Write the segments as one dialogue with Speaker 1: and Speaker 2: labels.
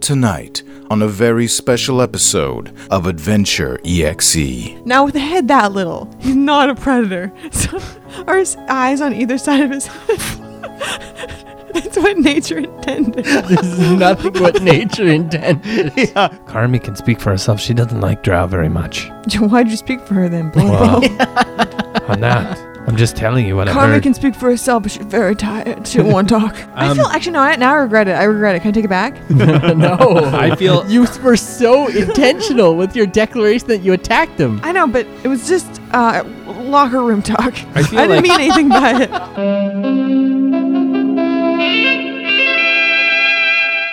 Speaker 1: tonight on a very special episode of Adventure E EXE.
Speaker 2: Now with a head that little, he's not a predator. So are his eyes on either side of his head? That's what nature intended.
Speaker 3: This is nothing what nature intended. Carmi can speak for herself. She doesn't like Drow very much.
Speaker 2: Why'd you speak for her then,
Speaker 3: Wow.
Speaker 2: Bobo?
Speaker 3: I'm not. I'm just telling you what I
Speaker 2: Carmen
Speaker 3: heard.
Speaker 2: can speak for herself, but she's very tired. She won't talk. I
Speaker 3: Um,
Speaker 2: feel actually no. I, now I regret it. I regret it. Can I take it back?
Speaker 3: no,
Speaker 4: I feel-
Speaker 3: you were so intentional with your declaration that you attacked him.
Speaker 2: I know, but it was just uh, locker room talk. I,
Speaker 4: I feel like
Speaker 2: didn't mean anything by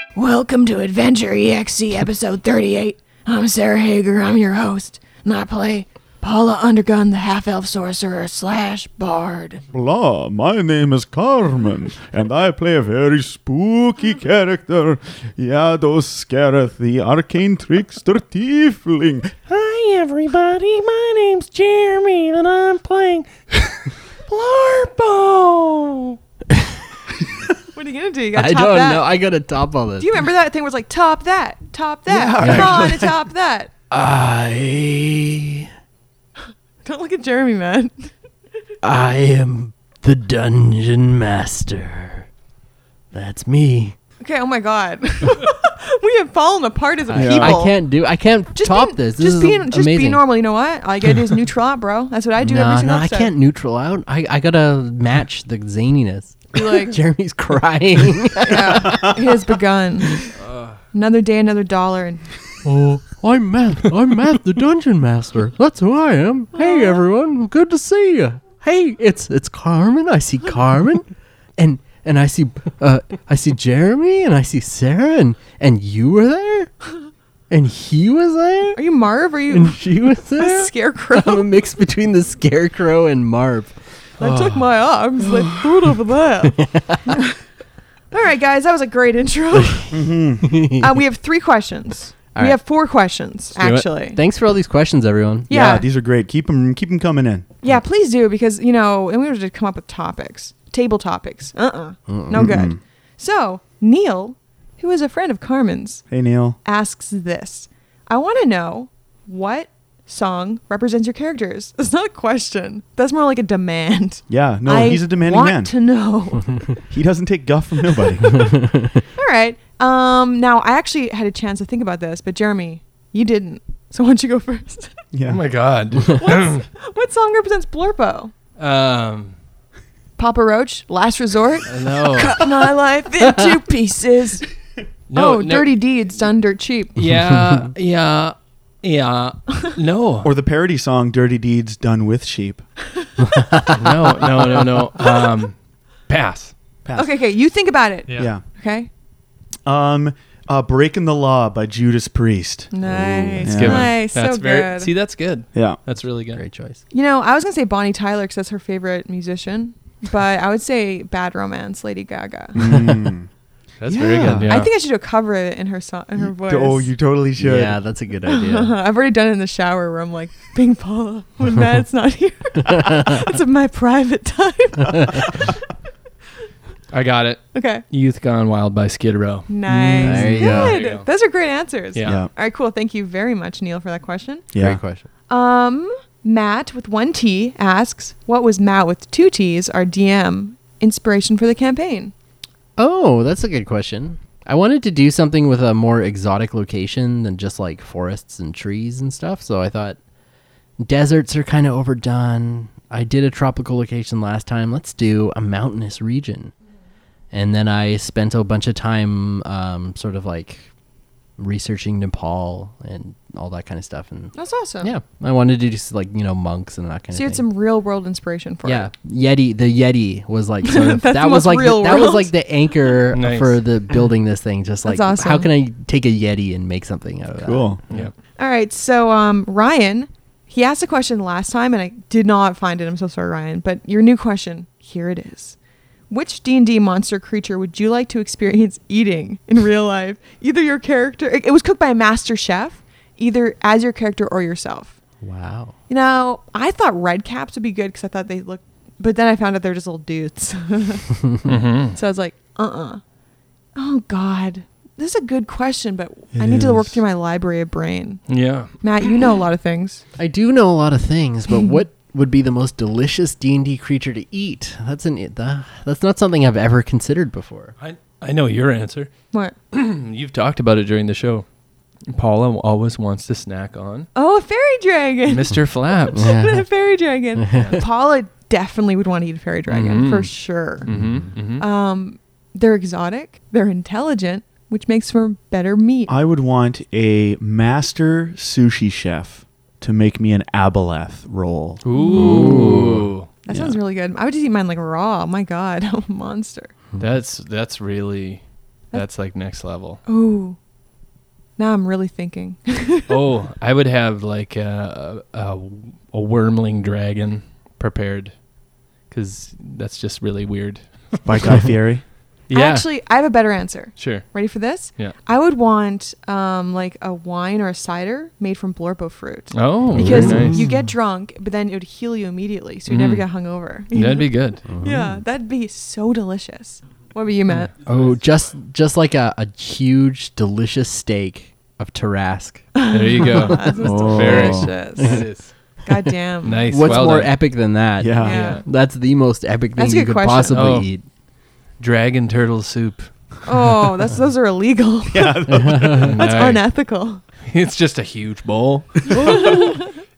Speaker 2: it.
Speaker 5: Welcome to Adventure EXE episode 38. I'm Sarah Hager, I'm your host, and I play Paula Undergun, the half elf sorcerer slash bard.
Speaker 6: Blah, my name is Carmen, and I play a very spooky character, Yados Scareth, the arcane trickster tiefling.
Speaker 3: Hi, everybody. My name's Jeremy, and I'm playing Blarbo.
Speaker 2: What are you gonna do? You gotta
Speaker 3: I
Speaker 2: top
Speaker 3: don't
Speaker 2: that.
Speaker 3: know. I gotta top all this.
Speaker 2: Do you remember that thing was like top that, top that,
Speaker 3: Yeah.
Speaker 2: come on and top that?
Speaker 3: I
Speaker 2: Don't look at Jeremy, man.
Speaker 3: I am the dungeon master. That's me.
Speaker 2: Okay. Oh my God. we have fallen apart as a people.
Speaker 3: I can't do. I can't
Speaker 2: Just
Speaker 3: top
Speaker 2: be,
Speaker 3: this. This
Speaker 2: Just
Speaker 3: is
Speaker 2: be
Speaker 3: am-
Speaker 2: just
Speaker 3: amazing.
Speaker 2: be normal. You know what? All you gotta do is neutral out, bro. That's what I do every
Speaker 3: No, no,
Speaker 2: single
Speaker 3: I
Speaker 2: episode.
Speaker 3: can't neutral out. I, I gotta match the zaniness.
Speaker 2: Be like,
Speaker 3: Jeremy's crying.
Speaker 2: yeah, it has begun. Another day, another dollar, and
Speaker 3: oh, I'm Matt. I'm Matt, the dungeon master. That's who I am. Hey, everyone. Good to see you. Hey, it's it's Carmen. I see Carmen, and and I see uh I see Jeremy, and I see Sarah, and and you were there, and he was there,
Speaker 2: Are you Marv? Are you
Speaker 3: and she was
Speaker 2: a
Speaker 3: there.
Speaker 2: scarecrow?
Speaker 3: I'm a mix between the scarecrow and Marv.
Speaker 2: I took my arms, like threw it over there. All right, guys, that was a great intro. uh, we have three questions.
Speaker 3: All
Speaker 2: we
Speaker 3: right.
Speaker 2: have four questions, actually.
Speaker 3: Thanks for all these questions, everyone.
Speaker 2: yeah, yeah,
Speaker 6: these are great. Keep them, keep 'em coming in.
Speaker 2: please do because you know, and we were to come up with topics, table topics. Uh, uh no good. So Neil, who is a friend of Carmen's,
Speaker 6: Hey, Neil.
Speaker 2: asks this: I want to know what song represents your characters. That's not a question. That's more like a demand.
Speaker 6: Yeah, no,
Speaker 2: I
Speaker 6: he's a demanding
Speaker 2: want
Speaker 6: man.
Speaker 2: To know.
Speaker 6: he doesn't take guff from nobody.
Speaker 2: All right. Um, now I actually had a chance to think about this, but Jeremy, you didn't. So why don't you go first?
Speaker 6: yeah.
Speaker 4: Oh my god.
Speaker 2: What's, what song represents Blurpo?
Speaker 4: um
Speaker 2: Papa Roach, Last Resort,
Speaker 4: no.
Speaker 2: Cut My Life into Pieces.
Speaker 4: no no.
Speaker 2: oh, Dirty Deeds done dirt cheap.
Speaker 4: Yeah, yeah, yeah. No.
Speaker 6: or the parody song, Dirty Deeds Done With Sheep.
Speaker 4: no, no, no, no. Um pass.
Speaker 6: Pass.
Speaker 2: Okay, okay, you think about it.
Speaker 4: Yeah.
Speaker 6: Yeah.
Speaker 2: Okay.
Speaker 6: Um, uh, Breaking the Law by Judas Priest.
Speaker 2: Nice,
Speaker 6: It's a good one.
Speaker 2: nice,
Speaker 4: That's
Speaker 2: so
Speaker 4: very
Speaker 2: good.
Speaker 4: See, that's good.
Speaker 6: Yeah.
Speaker 4: That's really good.
Speaker 3: Great choice.
Speaker 2: you know, I was gonna say Bonnie Tyler because that's her favorite musician, but I would say Bad Romance, Lady Gaga.
Speaker 6: Mm.
Speaker 4: That's very good.
Speaker 6: Yeah.
Speaker 4: Yeah.
Speaker 2: I think I should do a cover of it in her song, in her voice. Uh,
Speaker 6: oh, you totally should.
Speaker 3: Yeah, that's a good idea.
Speaker 2: I've already done it in the shower where I'm like, Bing Paula, when Matt's not here. it's my private time.
Speaker 4: I got it.
Speaker 2: Okay.
Speaker 4: Youth Gone Wild by Skid Row.
Speaker 2: Nice.
Speaker 3: There you go.
Speaker 2: Good.
Speaker 4: There you go.
Speaker 2: Those are great answers.
Speaker 4: Yeah.
Speaker 6: Yeah.
Speaker 2: All right, cool. Thank you very much, Neil, for that question.
Speaker 6: Yeah.
Speaker 3: Great question.
Speaker 2: Um, Matt with one T asks, What was Matt with two T's, our DM, inspiration for the campaign?
Speaker 3: Oh, that's a good question. I wanted to do something with a more exotic location than just like forests and trees and stuff. So I thought deserts are kind of overdone. I did a tropical location last time. Let's do a mountainous region. And then I spent a bunch of time um, sort of like researching Nepal and all that kind of stuff. And
Speaker 2: That's awesome.
Speaker 3: yeah, I wanted to do just like, you know, monks and that kind
Speaker 2: Oh. So you
Speaker 3: of
Speaker 2: had
Speaker 3: thing.
Speaker 2: some real world inspiration for
Speaker 3: Yeah,
Speaker 2: it.
Speaker 3: Yeti. The Yeti was like sort of
Speaker 2: That's the
Speaker 3: that
Speaker 2: most
Speaker 3: was like the,
Speaker 2: real
Speaker 3: that was
Speaker 2: world.
Speaker 3: like the anchor
Speaker 4: Nice.
Speaker 3: for the building this thing. Just like
Speaker 2: That's awesome.
Speaker 3: how can I take a Yeti and make something out of that?
Speaker 6: Cool.
Speaker 2: Mm.
Speaker 4: Yep.
Speaker 2: All right. So, um, Ryan, he asked a question last time, and I did not find it. I'm so sorry, Ryan. But your new question, here it is: Which D and D monster creature would you like to experience eating in real life? Either your character, it, it was cooked by a master chef, either as your character or yourself.
Speaker 3: Wow.
Speaker 2: You know, I thought red caps would be good because I thought they looked, but then I found out they're just little dudes. so I was like, uh uh uh-uh. Oh God, this is a good question, but I need to work through my library of brain.
Speaker 7: Yeah.
Speaker 2: Matt, you know a lot of things.
Speaker 3: I do know a lot of things, but what would be the most delicious D and D creature to eat? That's an that, that's not something I've ever considered before.
Speaker 7: I, I know your answer.
Speaker 2: What?
Speaker 4: Mm,
Speaker 7: You've talked about it during the show. Paula always wants to snack on
Speaker 2: Oh, a fairy dragon.
Speaker 7: Mr. Flaps.
Speaker 2: a fairy dragon. Paula definitely would want to eat a fairy dragon for sure. Um, they're exotic. They're intelligent, which makes for better meat.
Speaker 8: I would want a master sushi chef to make me an abaleth roll.
Speaker 7: Ooh.
Speaker 2: that sounds really good. I would just eat mine like raw. Oh my god, I'm a monster.
Speaker 7: That's that's really that's like next level.
Speaker 2: Ooh. Now I'm really thinking.
Speaker 7: oh, I would have like a a, a wormling dragon prepared because that's just really weird.
Speaker 8: By Guy Fieri.
Speaker 2: I
Speaker 7: Yeah,
Speaker 2: actually I have a better answer.
Speaker 7: sure.
Speaker 2: Ready for this?
Speaker 7: Yeah.
Speaker 2: I would want um, like a wine or a cider made from blorpo fruit.
Speaker 7: Oh,
Speaker 2: Because
Speaker 7: very nice.
Speaker 2: you get drunk, but then it would heal you immediately, so you never
Speaker 7: Mm.
Speaker 2: get hungover.
Speaker 7: That'd be Mm. good.
Speaker 2: Yeah, that'd be so delicious. What about you, Matt?
Speaker 3: Oh, just just like a, a huge delicious steak of Tarasque.
Speaker 7: There you go.
Speaker 2: That's what's
Speaker 8: Oh.
Speaker 2: delicious.
Speaker 7: It is.
Speaker 2: Goddamn.
Speaker 7: Nice.
Speaker 3: What's
Speaker 7: well
Speaker 3: more
Speaker 7: done.
Speaker 3: epic than that?
Speaker 8: Yeah.
Speaker 2: Yeah.
Speaker 3: That's the most epic thing
Speaker 2: That's a
Speaker 3: you
Speaker 2: good
Speaker 3: could
Speaker 2: question.
Speaker 3: possibly
Speaker 7: Oh.
Speaker 3: eat.
Speaker 7: Dragon turtle soup.
Speaker 2: Oh, that's those are illegal. That's unethical.
Speaker 7: It's just a huge bowl.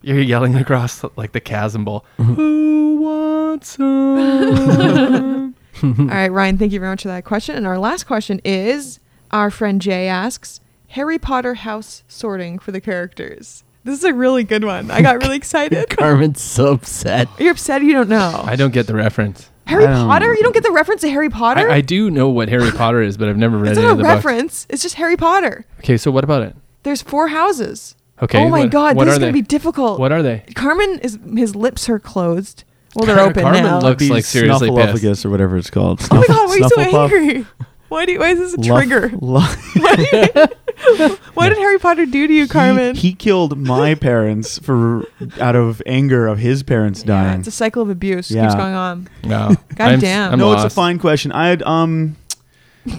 Speaker 7: You're yelling across like the chasm bowl. Who wants some? Hmm.
Speaker 2: All right, Ryan, thank you very much for that question. And our last question is our friend Jay asks Harry Potter house sorting for the characters. This is a really good one. I got really excited.
Speaker 3: Carmen's so upset.
Speaker 2: You're upset you don't know.
Speaker 7: I don't get the reference.
Speaker 2: Harry
Speaker 8: I don't-
Speaker 2: Potter? You don't get the reference to Harry Potter?
Speaker 7: I, I do know what Harry Potter is, but I've never read
Speaker 2: it's
Speaker 7: any
Speaker 2: not
Speaker 7: of
Speaker 2: a
Speaker 7: the books.
Speaker 2: reference. It's just Harry Potter.
Speaker 7: Okay, so what about it?
Speaker 2: There's four houses.
Speaker 7: Okay.
Speaker 2: oh my
Speaker 7: what-
Speaker 2: God,
Speaker 7: what
Speaker 2: this
Speaker 7: are
Speaker 2: is going
Speaker 7: they?
Speaker 2: to be difficult.
Speaker 7: What are they?
Speaker 2: Carmen is his lips are closed. Well, they're open
Speaker 7: Carmen
Speaker 2: now.
Speaker 7: looks like seriously
Speaker 8: Snuffleupagus
Speaker 7: pissed.
Speaker 8: or whatever it's called.
Speaker 2: oh my God, why are you so angry? Why do you, why is this a trigger? Why, do you- What did Harry Potter do to you, Carmen?
Speaker 8: He, killed my parents for out of anger of his parents
Speaker 2: Yeah,
Speaker 8: dying.
Speaker 2: it's a cycle of abuse keeps
Speaker 8: Yeah.
Speaker 2: going on.
Speaker 7: No. I'm,
Speaker 2: damn.
Speaker 7: I'm
Speaker 8: no,
Speaker 7: lost.
Speaker 8: it's a fine question. I'd um,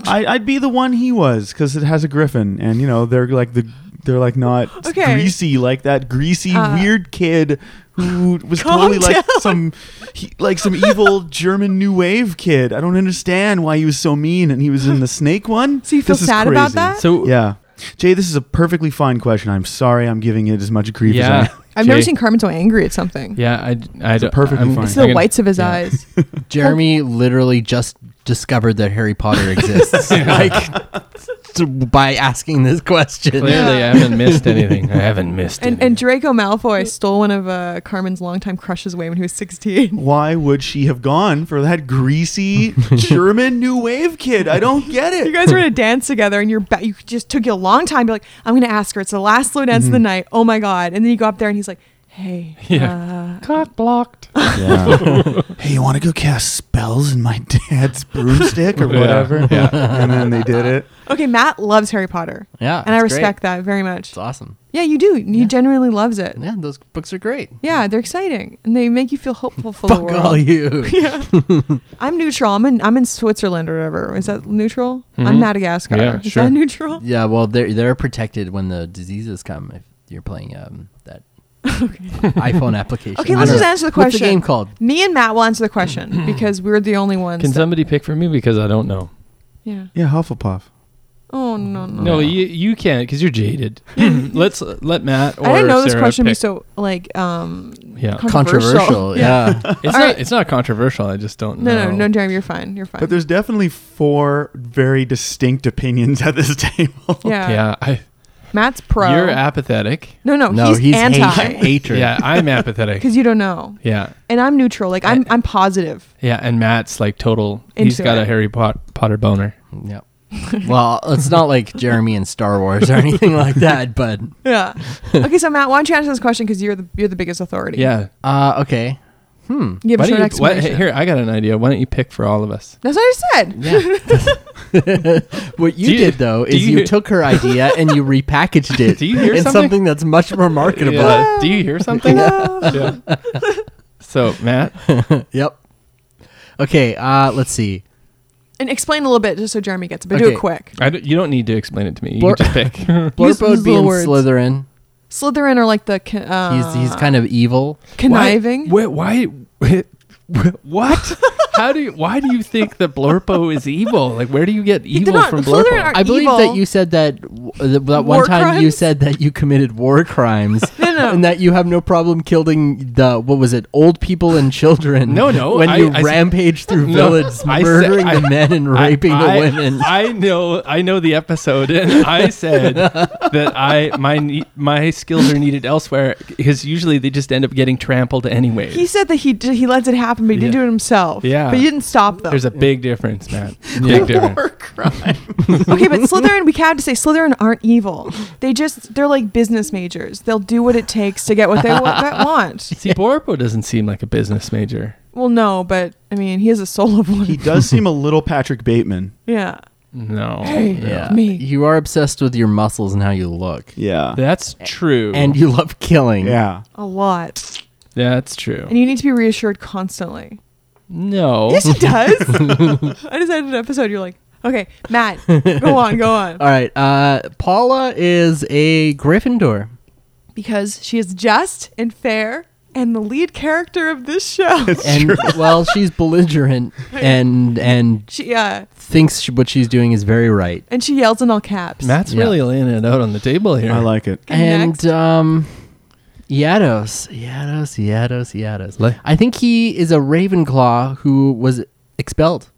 Speaker 8: I, I'd be the one he was because it has a griffin, and you know they're like the they're like not
Speaker 2: Okay.
Speaker 8: greasy like that greasy
Speaker 2: Uh,
Speaker 8: weird kid who was
Speaker 2: Calm
Speaker 8: totally like
Speaker 2: down.
Speaker 8: some he, like some evil German new wave kid. I don't understand why he was so mean, and he was in the snake one.
Speaker 2: So you feel
Speaker 8: This is
Speaker 2: sad about
Speaker 8: crazy.
Speaker 2: that?
Speaker 7: So
Speaker 8: Yeah, Jay, this is a perfectly fine question. I'm sorry, I'm giving it as much grief as I
Speaker 7: yeah.
Speaker 8: am.
Speaker 2: I've
Speaker 7: Jay-
Speaker 2: never seen Carmen so angry at something.
Speaker 7: Yeah, I, d- I
Speaker 8: It's a
Speaker 7: don't-
Speaker 8: perfectly
Speaker 7: I'm-
Speaker 8: fine-
Speaker 2: It's
Speaker 8: I
Speaker 2: the
Speaker 7: gonna-
Speaker 2: whites of his
Speaker 7: yeah.
Speaker 2: eyes.
Speaker 3: Jeremy literally just discovered that Harry Potter exists. like t- by asking this question.
Speaker 7: Clearly, I haven't missed anything. I haven't missed
Speaker 2: And, and
Speaker 7: anything.
Speaker 2: Draco Malfoy stole one of uh, Carmen's longtime crushes away when he was 16.
Speaker 8: Why would she have gone for that greasy German new wave kid? I don't get it.
Speaker 2: You guys were at a dance together, and you're ba- you just took you a long time. You're like, I'm gonna ask her. It's the last slow dance of the night. Oh my god! And then you go up there, and he's like, Hey,
Speaker 7: Yeah.
Speaker 2: uh,
Speaker 7: Cock blocked.
Speaker 8: hey, you want to go cast spells in my dad's broomstick or whatever?
Speaker 7: Yeah.
Speaker 8: And then they did it.
Speaker 2: okay, Matt loves Harry Potter,
Speaker 3: Yeah,
Speaker 2: and I
Speaker 3: it's great.
Speaker 2: respect that very much.
Speaker 3: It's awesome.
Speaker 2: Yeah, you do. He genuinely loves it.
Speaker 3: Yeah, those books are great.
Speaker 2: Yeah, they're exciting, and they make you feel hopeful for the
Speaker 3: Fuck
Speaker 2: world.
Speaker 3: all you.
Speaker 2: I'm neutral. I'm in I'm in Switzerland or whatever. Is that neutral?
Speaker 7: Mhm.
Speaker 2: I'm Madagascar.
Speaker 7: Yeah,
Speaker 2: Is
Speaker 7: sure.
Speaker 2: that neutral?
Speaker 3: yeah, well, they're they're protected when the diseases come. If you're playing um that iPhone application.
Speaker 2: Okay,
Speaker 3: I
Speaker 2: let's
Speaker 3: don't
Speaker 2: just
Speaker 3: know.
Speaker 2: answer the
Speaker 3: What's the
Speaker 2: question.
Speaker 3: game called?
Speaker 2: Me and Matt will answer the question because we're the only ones.
Speaker 7: Can
Speaker 2: that-
Speaker 7: somebody pick for me because I don't know?
Speaker 2: yeah.
Speaker 8: Yeah, Hufflepuff.
Speaker 2: Oh no no.
Speaker 7: No, you you can't because you're jaded. Let's let Matt or
Speaker 2: I didn't know this
Speaker 7: Sarah
Speaker 2: question would be
Speaker 7: pick. Uh,
Speaker 2: so like um
Speaker 7: Yeah,
Speaker 2: controversial.
Speaker 3: Yeah.
Speaker 7: it's
Speaker 2: All
Speaker 7: not
Speaker 2: right.
Speaker 7: it's not controversial. I just don't
Speaker 2: No,
Speaker 7: know.
Speaker 2: no, no, Jeremy, you're fine. You're fine.
Speaker 8: But there's definitely four very distinct opinions at this table.
Speaker 2: yeah.
Speaker 7: Yeah, I,
Speaker 2: Matt's pro.
Speaker 7: you're apathetic.
Speaker 2: no, no,
Speaker 3: no,
Speaker 2: Oh, he's,
Speaker 3: he's, hate-
Speaker 2: anti
Speaker 3: hatred.
Speaker 7: Yeah, I'm apathetic.
Speaker 2: because you don't know.
Speaker 7: Yeah,
Speaker 2: And I'm neutral. Like I'm I'm positive.
Speaker 7: yeah, and Matt's like total. he's
Speaker 2: Into
Speaker 7: got
Speaker 2: it.
Speaker 7: a Harry Pot- Potter boner.
Speaker 3: Yep. well, it's not like Jeremy and Star Wars or anything like that, but
Speaker 2: Yeah. okay, so Matt, why don't you answer this question because you're the you're the biggest authority.
Speaker 7: Yeah.
Speaker 3: uh, okay. Hmm.
Speaker 2: Give
Speaker 7: Why
Speaker 2: us
Speaker 7: don't
Speaker 2: your
Speaker 7: you-
Speaker 2: next
Speaker 7: why-
Speaker 2: explanation.
Speaker 7: here, I got an idea. Why don't you pick for all of us?
Speaker 2: That's what I said.
Speaker 3: Yeah. what you,
Speaker 7: Do you-
Speaker 3: did though
Speaker 7: do
Speaker 3: is
Speaker 7: you
Speaker 3: you,
Speaker 7: hear-
Speaker 3: took her idea and you repackaged it
Speaker 7: Do you hear
Speaker 3: in
Speaker 7: something?
Speaker 3: that's much more marketable.
Speaker 7: Yeah. Do you hear something? Yeah. So Matt,
Speaker 3: Yep. Okay, uh, let's see.
Speaker 2: And explain a little bit just so Jeremy gets it, but do
Speaker 3: Okay.
Speaker 2: it quick.
Speaker 7: I don't- you don't need to explain it to me. You
Speaker 3: Blur-
Speaker 7: can just pick.
Speaker 2: Use-
Speaker 3: Blurpo
Speaker 2: use
Speaker 3: would be in
Speaker 2: little words.
Speaker 3: Slytherin.
Speaker 2: Slytherin are like the. con- Uh,
Speaker 3: He's he's kind of evil.
Speaker 2: conniving.
Speaker 7: Why? Why? why what? How do you? Why do you think that Blurpo is evil? Like, where do you get
Speaker 2: did
Speaker 7: evil
Speaker 2: not-
Speaker 7: from
Speaker 2: Slytherin
Speaker 7: Blurpo?
Speaker 2: are-
Speaker 3: I believe
Speaker 2: evil.
Speaker 3: that you said that w- that that one
Speaker 2: War
Speaker 3: time you
Speaker 2: crimes?
Speaker 3: said that you committed war crimes
Speaker 2: No, no.
Speaker 3: and that you have no problem killing the what was it old people and children.
Speaker 7: No, no,
Speaker 3: when
Speaker 7: I-
Speaker 3: you
Speaker 7: I s-
Speaker 3: rampage through
Speaker 7: No,
Speaker 3: villages,
Speaker 7: I said-
Speaker 3: murdering
Speaker 7: I-
Speaker 3: the men and
Speaker 7: I-
Speaker 3: raping
Speaker 7: I-
Speaker 3: the women.
Speaker 7: I know, I know the episode, and I said that I my ne- my skills are needed elsewhere because usually they just end up getting trampled anyways.
Speaker 2: He said that he did, he lets it happen, but he didn't
Speaker 7: Yeah.
Speaker 2: do it himself.
Speaker 7: Yeah.
Speaker 2: but he didn't stop them.
Speaker 7: There's a big difference, Matt. Big difference.
Speaker 2: okay, but Slytherin, we have to say Slytherin aren't evil. They just they're like business majors. They'll do what it takes to get what they wa- want.
Speaker 7: See, Blurpo doesn't seem like a business major.
Speaker 2: Well, no, but I mean, he has a soul of one.
Speaker 8: He does seem a little Patrick Bateman.
Speaker 2: yeah.
Speaker 7: No,
Speaker 2: Hey,
Speaker 3: yeah,
Speaker 2: me.
Speaker 3: you are obsessed with your muscles and how you look,
Speaker 8: Yeah.
Speaker 7: that's true.
Speaker 3: and you love killing.
Speaker 8: yeah.
Speaker 2: A lot.
Speaker 7: that's true.
Speaker 2: And you need to be reassured constantly.
Speaker 7: No,
Speaker 2: Yes, he does. I just ended an episode. You're like, okay, Matt, go on, go on.
Speaker 3: All right, uh, Paula is a Gryffindor.
Speaker 2: Because she is just and fair and the lead character of this show.
Speaker 3: and well, she's belligerent and and
Speaker 2: she, yeah.
Speaker 3: thinks she, what she's doing is very right.
Speaker 2: And she yells in all caps.
Speaker 7: Matt's
Speaker 3: Yeah.
Speaker 7: really laying it out on the table here.
Speaker 8: I like it.
Speaker 2: Okay,
Speaker 3: and
Speaker 2: next.
Speaker 3: um, Yados, Yados, Yados, Yados.
Speaker 7: Le-
Speaker 3: I think he is a Ravenclaw who was expelled.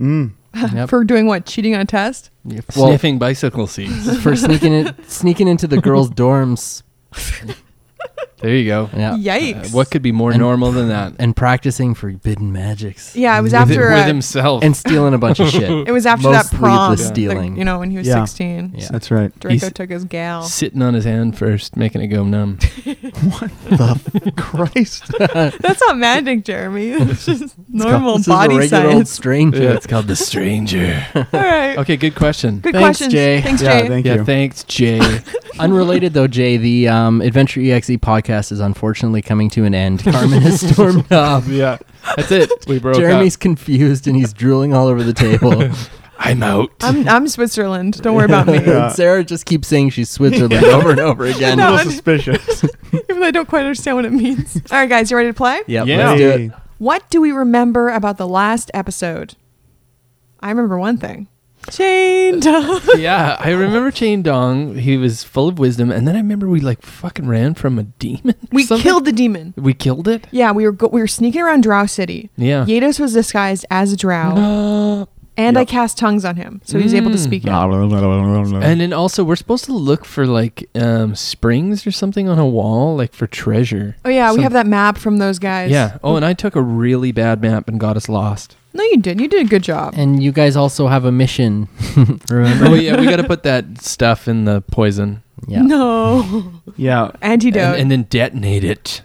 Speaker 8: Mm.
Speaker 3: Yep.
Speaker 2: For doing what? Cheating on a test?
Speaker 3: Well,
Speaker 7: sniffing bicycle seats.
Speaker 3: for sneaking it, sneaking into the girls' dorms.
Speaker 7: there you go. Uh,
Speaker 3: Yeah. Uh,
Speaker 2: Yikes.
Speaker 7: What could be more
Speaker 3: And-
Speaker 7: normal than that?
Speaker 3: And practicing forbidden magics.
Speaker 2: Yeah, it was
Speaker 7: with,
Speaker 2: after.
Speaker 7: with
Speaker 2: uh,
Speaker 7: himself.
Speaker 3: And stealing a bunch of shit.
Speaker 2: it was after that
Speaker 3: Mostly
Speaker 2: prom.
Speaker 3: the
Speaker 2: like,
Speaker 3: stealing.
Speaker 2: you know, when he was
Speaker 8: Yeah.
Speaker 2: 16.
Speaker 3: Yeah.
Speaker 8: That's right.
Speaker 2: Draco
Speaker 7: He's-
Speaker 2: took his gal.
Speaker 7: sitting on his hand first, making it go numb.
Speaker 8: Christ.
Speaker 2: That's not magic, Jeremy. That's just normal
Speaker 3: This is a
Speaker 2: body
Speaker 3: regular old
Speaker 2: science.
Speaker 3: stranger.
Speaker 7: it's called the stranger.
Speaker 2: All right.
Speaker 7: Okay, good question.
Speaker 2: Good
Speaker 3: Thanks,
Speaker 2: questions.
Speaker 3: Jay.
Speaker 2: Thanks,
Speaker 8: yeah,
Speaker 2: Jay.
Speaker 8: thank
Speaker 7: yeah,
Speaker 8: you.
Speaker 7: thanks, Jay.
Speaker 3: Unrelated though, Jay, the um, Adventure EXE podcast is unfortunately coming to an end. Carmen has stormed off.
Speaker 7: yeah, that's it. We broke
Speaker 3: Jeremy's confused and he's drooling all over the table.
Speaker 7: up. I'm out.
Speaker 2: I'm, I'm Switzerland. Don't worry about me.
Speaker 8: Yeah.
Speaker 3: And Sarah just keeps saying she's Switzerland over and over again.
Speaker 2: No.
Speaker 8: a little suspicious.
Speaker 2: Even though I don't quite understand what it means. All right, guys, you ready to play?
Speaker 3: Yep,
Speaker 7: Yeah.
Speaker 3: let's do it.
Speaker 8: Hey.
Speaker 2: What do we remember about the last episode? I remember one thing. Uh, Chained up.
Speaker 7: yeah, I remember Chain Dong. He was full of wisdom, and then I remember we like fucking ran from a demon. or
Speaker 2: We
Speaker 7: something.
Speaker 2: killed the demon.
Speaker 7: We killed it.
Speaker 2: Yeah, we were go- we were sneaking around Drow City.
Speaker 7: Yeah.
Speaker 2: Yados was disguised as a drow, and I cast tongues on him, so he was
Speaker 7: Mm.
Speaker 2: able to speak. it.
Speaker 7: And then also, we're supposed to look for like um, springs or something on a wall, like for treasure.
Speaker 2: Oh yeah, we
Speaker 7: Some-
Speaker 2: have that map from those guys.
Speaker 7: Yeah. Oh, and I took a really bad map and got us lost.
Speaker 2: No, you did. You did a good job.
Speaker 3: And you guys also have a mission. Remember?
Speaker 7: oh yeah, we got to put that stuff in the poison
Speaker 3: Yeah.
Speaker 2: No
Speaker 8: yeah.
Speaker 2: antidote.
Speaker 7: and, and then detonate it.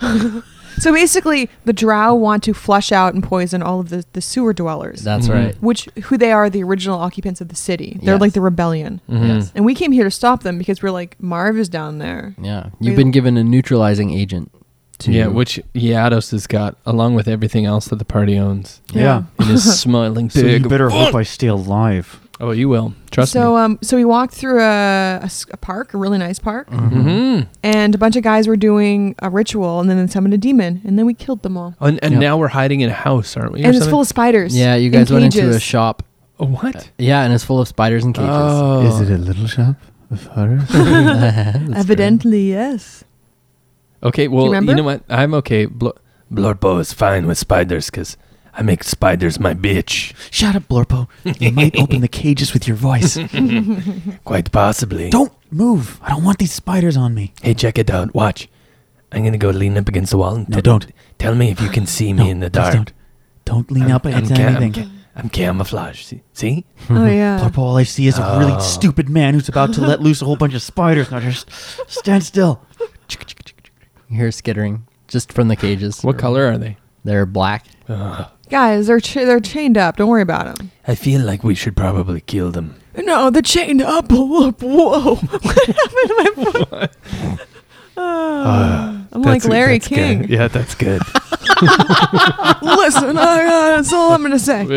Speaker 2: so basically, the Drow want to flush out and poison all of the, the sewer dwellers,
Speaker 3: That's
Speaker 7: Mhm.
Speaker 3: right.
Speaker 2: which who they are the original occupants of the city. They're
Speaker 3: Yes.
Speaker 2: like the rebellion,
Speaker 7: Mm-hmm.
Speaker 3: Yes.
Speaker 2: and we came here to stop them because we're like Marv is down there.
Speaker 3: Yeah.
Speaker 2: We-
Speaker 3: You've been given a neutralizing agent to
Speaker 7: Yeah, which Yados has got along with everything else that the party owns.
Speaker 8: Yeah.
Speaker 7: And his smiling
Speaker 8: So
Speaker 7: big.
Speaker 8: you better hope I stay alive.
Speaker 7: oh, you will. Trust
Speaker 2: so
Speaker 7: me.
Speaker 2: um, so we walked through a, a s- a park, a really nice park,
Speaker 7: Mhm.
Speaker 2: and a bunch of guys were doing a ritual, and then they summoned a demon, and then we killed them all.
Speaker 7: And, and
Speaker 3: Yeah.
Speaker 7: now we're hiding in a house, aren't we? or
Speaker 2: and it's
Speaker 7: something?
Speaker 2: full of spiders.
Speaker 3: Yeah, you
Speaker 2: in
Speaker 3: guys went into
Speaker 2: cages.
Speaker 3: a shop.
Speaker 7: Oh, what?
Speaker 3: Yeah, and it's full of spiders and cages.
Speaker 7: Oh.
Speaker 8: a little shop of horrors?
Speaker 2: Evidently, yes.
Speaker 7: Okay, well, you,
Speaker 2: remember?
Speaker 7: know what? I'm okay. Bl- Blorpo is fine with spiders because I make spiders my bitch.
Speaker 8: Shut up, Blorpo. You might open the cages with your voice.
Speaker 7: Quite possibly.
Speaker 8: Don't move. I don't want these spiders on me.
Speaker 7: Hey, check it out. Watch. I'm going to go lean up against the wall and
Speaker 8: No,
Speaker 7: t-
Speaker 8: don't.
Speaker 7: tell me if you can see
Speaker 8: No,
Speaker 7: me in the
Speaker 8: please
Speaker 7: dark.
Speaker 8: Don't, don't lean up against
Speaker 7: ca-
Speaker 8: anything.
Speaker 7: ca- I'm camouflage. See? see?
Speaker 2: Oh yeah.
Speaker 8: Blorpo, all I see is a
Speaker 7: Oh.
Speaker 8: really stupid man who's about to let loose a whole bunch of spiders. Now just stand still.
Speaker 3: You hear skittering just from the cages.
Speaker 7: What color are they?
Speaker 3: They're black.
Speaker 2: Guys, they're ch- they're chained up. Don't worry about them.
Speaker 7: I feel like we should probably kill them.
Speaker 2: No, they're chained up. Whoa, whoa. what happened to my phone? Uh, I'm like Larry King.
Speaker 7: Yeah, that's good.
Speaker 2: Listen, I, uh, that's all I'm gonna say.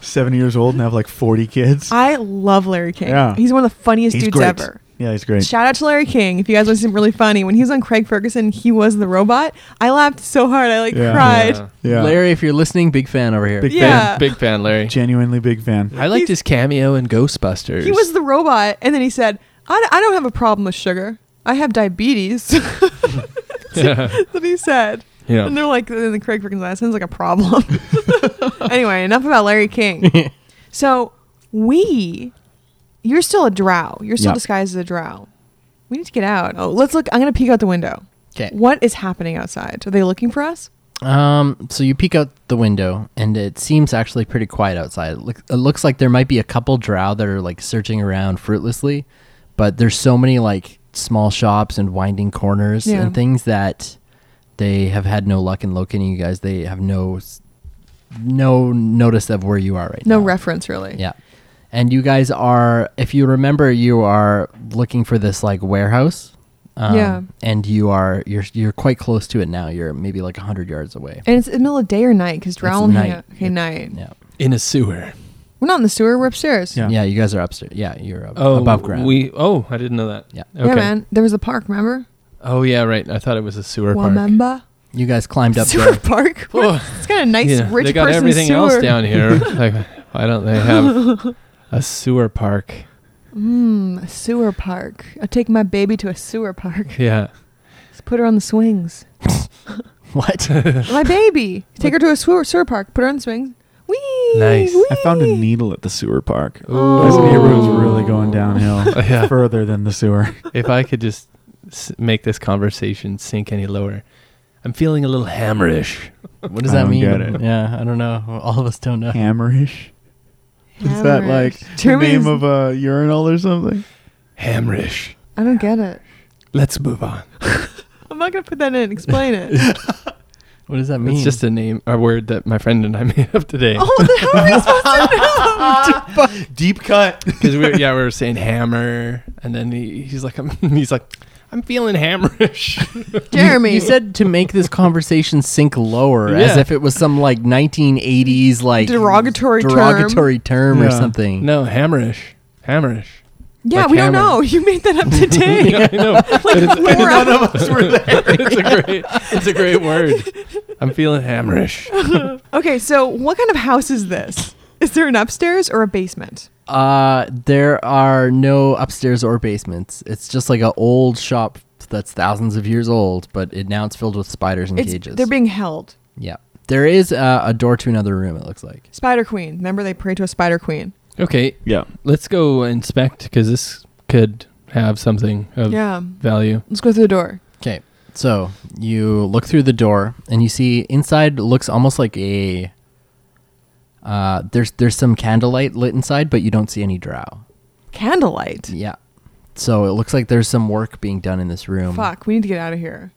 Speaker 8: Seven years old and have like 40 kids.
Speaker 2: I love Larry King.
Speaker 8: Yeah.
Speaker 2: He's one of the funniest
Speaker 8: He's
Speaker 2: dudes
Speaker 8: great.
Speaker 2: ever.
Speaker 8: Yeah, he's great.
Speaker 2: Shout out to Larry King. If you guys want to see him really funny, when he was on Craig Ferguson, he was the robot. I laughed so hard, I like
Speaker 8: Yeah.
Speaker 2: cried.
Speaker 8: Yeah.
Speaker 3: Larry, if you're listening, big fan over here.
Speaker 8: Big
Speaker 2: Yeah.
Speaker 7: Big fan, Larry.
Speaker 8: Genuinely big fan.
Speaker 7: I liked his cameo in Ghostbusters.
Speaker 2: He was the robot, and then he said, I, I don't have a problem with sugar. I have diabetes.
Speaker 7: yeah.
Speaker 2: that he said. And they're like, in the Craig Ferguson, that sounds like a problem. anyway, enough about Larry King. so we, you're still a drow. You're still
Speaker 8: Yep.
Speaker 2: disguised as a drow. We need to get out. Oh, let's look. I'm going to peek out the window.
Speaker 3: 'Kay.
Speaker 2: What is happening outside? Are they looking for us?
Speaker 3: Um, so you peek out the window, and it seems actually pretty quiet outside. It, look, it looks like there might be a couple drow that are like searching around fruitlessly, but there's so many like small shops and winding corners
Speaker 2: Yeah.
Speaker 3: and things that they have had no luck in locating you guys. They have no s- no notice of where you are right
Speaker 2: No
Speaker 3: now.
Speaker 2: reference, really.
Speaker 3: Yeah. And you guys are, if you remember, you are looking for this like warehouse. Um,
Speaker 2: Yeah.
Speaker 3: And you are you're you're quite close to it now. You're maybe like hundred yards away.
Speaker 2: And it's in the middle of day or night because drow
Speaker 3: It's
Speaker 2: only
Speaker 3: night.
Speaker 2: hang out- Okay, night.
Speaker 3: Yeah.
Speaker 7: in a sewer.
Speaker 2: We're not in the sewer. We're upstairs.
Speaker 8: Yeah. Oh,
Speaker 3: yeah. You guys are upstairs. Yeah. You're ab- above ground.
Speaker 7: We oh, I didn't know that.
Speaker 3: Yeah.
Speaker 7: Okay.
Speaker 2: Yeah, man. There was a park. Remember?
Speaker 7: Oh yeah, right. I thought it was a sewer park.
Speaker 2: Remember?
Speaker 3: you guys climbed up
Speaker 2: Sewer
Speaker 3: there.
Speaker 2: park. What-
Speaker 7: Oh,
Speaker 2: It's kind of nice,
Speaker 7: yeah,
Speaker 2: rich
Speaker 7: they got
Speaker 2: person
Speaker 7: everything
Speaker 2: sewer.
Speaker 7: else down here. like, why don't they have a sewer park?
Speaker 2: Mm, a sewer park. I take my baby to a sewer park.
Speaker 7: Yeah.
Speaker 2: Just put her on the swings.
Speaker 3: what?
Speaker 2: my baby. Take her to a sewer, sewer park. Put her on the swings. Wee.
Speaker 7: Nice.
Speaker 2: wee.
Speaker 8: I found a needle at the sewer park.
Speaker 7: Ooh.
Speaker 8: This neighborhood's
Speaker 2: Oh.
Speaker 8: really going downhill.
Speaker 7: Yeah.
Speaker 8: Further than the sewer.
Speaker 7: if I could just s- make this conversation sink any lower. I'm feeling a little hammerish.
Speaker 3: What does
Speaker 8: I
Speaker 3: that
Speaker 8: don't
Speaker 3: mean?
Speaker 8: get it.
Speaker 3: Yeah. I don't know. All of us don't know.
Speaker 8: Hammerish. Is that like the
Speaker 2: Term
Speaker 8: name
Speaker 2: is-
Speaker 8: of a urinal or something?
Speaker 7: Hammerish.
Speaker 2: I don't get it.
Speaker 7: Let's move on.
Speaker 2: I'm not gonna put that in. Explain it.
Speaker 3: What does that mean?
Speaker 7: It's just a name, a word that my friend and I made up today.
Speaker 2: oh, the, how are we supposed to know?
Speaker 8: Deep cut.
Speaker 7: Because we, were- yeah, we were saying hammer, and then he, he's like, I'm, he's like, I'm feeling hammerish.
Speaker 2: Jeremy.
Speaker 3: You said to make this conversation sink lower, as
Speaker 7: Yeah.
Speaker 3: if it was some like 1980s like
Speaker 2: Derogatory term.
Speaker 3: derogatory term, or
Speaker 8: Yeah.
Speaker 3: something.
Speaker 7: no, hammerish, hammerish.
Speaker 2: Yeah,
Speaker 7: like
Speaker 2: we
Speaker 7: hammer.
Speaker 2: don't know. You made that up today.
Speaker 7: I know. But it's,
Speaker 2: We're out.
Speaker 7: it's a great, it's a great word. I'm feeling hammerish.
Speaker 2: okay, so what kind of house is this? Is there an upstairs or a basement?
Speaker 3: Uh, there are no upstairs or basements. It's just like an old shop that's thousands of years old, but it now it's filled with spiders and
Speaker 2: It's
Speaker 3: cages.
Speaker 2: they're being held.
Speaker 3: yeah, there is uh, a door to another room. It looks like.
Speaker 2: Spider Queen. Remember they pray to a spider queen.
Speaker 7: Okay,
Speaker 8: Yeah.
Speaker 7: let's go inspect because this could have something of
Speaker 2: Yeah.
Speaker 7: value.
Speaker 2: Let's go through the door.
Speaker 3: Okay, so you look through the door and you see inside looks almost like a. Uh, there's there's some candlelight lit inside, but you don't see any drow.
Speaker 2: Candlelight.
Speaker 3: Yeah, so it looks like there's some work being done in this room.
Speaker 2: Fuck, we need to get out of here.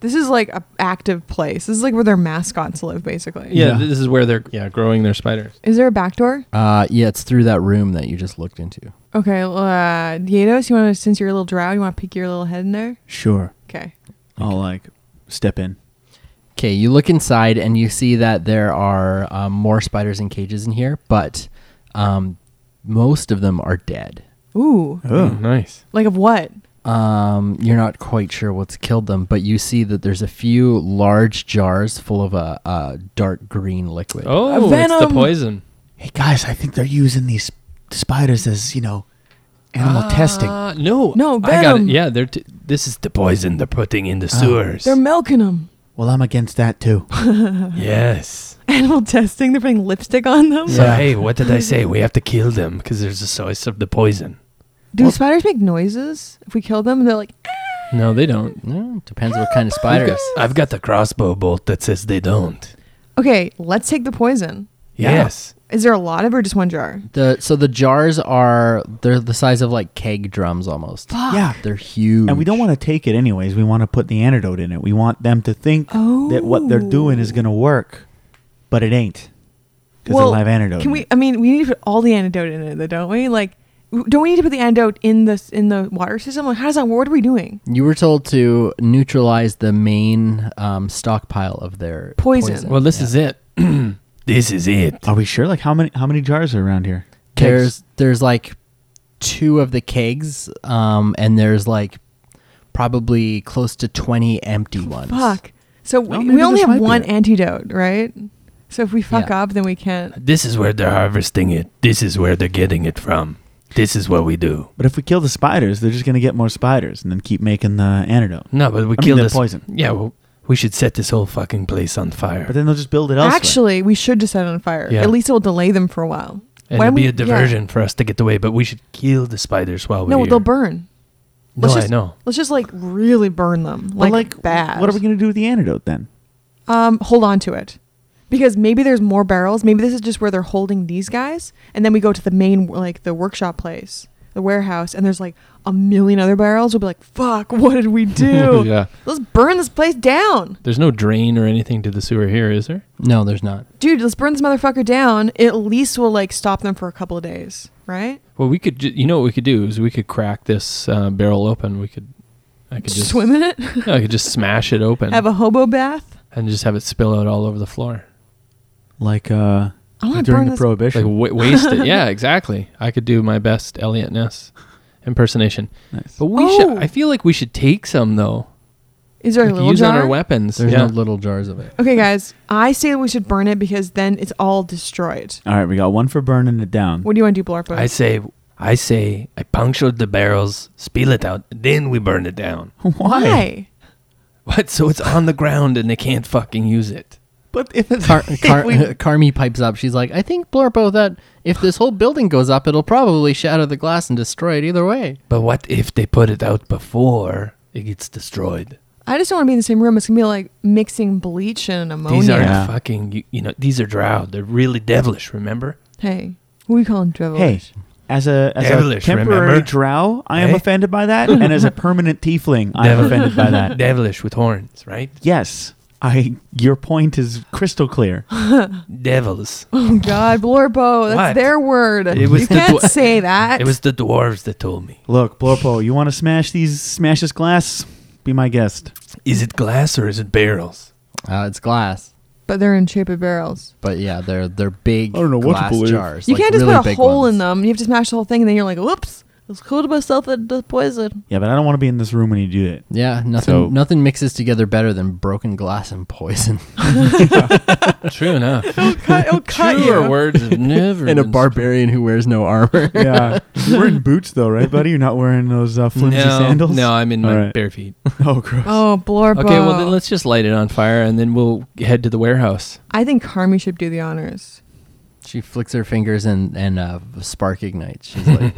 Speaker 2: This is like a active place. This is like where their mascots live, basically.
Speaker 7: Yeah,
Speaker 8: Yeah.
Speaker 7: this is where they're yeah growing their spiders.
Speaker 2: Is there a back door?
Speaker 3: Uh, yeah, it's through that room that you just looked into.
Speaker 2: Okay, well, uh, Yados, you want to, since you're a little drow, you want to peek your little head in there?
Speaker 8: Sure.
Speaker 2: Okay.
Speaker 8: I'll like step in.
Speaker 3: Okay, you look inside and you see that there are um, more spiders in cages in here, but um, most of them are dead.
Speaker 2: Ooh.
Speaker 8: Oh.
Speaker 7: nice.
Speaker 2: Like of what?
Speaker 3: Um, you're not quite sure what's killed them, but you see that there's a few large jars full of a, a dark green liquid.
Speaker 7: Oh, it's the
Speaker 2: venom.
Speaker 7: poison.
Speaker 9: Hey guys, I think they're using these spiders as you know animal testing.
Speaker 7: Uh, no,
Speaker 2: Ah. No,
Speaker 7: I got it.
Speaker 2: venom.
Speaker 7: Yeah, they're t- this is the poison they're putting in the sewers.
Speaker 2: They're milking them.
Speaker 9: Well, I'm against that too.
Speaker 7: yes.
Speaker 2: Animal testing. They're putting lipstick on them.
Speaker 7: So
Speaker 9: Yeah.
Speaker 7: hey, what did I say? We have to kill them because there's a source of the poison.
Speaker 2: Do spiders make noises if we kill them? They're like,
Speaker 7: No, they don't.
Speaker 3: No, depends what kind of spiders.
Speaker 7: I've got the crossbow bolt that says they don't.
Speaker 2: okay, let's take the poison.
Speaker 7: Yes.
Speaker 2: Is there a lot of it or just one jar?
Speaker 3: The so the jars are they're the size of like keg drums almost.
Speaker 9: Yeah.
Speaker 3: They're huge.
Speaker 9: And we don't want to take it anyways. We want to put the antidote in it. We want them to think that what they're doing is going to work, but it ain't. Because
Speaker 2: Well,
Speaker 9: they'll have antidote.
Speaker 2: Can
Speaker 9: in
Speaker 2: we?
Speaker 9: it.
Speaker 2: I mean, we need to put all the antidote in it, though, don't we? Like, don't we need to put the antidote in the in the water system? Like, how does that? What are we doing?
Speaker 3: You were told to neutralize the main um, stockpile of their
Speaker 2: Poison.
Speaker 4: Well, this is it. this is it.
Speaker 8: Are we sure? Like how many how many jars are around here?
Speaker 3: There's there's like two of the kegs, um, and there's like probably close to twenty empty ones.
Speaker 2: Oh, Fuck. So
Speaker 8: Well,
Speaker 2: we,
Speaker 8: maybe
Speaker 2: we only
Speaker 8: this might
Speaker 2: have
Speaker 8: be
Speaker 2: one
Speaker 8: it.
Speaker 2: antidote, right? So if we fuck
Speaker 3: Yeah.
Speaker 2: up, then we can't.
Speaker 7: This is where they're harvesting it. This is where they're getting it from. This is what we do.
Speaker 8: But if we kill the spiders, they're just gonna get more spiders and then keep making the antidote.
Speaker 7: No, but we
Speaker 8: I mean,
Speaker 7: kill
Speaker 8: the
Speaker 7: this.
Speaker 8: poison.
Speaker 7: Yeah, well, we should set this whole fucking place on fire.
Speaker 8: But then they'll just build it elsewhere.
Speaker 2: Actually, we should just set it on fire.
Speaker 7: Yeah.
Speaker 2: At least it will delay them for a while.
Speaker 7: And
Speaker 2: why
Speaker 7: it'll be
Speaker 2: we-
Speaker 7: a diversion for us to get away. But we should kill the spiders while we're
Speaker 2: No,
Speaker 7: here.
Speaker 2: they'll burn.
Speaker 7: No,
Speaker 2: let's
Speaker 7: I
Speaker 2: just-
Speaker 7: know.
Speaker 2: Let's just like really burn them,
Speaker 8: But
Speaker 2: like, bad.
Speaker 8: What are we gonna do with the antidote then?
Speaker 2: Um, hold on to it. Because maybe there's more barrels. Maybe this is just where they're holding these guys, and then we go to the main, like the workshop place, the warehouse, and there's like a million other barrels. We'll be like, "Fuck, what did we do?
Speaker 4: yeah.
Speaker 2: Let's burn this place down,
Speaker 4: There's no drain or anything to the sewer here, is there?
Speaker 3: No, there's not.
Speaker 2: dude. Let's burn this motherfucker down. At least we'll like stop them for a couple of days, right?
Speaker 4: Well, we could. Ju- you know what we could do is we could crack this uh, barrel open. We could. I could just
Speaker 2: Swim in it,
Speaker 4: No, I could just smash it open
Speaker 2: have a hobo bath.
Speaker 4: and just have it spill out all over the floor.
Speaker 8: Like uh
Speaker 2: I want to
Speaker 8: during
Speaker 2: burn this.
Speaker 8: the
Speaker 4: Like
Speaker 8: prohibition.
Speaker 4: w- waste it. Yeah, exactly. I could do my best Elliot Ness impersonation.
Speaker 8: Nice.
Speaker 4: But we
Speaker 2: Oh.
Speaker 4: should. I feel like we should take some though.
Speaker 2: is there a
Speaker 4: Like,
Speaker 2: little
Speaker 4: use
Speaker 2: jar?
Speaker 4: on our weapons.
Speaker 3: There's
Speaker 4: yeah.
Speaker 3: no little jars of it.
Speaker 2: okay, guys, I say we should burn it because then it's all destroyed.
Speaker 8: All right, we got one for burning it down.
Speaker 2: What do you want to do, Blarpo?
Speaker 7: I say, I say, I punctured the barrels, spill it out, then we burn it down.
Speaker 2: Oh. Why?
Speaker 7: What? So it's on the ground and they can't fucking use it.
Speaker 8: But if it's
Speaker 3: Car- Car- Carmi pipes up. She's like, I think Blorpo that if this whole building goes up, it'll probably shatter the glass and destroy it either way.
Speaker 7: But what if they put it out before it gets destroyed?
Speaker 2: I just don't want to be in the same room. It's gonna be like mixing bleach and ammonia.
Speaker 7: These aren't
Speaker 8: Yeah.
Speaker 7: fucking, you, you know, these are droud. They're really devilish, remember?
Speaker 2: hey, we call them devilish.
Speaker 8: Hey, as a as
Speaker 7: Devilish,
Speaker 8: a temporary
Speaker 7: remember?
Speaker 8: drow, I am
Speaker 7: Eh?
Speaker 8: offended by that, and as a permanent tiefling, I am
Speaker 7: Devil-
Speaker 8: offended by that.
Speaker 7: Devilish with horns, right?
Speaker 8: Yes, I. Your point is crystal clear.
Speaker 7: Devils.
Speaker 2: oh God, Blorbo, that's
Speaker 7: What?
Speaker 2: their word.
Speaker 7: It was
Speaker 2: you
Speaker 7: the
Speaker 2: can't
Speaker 7: dwa-
Speaker 2: say that.
Speaker 7: It was the dwarves that told me.
Speaker 8: Look, Blorpo, you want to smash these? Smash this glass. Be my guest.
Speaker 7: Is it glass or is it barrels?
Speaker 3: Uh, it's glass.
Speaker 2: but they're in shape of barrels.
Speaker 3: But yeah, they're they're big
Speaker 6: I don't know what to
Speaker 3: glass
Speaker 6: believe.
Speaker 3: jars.
Speaker 2: You
Speaker 3: like
Speaker 2: can't just
Speaker 3: really
Speaker 2: put a
Speaker 3: big
Speaker 2: hole in
Speaker 3: ones.
Speaker 2: them. You have to smash the whole thing, and then you're like, "Whoops, it's cool to myself that the poison."
Speaker 8: Yeah, but I don't want to be in this room when you do it.
Speaker 3: Yeah, nothing
Speaker 6: So-
Speaker 3: nothing mixes together better than broken glass and poison.
Speaker 4: True enough.
Speaker 2: Cut, it'll cut
Speaker 4: Truer
Speaker 2: you.
Speaker 4: words have never.
Speaker 3: and a
Speaker 4: been
Speaker 3: barbarian who wears no armor.
Speaker 8: Yeah, you're wearing boots though, right, buddy? You're not wearing those uh,
Speaker 4: spoken.
Speaker 8: flimsy
Speaker 4: no,
Speaker 8: sandals.
Speaker 4: No, I'm in my
Speaker 8: All right.
Speaker 4: bare feet.
Speaker 8: Oh, gross.
Speaker 2: Oh, Blorbo.
Speaker 4: Okay, well then let's just light it on fire and then we'll head to the warehouse.
Speaker 2: I think Carmi should do the honors.
Speaker 3: She flicks her fingers and and uh, a spark ignites. She's like,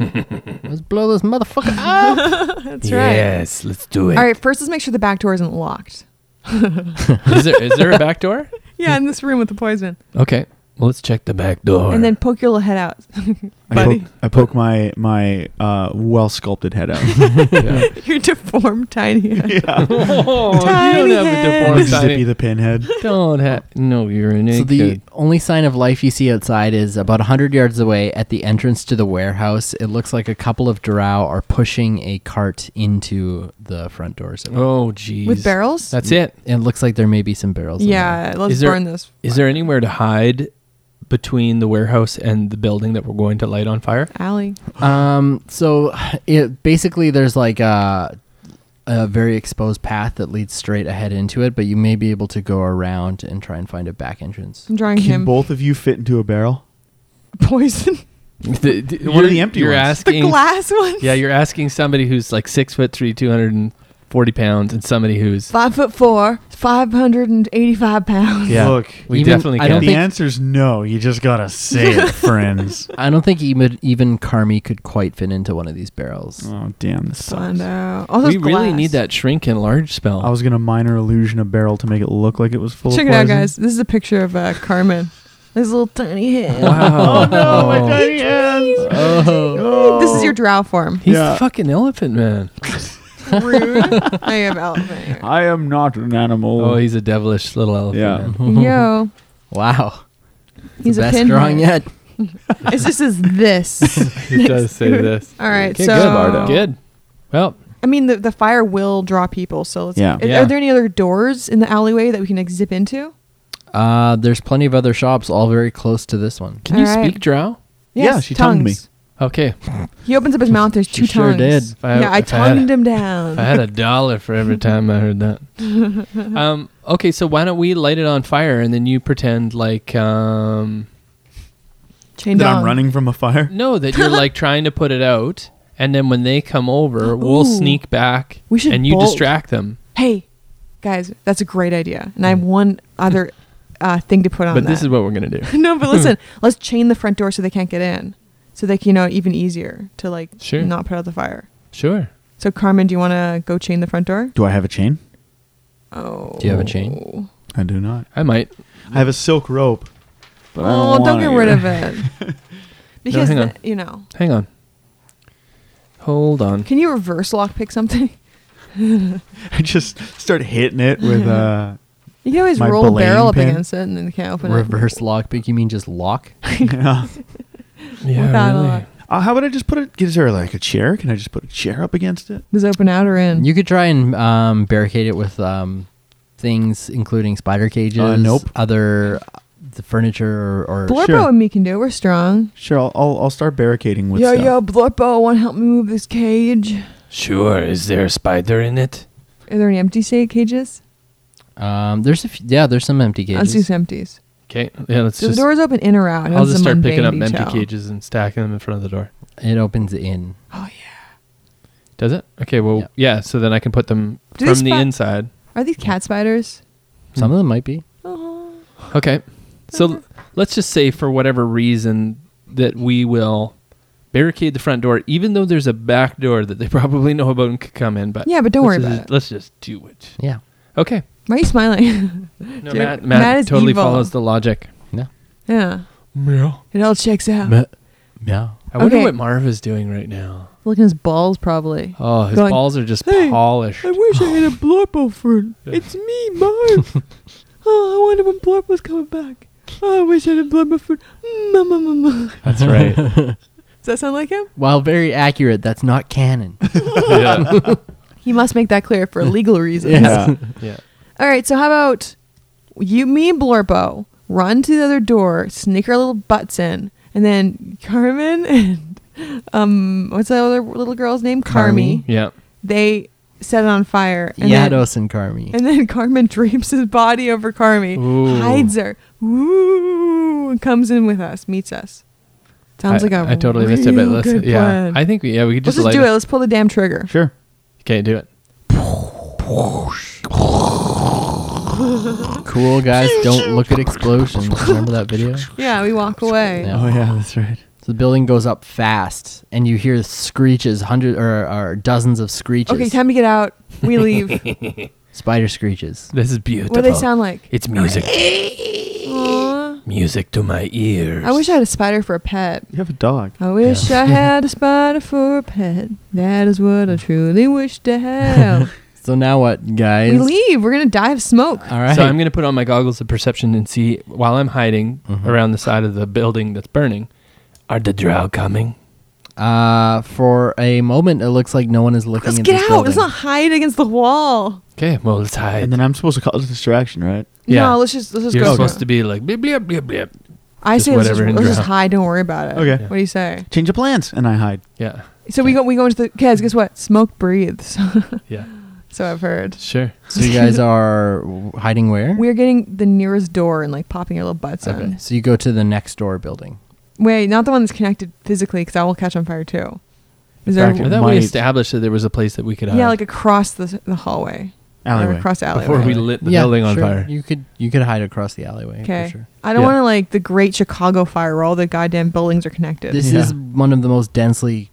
Speaker 3: "Let's blow this motherfucker up."
Speaker 2: That's right.
Speaker 7: yes, let's do it.
Speaker 2: All right, first let's make sure the back door isn't locked.
Speaker 4: Is there is there a back door?
Speaker 2: Yeah, in this room with the poison,
Speaker 4: Okay.
Speaker 7: Well, let's check the back door.
Speaker 2: and then poke your little head out.
Speaker 8: I
Speaker 2: buddy.
Speaker 8: poke, I poke my my uh, well sculpted head out.
Speaker 4: Yeah.
Speaker 2: Your deformed tiny head.
Speaker 4: oh,
Speaker 2: Tiny
Speaker 4: you don't
Speaker 2: head.
Speaker 4: have a
Speaker 8: Like
Speaker 4: deformed
Speaker 8: Zippy
Speaker 4: tiny.
Speaker 8: the pinhead.
Speaker 4: Don't have. No, you're an
Speaker 3: so
Speaker 4: idiot.
Speaker 3: the only sign of life you see outside is about hundred yards away at the entrance to the warehouse. It looks like a couple of drow are pushing a cart into the front doors. Of it.
Speaker 4: oh, jeez.
Speaker 2: with barrels.
Speaker 4: That's it.
Speaker 3: it looks like there may be some barrels. in there.
Speaker 2: yeah, let's
Speaker 4: Is there-
Speaker 2: burn this.
Speaker 4: Is there anywhere to hide between the warehouse and the building that we're going to light on fire?
Speaker 2: Alley.
Speaker 3: Um. So it basically there's like a a very exposed path that leads straight ahead into it, but you may be able to go around and try and find a back entrance.
Speaker 2: I'm drawing
Speaker 8: Can
Speaker 2: him
Speaker 8: both of you fit into a barrel?
Speaker 2: poison.
Speaker 4: The, the,
Speaker 8: What are the empty
Speaker 4: you're
Speaker 8: ones?
Speaker 2: the
Speaker 4: Asking,
Speaker 2: glass ones.
Speaker 4: Yeah, you're asking somebody who's like six foot three, two hundred and forty pounds, and somebody who's
Speaker 2: five foot four, five hundred and eighty-five pounds.
Speaker 4: Yeah.
Speaker 8: Look,
Speaker 4: we
Speaker 3: Even-
Speaker 4: definitely
Speaker 3: I
Speaker 4: can't.
Speaker 3: don't
Speaker 8: the
Speaker 3: think-
Speaker 8: answer's no. You just gotta say it, friends.
Speaker 3: I don't think even even Carmi could quite fit into one of these barrels.
Speaker 2: Mm.
Speaker 8: Oh damn, this sucks.
Speaker 2: Find out. Also,
Speaker 4: we
Speaker 2: it's
Speaker 4: really
Speaker 2: glass.
Speaker 4: need that shrink and large spell.
Speaker 8: I was gonna minor illusion a barrel to make it look like it was full.
Speaker 2: Check
Speaker 8: of
Speaker 2: it out,
Speaker 8: poison.
Speaker 2: guys. This is a picture of uh, Carmen. This little tiny head.
Speaker 4: wow.
Speaker 8: Oh, my tiny hands.
Speaker 2: Oh. This is your drow form.
Speaker 4: He's
Speaker 8: Yeah.
Speaker 4: the fucking elephant man.
Speaker 2: Rude. I am elephant.
Speaker 8: Oh. I am not an animal.
Speaker 4: Oh, he's a devilish little elephant.
Speaker 8: Yeah.
Speaker 4: Man.
Speaker 2: Yo,
Speaker 3: Wow.
Speaker 2: he's
Speaker 3: the
Speaker 2: a
Speaker 3: best
Speaker 2: pinhead.
Speaker 3: drawing yet.
Speaker 2: it just says this.
Speaker 4: It does say this.
Speaker 2: All right.
Speaker 7: Okay,
Speaker 2: so
Speaker 8: Bardo.
Speaker 7: Good. Well,
Speaker 2: I mean, the, the fire will draw people. So let's.
Speaker 8: Yeah.
Speaker 2: Are,
Speaker 7: Yeah.
Speaker 2: are there any other doors in the alleyway that we can like, zip into?
Speaker 3: Uh, there's plenty of other shops, all very close to this one. Can you
Speaker 2: All right.
Speaker 3: speak Drow?
Speaker 6: Yeah, she tongued me.
Speaker 2: tongues.
Speaker 7: okay.
Speaker 2: He opens up his mouth. There's
Speaker 7: She
Speaker 2: two
Speaker 7: sure
Speaker 2: tongues.
Speaker 7: did. If I-
Speaker 2: yeah, I
Speaker 7: if I had
Speaker 2: tongued him
Speaker 7: If I
Speaker 2: down.
Speaker 7: had a dollar for every time I heard that. Um, okay, so why don't we light it on fire and then you pretend like um,
Speaker 2: Chain
Speaker 6: that I'm
Speaker 2: dong.
Speaker 6: running from a
Speaker 2: Mm.
Speaker 6: fire.
Speaker 7: no that you're like trying to put it out, and then when they come over, we'll
Speaker 2: Ooh.
Speaker 7: sneak back.
Speaker 2: We should
Speaker 7: and you
Speaker 2: bolt.
Speaker 7: distract them.
Speaker 2: Hey, guys, that's a great idea. And I have one other uh, thing to put on
Speaker 7: Hmm. But
Speaker 2: that.
Speaker 7: this is Hmm. what we're gonna do.
Speaker 2: no, but listen, let's chain the front door so they can't get in. So they can, you know, even easier to like
Speaker 7: Sure.
Speaker 2: not put out the fire.
Speaker 7: Sure.
Speaker 2: So Carmen, do you want to go chain the front door?
Speaker 8: Do I have a chain?
Speaker 2: Oh.
Speaker 3: Do you have a chain?
Speaker 8: I do not.
Speaker 7: I might.
Speaker 6: I have a silk rope. But I
Speaker 2: Oh,
Speaker 6: don't, want
Speaker 2: don't, get
Speaker 6: it.
Speaker 2: rid of it. Because
Speaker 7: hang on.
Speaker 2: the- you know,
Speaker 7: Hang on. Hold on.
Speaker 2: can you reverse lockpick something?
Speaker 6: I just start hitting it with uh
Speaker 2: You can always
Speaker 6: My
Speaker 2: roll a barrel
Speaker 6: belaying
Speaker 2: up
Speaker 6: pin?
Speaker 2: against it and then you can't open
Speaker 3: Reverse lockpick? You mean just lock?
Speaker 6: yeah.
Speaker 2: it.
Speaker 7: Yeah,
Speaker 2: Without
Speaker 7: really.
Speaker 2: a lock.
Speaker 6: Uh, how about I just put it? Is there like a chair? Can I just put a chair up against it?
Speaker 2: Does it open out or in?
Speaker 3: You could try and um, barricade it with um, things, including spider cages,
Speaker 6: nope.
Speaker 3: other uh, the furniture or, or
Speaker 2: Blorpo
Speaker 6: Sure.
Speaker 2: and me can do it. We're strong.
Speaker 6: Sure, I'll I'll, I'll start barricading with
Speaker 2: yo,
Speaker 6: stuff.
Speaker 2: yo, Blorpo, want to help me move this cage?
Speaker 7: Sure. Is there a spider in it?
Speaker 2: Are there any empty say cages?
Speaker 3: um, there's a few, yeah, there's some empty cages.
Speaker 2: Let's do some empties.
Speaker 7: Okay. Yeah. Let's
Speaker 2: So
Speaker 7: just.
Speaker 2: the doors open in or out?
Speaker 7: I'll just
Speaker 2: That's a
Speaker 7: start picking up
Speaker 2: mundane
Speaker 7: empty
Speaker 2: detail.
Speaker 7: cages and stacking them in front of the door.
Speaker 3: It opens in.
Speaker 2: Oh yeah.
Speaker 7: Does it? Okay. Well,
Speaker 3: Yeah.
Speaker 7: yeah. so then I can put them
Speaker 2: Do
Speaker 7: from
Speaker 2: they
Speaker 7: the
Speaker 2: spot-
Speaker 7: inside.
Speaker 2: Are these cat spiders?
Speaker 3: Some of them might be.
Speaker 2: Oh.
Speaker 7: Okay. So let's just say for whatever reason that we will barricade the front door, even though there's a back door that they probably know about and could come in. But
Speaker 2: Yeah, but don't worry
Speaker 7: let's just-
Speaker 2: about it.
Speaker 7: Let's just do it.
Speaker 3: Yeah.
Speaker 7: Okay.
Speaker 2: Why are you smiling?
Speaker 7: No,
Speaker 2: Dude,
Speaker 7: Matt, Matt,
Speaker 2: Matt is
Speaker 7: totally
Speaker 2: evil.
Speaker 7: follows the logic.
Speaker 2: yeah.
Speaker 7: Yeah.
Speaker 2: It all checks out.
Speaker 3: Yeah.
Speaker 7: I wonder
Speaker 2: Okay.
Speaker 7: what Marv is doing right now.
Speaker 2: Look at his balls, probably.
Speaker 7: Oh, his
Speaker 2: Going,
Speaker 7: balls are just
Speaker 2: "Hey,
Speaker 7: polished.
Speaker 2: I wish I had a Blorpo friend. It's me, Marv. oh, I wonder when Blorp was coming back. Oh, I wish I had a Blorpo friend. Mm, mm, mm, mm, mm.
Speaker 7: That's right.
Speaker 2: Does that sound like him?
Speaker 3: While very accurate, that's not canon.
Speaker 7: yeah.
Speaker 2: He must make that clear for legal reasons.
Speaker 8: Yeah.
Speaker 7: Yeah.
Speaker 2: All right, so how about you, me, and Blorpo run to the other door, sneak our little butts in, and then Carmen and um, what's that other little girl's name? Carmi.
Speaker 7: Yeah.
Speaker 2: They set it on fire. And then,
Speaker 3: Yados and Carmi.
Speaker 2: and then Carmen drapes his body over Carmi,
Speaker 7: Ooh.
Speaker 2: hides her, ooh, and comes in with us, meets us. Sounds
Speaker 7: I,
Speaker 2: like a
Speaker 7: I totally missed it, but
Speaker 2: real
Speaker 7: let's
Speaker 2: good
Speaker 7: yeah.
Speaker 2: plan.
Speaker 7: I think we yeah we could
Speaker 2: let's just
Speaker 7: just light
Speaker 2: do it. Let's pull the damn trigger.
Speaker 6: Sure.
Speaker 7: Okay, do it.
Speaker 3: Cool guys, don't look at explosions. Remember that video?
Speaker 2: Yeah, we walk away.
Speaker 3: Yeah.
Speaker 6: Oh yeah, that's right.
Speaker 3: So the building goes up fast, and you hear screeches, hundred or, or dozens of screeches.
Speaker 2: Okay, time to get out. We leave.
Speaker 3: Spider screeches.
Speaker 7: This is beautiful.
Speaker 2: What do they sound like?
Speaker 7: It's music.
Speaker 2: Aw.
Speaker 7: Music to my ears.
Speaker 2: I wish I had a spider for a pet.
Speaker 6: You have a dog.
Speaker 2: I wish I had a spider for a pet. That is what I truly wish to have.
Speaker 3: So now what, guys?
Speaker 2: we leave. We're gonna die of smoke.
Speaker 3: All right.
Speaker 7: So I'm gonna put on my goggles of perception and see while I'm hiding around the side of the building that's burning. Are the drow coming?
Speaker 3: uh, for a moment, it looks like no one is looking
Speaker 2: Let's
Speaker 3: at
Speaker 2: get
Speaker 3: this
Speaker 2: out.
Speaker 3: building.
Speaker 2: Let's not hide against the wall.
Speaker 7: Okay, well let's hide.
Speaker 6: And then I'm supposed to cause a distraction, right?
Speaker 7: Yeah.
Speaker 2: No, let's just let's just
Speaker 7: You're
Speaker 2: go.
Speaker 7: supposed to be like blip blip blip blip.
Speaker 2: I
Speaker 7: just
Speaker 2: say let's, just,
Speaker 7: whatever and
Speaker 2: let's just
Speaker 7: drown.
Speaker 2: hide. Don't worry about it.
Speaker 6: Okay.
Speaker 2: What do you say?
Speaker 6: Change of plans, and I hide.
Speaker 7: Yeah,
Speaker 2: So we go we go into the guys. Guess what? Smoke breathes.
Speaker 7: yeah,
Speaker 2: so I've heard.
Speaker 7: sure.
Speaker 3: so you guys are w- hiding where?
Speaker 2: We're getting the nearest door and like popping our little butts
Speaker 3: okay.
Speaker 2: in.
Speaker 3: So you go to the next door building.
Speaker 2: Wait, not the one that's connected physically, because I will catch on fire too. Is there?
Speaker 6: Back
Speaker 7: I
Speaker 6: It
Speaker 7: thought we
Speaker 6: might-
Speaker 7: established that there was a place that we could hide.
Speaker 2: Yeah, like across the the hallway. Or
Speaker 6: Alleyway.
Speaker 2: across the alleyway.
Speaker 7: before we lit the
Speaker 3: yeah,
Speaker 7: building on
Speaker 3: sure.
Speaker 7: fire.
Speaker 3: You could you could hide across the alleyway.
Speaker 2: okay.
Speaker 3: For sure.
Speaker 2: I don't
Speaker 7: Yeah.
Speaker 2: want to like the Great Chicago Fire where all the goddamn buildings are connected.
Speaker 3: This
Speaker 6: Yeah.
Speaker 3: is one of the most densely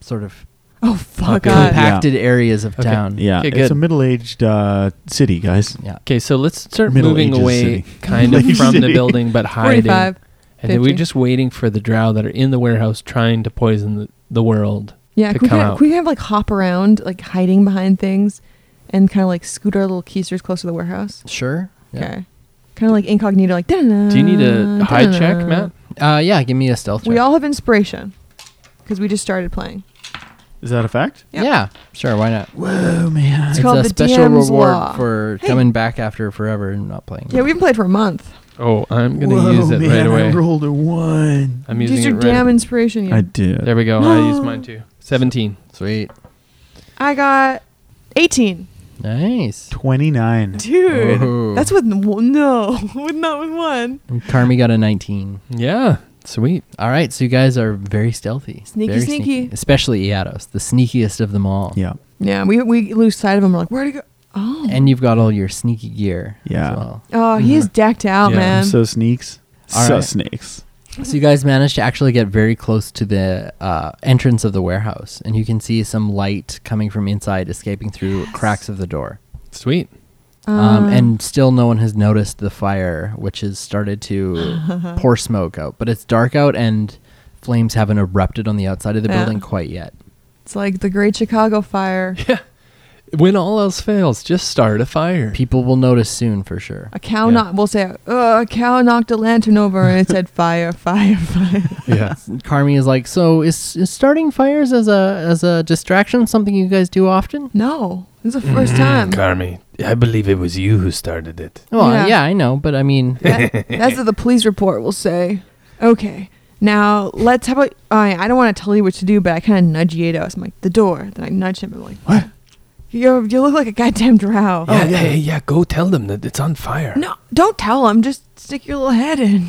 Speaker 3: sort of
Speaker 2: oh fuck
Speaker 6: God.
Speaker 2: God.
Speaker 3: compacted areas of
Speaker 7: Okay.
Speaker 3: town.
Speaker 6: Yeah,
Speaker 7: Okay, good.
Speaker 6: it's a middle-aged uh, city, guys.
Speaker 3: Yeah.
Speaker 7: Okay, so let's start
Speaker 6: Middle
Speaker 7: moving
Speaker 6: Ages
Speaker 7: away
Speaker 6: city.
Speaker 7: kind of
Speaker 6: Middle Ages
Speaker 7: from the
Speaker 6: city.
Speaker 7: building but hiding.
Speaker 2: Forty-five.
Speaker 7: And then we're
Speaker 2: 50.
Speaker 7: just waiting for the drow that are in the warehouse trying to poison the, the world.
Speaker 2: Yeah,
Speaker 7: to
Speaker 2: can we,
Speaker 7: come
Speaker 2: kind of,
Speaker 7: out.
Speaker 2: can we have like hop around, like hiding behind things, and kind of like scoot our little keisters close to the warehouse?
Speaker 3: Sure. Yeah.
Speaker 2: Okay. Kind of like incognito, like. Uh,
Speaker 7: Do you need a hide check, Matt?
Speaker 3: Uh, yeah, give me a stealth check.
Speaker 2: We all have inspiration because we just started playing.
Speaker 8: Is that a fact?
Speaker 2: Yep.
Speaker 3: Yeah, sure. Why not?
Speaker 8: Oh man.
Speaker 3: It's,
Speaker 2: called
Speaker 3: a
Speaker 2: the
Speaker 3: special
Speaker 2: DM's
Speaker 3: reward
Speaker 2: Law.
Speaker 3: for
Speaker 2: Hey.
Speaker 3: coming back after forever and not playing.
Speaker 2: Yeah, we haven't played for a month.
Speaker 7: Oh, I'm gonna use it right away.
Speaker 8: I rolled a one.
Speaker 7: I'm using
Speaker 2: Use your
Speaker 7: it right.
Speaker 2: damn inspiration. Yeah.
Speaker 8: I did.
Speaker 7: there we go. I used mine too. Seventeen.
Speaker 3: Sweet.
Speaker 2: I got 18.
Speaker 3: Nice.
Speaker 8: Twenty nine.
Speaker 2: Dude,
Speaker 3: Ooh.
Speaker 2: that's with n- one- no, with not with one.
Speaker 3: And Carmi got a 19.
Speaker 7: Yeah, sweet.
Speaker 3: All right, so you guys are very stealthy.
Speaker 2: Sneaky,
Speaker 3: very
Speaker 2: sneaky.
Speaker 3: Especially Iatos, the sneakiest of them all.
Speaker 8: Yeah.
Speaker 2: Yeah, we we lose sight of him. We're like, where'd he go? Oh,
Speaker 3: And you've got all your sneaky gear
Speaker 8: Yeah.
Speaker 3: as well.
Speaker 2: oh, he is decked out,
Speaker 7: Yeah.
Speaker 2: man.
Speaker 8: so sneaks.
Speaker 3: All
Speaker 8: so
Speaker 3: right.
Speaker 8: snakes.
Speaker 3: So you guys managed to actually get very close to the uh, entrance of the warehouse, and you can see some light coming from inside, escaping through cracks of the door.
Speaker 7: Sweet.
Speaker 2: Ah.
Speaker 3: Um, and still, no one has noticed the fire, which has started to pour smoke out. But it's dark out, and flames haven't erupted on the outside of the
Speaker 2: Yeah.
Speaker 3: building quite yet.
Speaker 2: it's like the Great Chicago Fire.
Speaker 7: When all else fails, just start a fire.
Speaker 3: People will notice soon for sure.
Speaker 2: A cow
Speaker 7: Yeah.
Speaker 2: knocked. We'll say uh, a cow knocked a lantern over, and it said fire, fire, fire.
Speaker 7: yeah.
Speaker 3: Carmi is like, so is, is starting fires as a as a distraction something you guys do often?
Speaker 2: No, this is the first
Speaker 7: Mm-hmm.
Speaker 2: time.
Speaker 4: Carmi, I believe it was you who started it.
Speaker 3: Well,
Speaker 2: Yeah.
Speaker 3: yeah, I know, but I mean,
Speaker 2: That- that's what the police report will say. Okay, now let's. How about oh, I? I don't want to tell you what to do, but I kind of nudge Yados. I'm like the door. Then I nudge him. I'm like,
Speaker 6: What?
Speaker 2: You you look like a goddamn drow.
Speaker 7: Oh,
Speaker 4: Yeah, yeah, yeah, yeah. Go tell them that it's on fire.
Speaker 2: Oh, No, don't tell him. Just stick your little head in.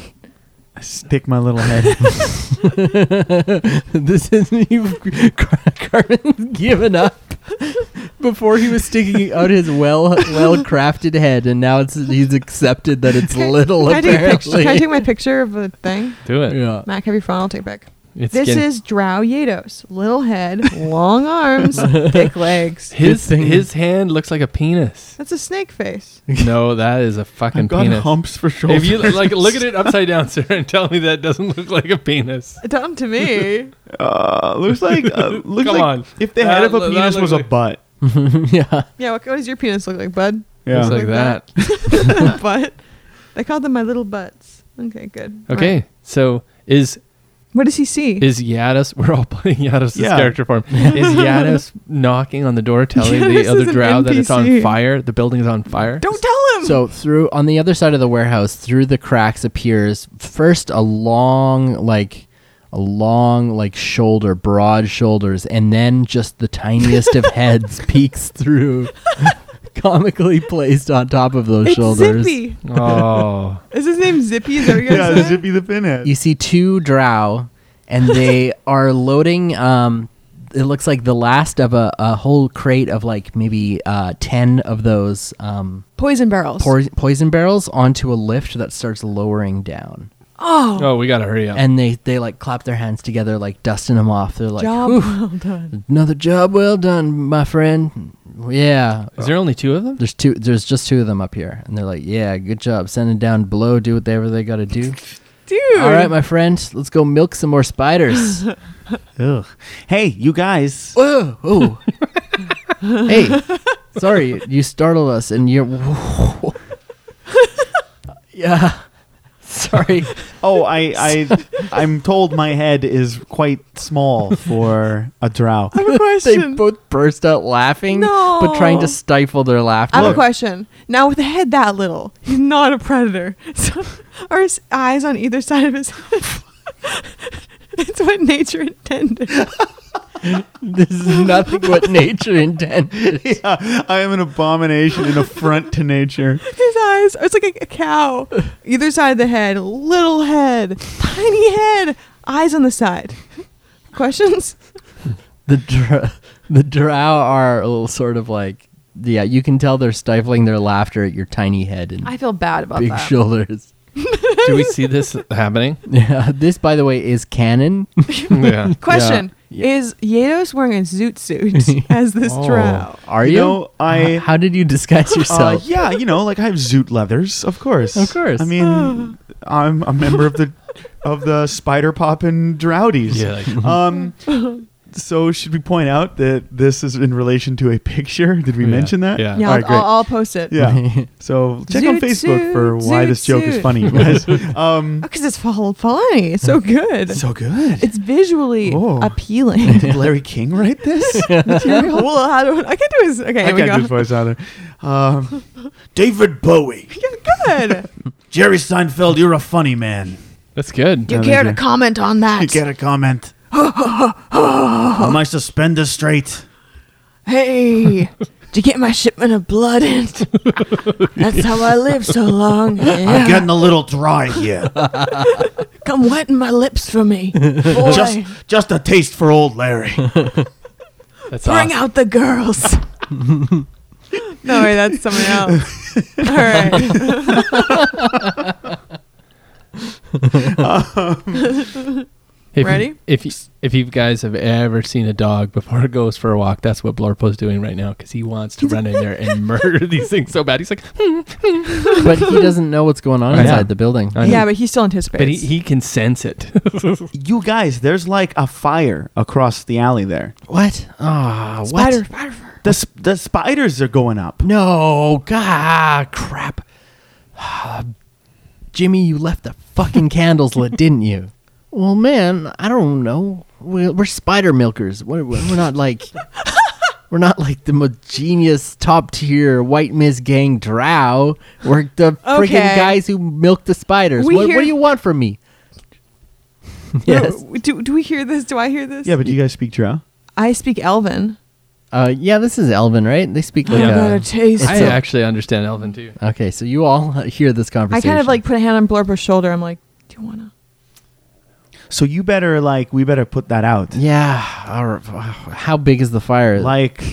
Speaker 8: I stick my little head.
Speaker 3: this is you've Car- Carmen's given up. Before he was sticking out his well well crafted head, and now it's he's accepted that it's little
Speaker 2: Can I, take a picture,
Speaker 3: apparently.
Speaker 2: can I take my picture of the thing?
Speaker 7: Do it.
Speaker 3: yeah.
Speaker 2: Mac, have your phone. I'll take it back.
Speaker 7: It's
Speaker 2: This
Speaker 7: getting-
Speaker 2: is Drow Yados. Little head, long arms, thick legs.
Speaker 7: his
Speaker 3: Good thing-
Speaker 7: his hand looks like a penis.
Speaker 2: That's a snake face.
Speaker 7: no, that is a fucking
Speaker 6: I've got
Speaker 7: penis.
Speaker 6: humps for shoulders.
Speaker 7: If you like, look at it upside down, sir, and tell me that doesn't look like a penis.
Speaker 2: Dumb to me.
Speaker 8: uh, looks like uh, looks
Speaker 7: Come
Speaker 8: like
Speaker 7: on.
Speaker 8: if the
Speaker 7: That
Speaker 8: head of
Speaker 7: lo-
Speaker 8: a
Speaker 7: that
Speaker 8: penis
Speaker 7: looks
Speaker 8: was a
Speaker 7: like-
Speaker 8: butt.
Speaker 3: yeah.
Speaker 2: yeah, what, what does your penis look like, bud?
Speaker 8: Yeah.
Speaker 7: Looks
Speaker 2: Like
Speaker 7: like that.
Speaker 2: that. butt. They called them my little butts. Okay, good.
Speaker 7: Okay,
Speaker 2: Right.
Speaker 7: so is
Speaker 2: What does he see?
Speaker 7: is Yaddis? We're all playing Yaddis'
Speaker 8: Yeah.
Speaker 7: character form. Is Yaddis knocking on the door, telling
Speaker 2: Yaddis
Speaker 7: the other
Speaker 2: is an
Speaker 7: drow that it's on
Speaker 2: NPC.
Speaker 7: fire? The building's on fire.
Speaker 2: don't tell him.
Speaker 3: So through on the other side of the warehouse, through the cracks appears first a long like a long like shoulder, broad shoulders, and then just the tiniest of heads peeks through, comically placed on top of those
Speaker 2: it's
Speaker 3: shoulders.
Speaker 2: Zippy.
Speaker 7: Oh,
Speaker 2: Is his name Zippy? Is that what you guys
Speaker 8: Yeah,
Speaker 2: said?
Speaker 8: Zippy the pinhead.
Speaker 3: You see two drow, and they are loading. Um, it looks like the last of a, a whole crate of like maybe uh, ten of those um,
Speaker 2: Poison barrels.
Speaker 3: por- poison barrels onto a lift that starts lowering down.
Speaker 2: oh,
Speaker 7: oh, we gotta hurry up.
Speaker 3: and they they like clap their hands together like dusting them off they're like
Speaker 2: job
Speaker 3: "Whew,
Speaker 2: well done.
Speaker 3: another job well done my friend yeah
Speaker 7: is there only two of them?
Speaker 3: there's two there's just two of them up here and they're like yeah good job send it down below do whatever they gotta do
Speaker 2: Dude.
Speaker 3: all right my friend let's go milk some more spiders
Speaker 8: Ugh. Hey, you guys.
Speaker 3: Whoa, whoa. hey sorry you startled us and you're yeah sorry
Speaker 8: Oh, I, I, I'm told my head is quite small for a drow.
Speaker 2: I have a
Speaker 3: they
Speaker 2: question.
Speaker 3: both burst out laughing but trying
Speaker 2: No.
Speaker 3: to stifle their laughter
Speaker 2: I have a question. Now with a head that little, he's not a predator. So are his eyes on either side of his head? it's what nature intended.
Speaker 3: This is nothing what nature intended.
Speaker 8: I am an abomination, an affront to nature.
Speaker 2: His eyes it's like a, a cow. Either side of the head, little head, tiny head, eyes on the side. Questions?
Speaker 3: The dr- the drow are a little sort of like yeah, you can tell they're stifling their laughter at your tiny head and
Speaker 2: I feel bad about
Speaker 3: big
Speaker 2: that.
Speaker 3: shoulders.
Speaker 7: Do we see this happening?
Speaker 3: Yeah, this by the way is canon.
Speaker 7: yeah.
Speaker 2: Question. Is Yados wearing a zoot suit as this
Speaker 6: Oh.
Speaker 2: drow?
Speaker 3: Oh, Are you?
Speaker 8: You know, I-
Speaker 3: H- How did you disguise
Speaker 8: Uh,
Speaker 3: yourself?
Speaker 8: yeah, you know, like I have zoot leathers, of course.
Speaker 3: Of course.
Speaker 8: I mean, I'm a member of the of the spider poppin' drowdies.
Speaker 7: Yeah, like-
Speaker 8: Um,
Speaker 6: So should we point out that this is in relation to a picture? Did we
Speaker 7: Yeah.
Speaker 6: mention that?
Speaker 4: Yeah.
Speaker 2: Yeah,
Speaker 6: All
Speaker 2: I'll,
Speaker 6: right, great.
Speaker 2: I'll, I'll post it.
Speaker 6: yeah. So check on
Speaker 2: Zoot
Speaker 6: Facebook
Speaker 2: suit,
Speaker 6: for why this
Speaker 2: zoot
Speaker 6: joke is
Speaker 2: suit.
Speaker 6: funny, you guys. um,
Speaker 2: Because Oh, it's full funny. It's so good.
Speaker 6: so good.
Speaker 2: it's visually
Speaker 6: Oh.
Speaker 2: appealing.
Speaker 6: Did Larry King write this?
Speaker 2: well, I, don't, I can do his. Okay,
Speaker 6: I can't
Speaker 2: here we
Speaker 6: do
Speaker 2: go.
Speaker 6: his voice either. Um,
Speaker 8: David Bowie.
Speaker 2: Good.
Speaker 8: Jerry Seinfeld, you're a funny man.
Speaker 7: That's good.
Speaker 5: You
Speaker 6: Yeah,
Speaker 5: care
Speaker 6: they
Speaker 5: to
Speaker 6: do.
Speaker 5: comment on
Speaker 8: You
Speaker 5: that?
Speaker 8: get a comment. Are my suspenders straight?
Speaker 5: Hey, did you get my shipment of blood in? That's how I live so long.
Speaker 8: I'm
Speaker 5: Yeah.
Speaker 8: getting a little dry here.
Speaker 5: Come wetting my lips for me. Boy,
Speaker 8: just, just a taste for old Larry.
Speaker 7: That's
Speaker 5: bring
Speaker 7: awesome.
Speaker 5: out the girls.
Speaker 2: No way, that's someone else. All right.
Speaker 7: If
Speaker 2: Ready?
Speaker 7: You, if you, if you guys have ever seen a dog before it goes for a walk, that's what Blorpo's doing right now because he wants to run in there and murder these things so bad. He's like,
Speaker 3: but he doesn't know what's going on
Speaker 7: Right.
Speaker 3: inside
Speaker 7: Yeah.
Speaker 3: the building.
Speaker 7: I know.
Speaker 2: Yeah, but he still anticipates.
Speaker 7: but he, he can sense it.
Speaker 6: you guys, there's like a fire across the alley there.
Speaker 3: What? Ah,
Speaker 2: Uh,
Speaker 3: what?
Speaker 5: Spider, spider fur.
Speaker 6: The sp- the spiders are going up.
Speaker 3: No, god, crap. Jimmy, you left the fucking candles lit, didn't you? Well, man, I don't know. We're, we're spider milkers. We're, we're we're not like we're not like the mo- genius top tier white Miss Gang drow. We're the freaking
Speaker 2: Okay.
Speaker 3: guys who milk the spiders.
Speaker 2: We
Speaker 3: What,
Speaker 2: hear-
Speaker 3: what do you want from me? yes.
Speaker 2: Do, do we hear this? Do I hear this?
Speaker 6: Yeah, but you guys speak drow?
Speaker 2: I speak Elven.
Speaker 3: Uh, yeah, this is Elvin, right? They speak like.
Speaker 5: I got
Speaker 3: Uh,
Speaker 5: a taste.
Speaker 7: I actually understand Elvin too.
Speaker 3: okay, so you all hear this
Speaker 2: I
Speaker 3: conversation.
Speaker 2: kind of like put a hand on Blorpo's shoulder. I'm like, do you want to?
Speaker 6: So you better like we better put that out.
Speaker 3: Yeah. Or, uh, how big is the fire?
Speaker 6: Like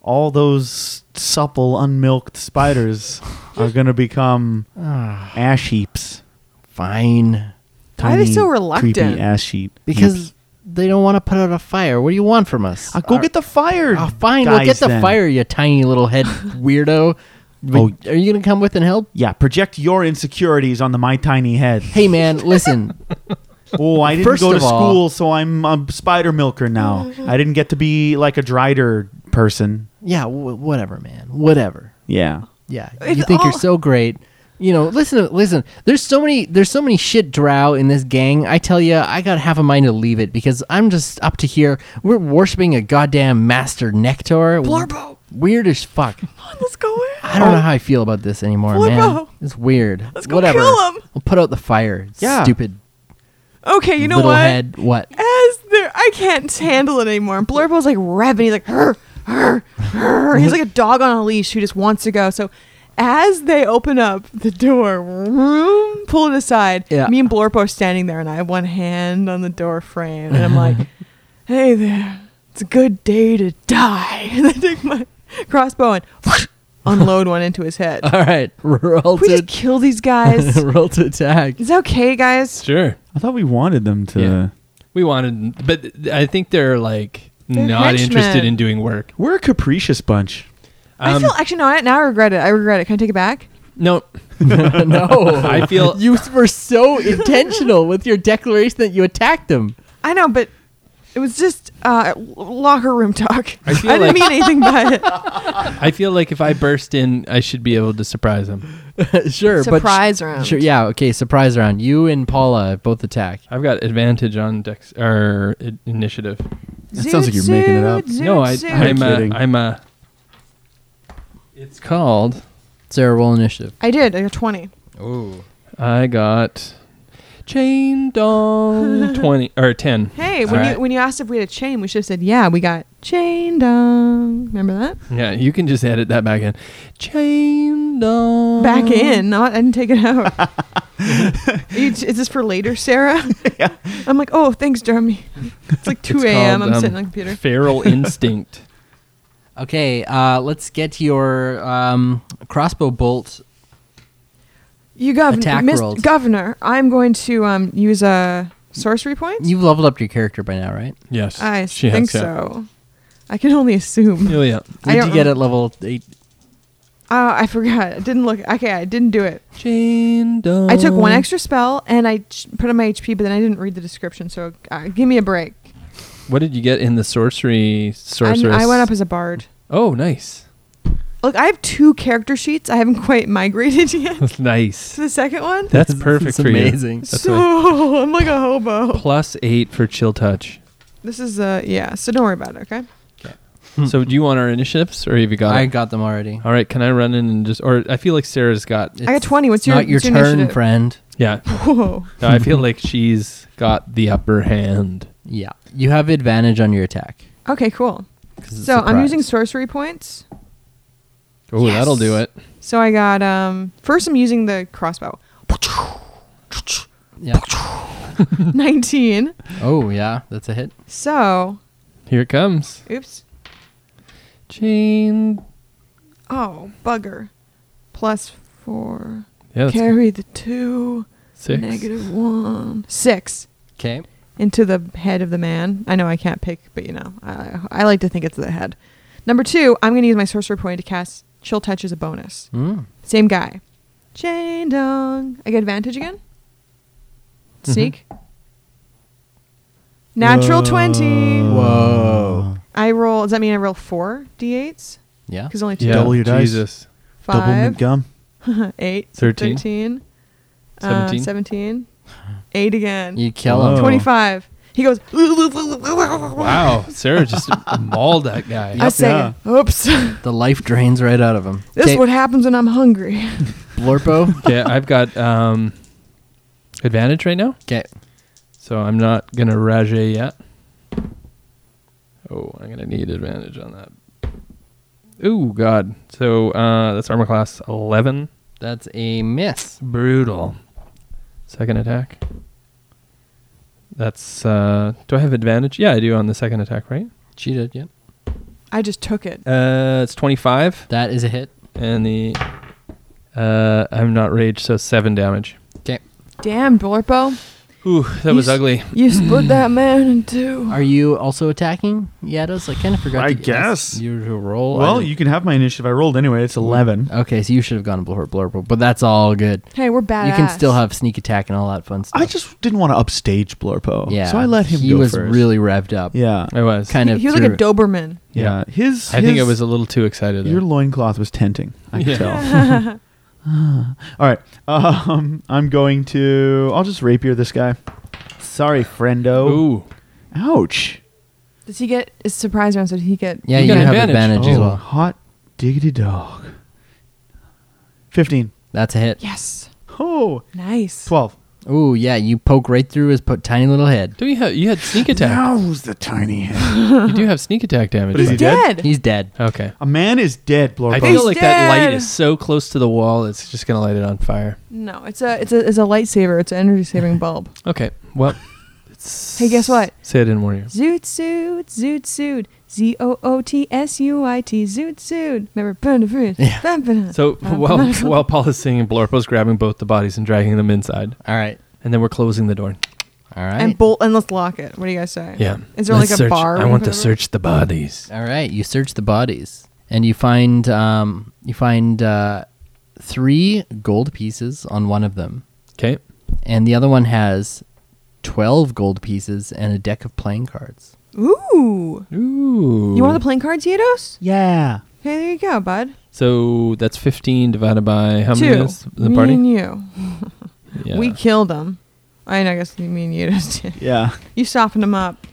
Speaker 6: all those supple unmilked spiders are going to become
Speaker 3: Ah.
Speaker 6: ash heaps.
Speaker 3: Fine.
Speaker 2: Why are they so
Speaker 6: Tiny,
Speaker 2: reluctant?
Speaker 6: Creepy ash heap.
Speaker 3: Because
Speaker 6: heaps.
Speaker 3: they don't want to put out a fire. What do you want from us?
Speaker 6: Uh, go
Speaker 3: Our-
Speaker 6: get the fire.
Speaker 3: Oh, fine. We'll get
Speaker 6: guys,
Speaker 3: the
Speaker 6: then.
Speaker 3: fire, you tiny little head weirdo. But
Speaker 6: Oh.
Speaker 3: Are you going to come with and help?
Speaker 6: Yeah, project your insecurities onto my tiny head.
Speaker 3: Hey, man, listen.
Speaker 6: Oh, I didn't
Speaker 3: First
Speaker 6: go to
Speaker 3: of
Speaker 6: school,
Speaker 3: all-
Speaker 6: so I'm a spider milker now. I didn't get to be like a drider person.
Speaker 3: yeah, w- whatever, man. Whatever.
Speaker 6: Yeah.
Speaker 3: Yeah,
Speaker 2: It's
Speaker 3: you think you're
Speaker 2: all-
Speaker 3: so great. You know, listen, to- listen. There's so many, there's so many shit drow in this gang. I tell you, I got half a mind to leave it because I'm just up to here. We're worshiping a goddamn master Nectar.
Speaker 2: Blorpo.
Speaker 3: weird as fuck.
Speaker 2: Let's go in.
Speaker 3: I don't know how I feel about this anymore, man.
Speaker 2: Blorpo.
Speaker 3: It's weird.
Speaker 2: Oh. Let's go
Speaker 3: Whatever.
Speaker 2: kill him.
Speaker 3: We'll put out the fire.
Speaker 6: Yeah.
Speaker 3: Stupid
Speaker 2: Okay, you know
Speaker 3: Oh, little
Speaker 2: what?
Speaker 3: head. What?
Speaker 2: As there, I can't handle it anymore. Blurbo's like revving. He's like, hur, hur, hur. He's like a dog on a leash who just wants to go. So, as they open up the door, vroom, pull it aside.
Speaker 3: Yeah.
Speaker 2: Me and Blurbo are standing there, and I have one hand on the door frame, and I'm like, "Hey there, it's a good day to die." And I take my crossbow and unload one into his head.
Speaker 3: All right. Roll
Speaker 2: we just
Speaker 3: to
Speaker 2: kill these guys.
Speaker 3: roll to attack.
Speaker 2: It's okay, guys.
Speaker 7: Sure.
Speaker 6: I thought we wanted them to.
Speaker 7: Yeah. We wanted, but I think they're like
Speaker 2: They're
Speaker 7: not interested
Speaker 2: henchmen.
Speaker 7: in doing work.
Speaker 6: We're a capricious bunch.
Speaker 2: I
Speaker 7: Um,
Speaker 2: feel actually no. I, now I regret it. I regret it. Can I take it back?
Speaker 7: no.
Speaker 3: no,
Speaker 7: I feel-
Speaker 3: you were so intentional with your declaration that you attacked them.
Speaker 2: I know, but it was just uh, l- locker room talk. I,
Speaker 7: I feel
Speaker 2: didn't
Speaker 7: like-
Speaker 2: mean anything by it.
Speaker 7: I feel like if I burst in, I should be able to surprise them.
Speaker 3: sure, but
Speaker 2: Surprise
Speaker 3: sh-
Speaker 2: round.
Speaker 3: sure, yeah, okay. Surprise round. You and Paula both attack.
Speaker 7: I've got advantage on Dex or i- initiative.
Speaker 6: That sounds like you're making it up.
Speaker 7: No, I, I'm a,
Speaker 6: kidding.
Speaker 7: I'm a. It's called.
Speaker 3: Sarah, roll initiative.
Speaker 2: I did. I got 20.
Speaker 3: Oh,
Speaker 7: I got chain dong twenty or ten.
Speaker 2: Hey, when
Speaker 7: Alright.
Speaker 2: you when you asked if we had a chain, we should have said, yeah, we got chain dong. Remember that?
Speaker 7: Yeah, you can just edit that back in. Chain dong
Speaker 2: Back in. Not, I didn't take it out. You- is this for later, Sarah? I'm like, oh, thanks, Jeremy. It's like 2
Speaker 7: It's
Speaker 2: a.m.
Speaker 7: called,
Speaker 2: I'm
Speaker 7: um,
Speaker 2: sitting on the computer.
Speaker 7: Feral instinct.
Speaker 3: Okay, uh, let's get your um, crossbow bolt.
Speaker 2: You governor,
Speaker 3: attack
Speaker 2: Miss-
Speaker 3: rolls.
Speaker 2: Governor, I'm going to um, use a sorcery point.
Speaker 3: You've leveled up your character by now, right?
Speaker 7: Yes,
Speaker 2: I
Speaker 7: she has,
Speaker 2: think
Speaker 7: yeah.
Speaker 2: so. I can only assume.
Speaker 7: Oh yeah.
Speaker 2: I
Speaker 3: Did
Speaker 2: don't
Speaker 3: you get
Speaker 2: rem-
Speaker 3: at level eight?
Speaker 2: Uh, I forgot. I didn't look. Okay, I didn't do it.
Speaker 7: Chain dong.
Speaker 2: I took one
Speaker 3: Oh.
Speaker 2: extra spell and I ch- put on my HP, but then I didn't read the description. So uh, give me a break.
Speaker 7: What did you get in the sorcery
Speaker 2: I,
Speaker 7: sorceress?
Speaker 2: I went up as a bard.
Speaker 7: oh, nice,
Speaker 2: Look, I have two character sheets. I haven't quite migrated yet
Speaker 7: nice.
Speaker 2: to the second one.
Speaker 7: That's perfect
Speaker 3: It's
Speaker 7: for
Speaker 3: amazing.
Speaker 7: you. That's
Speaker 2: so I'm like a hobo.
Speaker 7: Plus eight for chill touch.
Speaker 2: This is uh yeah. So don't worry about it. Okay.
Speaker 7: so, do you want our initiatives, or have you got?
Speaker 3: I
Speaker 7: it?
Speaker 3: got them already.
Speaker 7: All right, can I run in and just? Or I feel like Sarah's got.
Speaker 2: I got
Speaker 3: It's
Speaker 2: 20. What's your
Speaker 3: not your
Speaker 2: what's
Speaker 3: turn,
Speaker 2: initiative?
Speaker 3: friend.
Speaker 7: Yeah,
Speaker 2: Whoa.
Speaker 7: No, I feel like she's got the upper hand.
Speaker 3: Yeah, you have advantage on your attack.
Speaker 2: Okay. Cool.
Speaker 3: 'cause it's
Speaker 2: So I'm
Speaker 3: surprise.
Speaker 2: using sorcery points.
Speaker 7: Oh, that'll do it.
Speaker 2: So I got um first I'm using the crossbow.
Speaker 3: Yeah.
Speaker 2: 19.
Speaker 3: Oh yeah, that's a hit.
Speaker 2: So
Speaker 7: Here it comes.
Speaker 2: oops.
Speaker 7: Chain.
Speaker 2: Oh bugger. Plus four.
Speaker 7: Yeah, that's
Speaker 2: Carry the two.
Speaker 7: six.
Speaker 2: Negative one. Six.
Speaker 3: Okay.
Speaker 2: into the head of the man. I know I can't pick, but you know, I, I like to think it's the head. Number two, I'm going to use my sorcerer point to cast Chill Touch as a bonus.
Speaker 3: Mm.
Speaker 2: Same guy. Chain Dong. I get advantage again?
Speaker 3: Mm-hmm.
Speaker 2: Sneak. Natural 20.
Speaker 3: Whoa.
Speaker 2: I roll, does that mean I roll four d8s?
Speaker 3: Yeah.
Speaker 2: Because only two.
Speaker 7: Yeah,
Speaker 8: Double your dice.
Speaker 7: Jesus.
Speaker 8: Double mint
Speaker 2: Five,
Speaker 8: gum.
Speaker 2: eight,
Speaker 7: Thirteen.
Speaker 2: 13, uh,
Speaker 7: Seventeen.
Speaker 2: 17, eight again,
Speaker 3: You kill him.
Speaker 8: Whoa.
Speaker 2: 25. He goes,
Speaker 7: Wow, Sarah just mauled that guy.
Speaker 2: I say, oops.
Speaker 3: The life drains right out of him.
Speaker 2: This
Speaker 3: Okay,
Speaker 2: is what happens when I'm hungry.
Speaker 3: Blorpo.
Speaker 7: Okay, I've got um, advantage right now,
Speaker 3: Okay.
Speaker 7: so I'm not gonna rage yet. Oh, I'm gonna need advantage on that. Ooh, God. So uh, that's armor class 11.
Speaker 3: That's a miss.
Speaker 7: Brutal. Second attack. That's uh, do I have advantage? Yeah, I do on the second attack, right?
Speaker 3: Cheated. Yep.
Speaker 2: I just took it.
Speaker 7: Uh, it's 25,
Speaker 3: That is a hit.
Speaker 7: and the uh, I'm not rage, so seven damage.
Speaker 2: Damn, Blorpo.
Speaker 7: Ooh, that
Speaker 2: You
Speaker 7: was
Speaker 2: s-
Speaker 7: ugly.
Speaker 2: You split that man in two.
Speaker 3: mm. Are you also attacking Yados? I kind of forgot.
Speaker 6: I
Speaker 3: to ask
Speaker 6: guess.
Speaker 3: you to roll. I
Speaker 8: Well,
Speaker 3: didn't-
Speaker 8: you can have my initiative. I rolled anyway. It's 11.
Speaker 3: Okay, so you should have gone blur blurple, but that's all good.
Speaker 2: Hey, we're badass.
Speaker 3: You can still have sneak attack and all that fun stuff.
Speaker 8: I just didn't want to upstage Blorpo.
Speaker 3: yeah.
Speaker 8: So I let him
Speaker 3: He
Speaker 8: go
Speaker 3: was
Speaker 8: first.
Speaker 3: really revved up.
Speaker 8: Yeah.
Speaker 7: I was.
Speaker 3: Kind of.
Speaker 2: He was like a
Speaker 3: threw-
Speaker 2: Doberman.
Speaker 8: Yeah. His.
Speaker 7: I think I
Speaker 8: his-
Speaker 7: was a little too excited.
Speaker 8: Your loincloth was tenting. I can
Speaker 7: Yeah.
Speaker 8: tell. All right. Um, I'm going to. I'll just rapier this guy. Sorry, friendo.
Speaker 7: Ooh,
Speaker 8: Ouch.
Speaker 2: Does he get his surprise round? So did he get?
Speaker 3: Yeah,
Speaker 7: You
Speaker 3: you,
Speaker 7: got
Speaker 3: have
Speaker 7: advantage.
Speaker 3: advantage, as well.
Speaker 8: Oh, hot diggity dog. 15.
Speaker 3: That's a hit.
Speaker 2: Yes.
Speaker 8: Oh,
Speaker 2: Nice.
Speaker 8: 12.
Speaker 3: Ooh, yeah, you poke right through his po- tiny little head.
Speaker 7: do you have you had sneak attack?
Speaker 8: Now's the tiny head.
Speaker 7: You do have sneak attack damage.
Speaker 8: But is he Oh,
Speaker 7: right?
Speaker 8: dead?
Speaker 3: He's dead.
Speaker 7: Okay.
Speaker 8: A man is dead,
Speaker 7: I
Speaker 8: Blorpo.
Speaker 7: feel like that light
Speaker 2: dead.
Speaker 7: is so close to the wall, it's just gonna light it on fire.
Speaker 2: No, it's a it's a it's a lightsaber. It's an energy saving bulb.
Speaker 7: Okay. Well.
Speaker 2: Hey, guess what?
Speaker 7: Say it in warn you.
Speaker 2: Zoot suit, zoot suit, Z O O T S U I T, zoot suit. Remember, burn the fruit.
Speaker 3: Yeah.
Speaker 2: Bam, bam.
Speaker 7: So
Speaker 2: Bam,
Speaker 7: while
Speaker 2: bam.
Speaker 7: while Paul is singing, Blorpo's grabbing both the bodies and dragging them inside,
Speaker 3: All right.
Speaker 7: and then we're closing the door.
Speaker 3: All right.
Speaker 2: and bolt and let's lock it. What do you guys say?
Speaker 7: Yeah.
Speaker 2: Is there
Speaker 7: Let's
Speaker 2: like a
Speaker 7: search-
Speaker 2: bar?
Speaker 7: I
Speaker 2: we can
Speaker 7: want
Speaker 2: put
Speaker 7: to
Speaker 2: it
Speaker 7: search the bodies.
Speaker 3: All right, you search the bodies and you find um, you find uh, three gold pieces on one of them,
Speaker 7: Okay.
Speaker 3: and the other one has twelve gold pieces and a deck of playing cards.
Speaker 2: in? Ooh.
Speaker 7: Ooh.
Speaker 2: You want the playing cards, Yedos?
Speaker 8: yeah.
Speaker 2: Okay, there you go, bud.
Speaker 7: so that's fifteen divided by how many?
Speaker 2: Two.
Speaker 7: is The
Speaker 2: me
Speaker 7: party.
Speaker 2: and you.
Speaker 7: Yeah.
Speaker 2: We killed them. I mean, I guess you mean you just did.
Speaker 8: Yeah.
Speaker 2: You softened them up.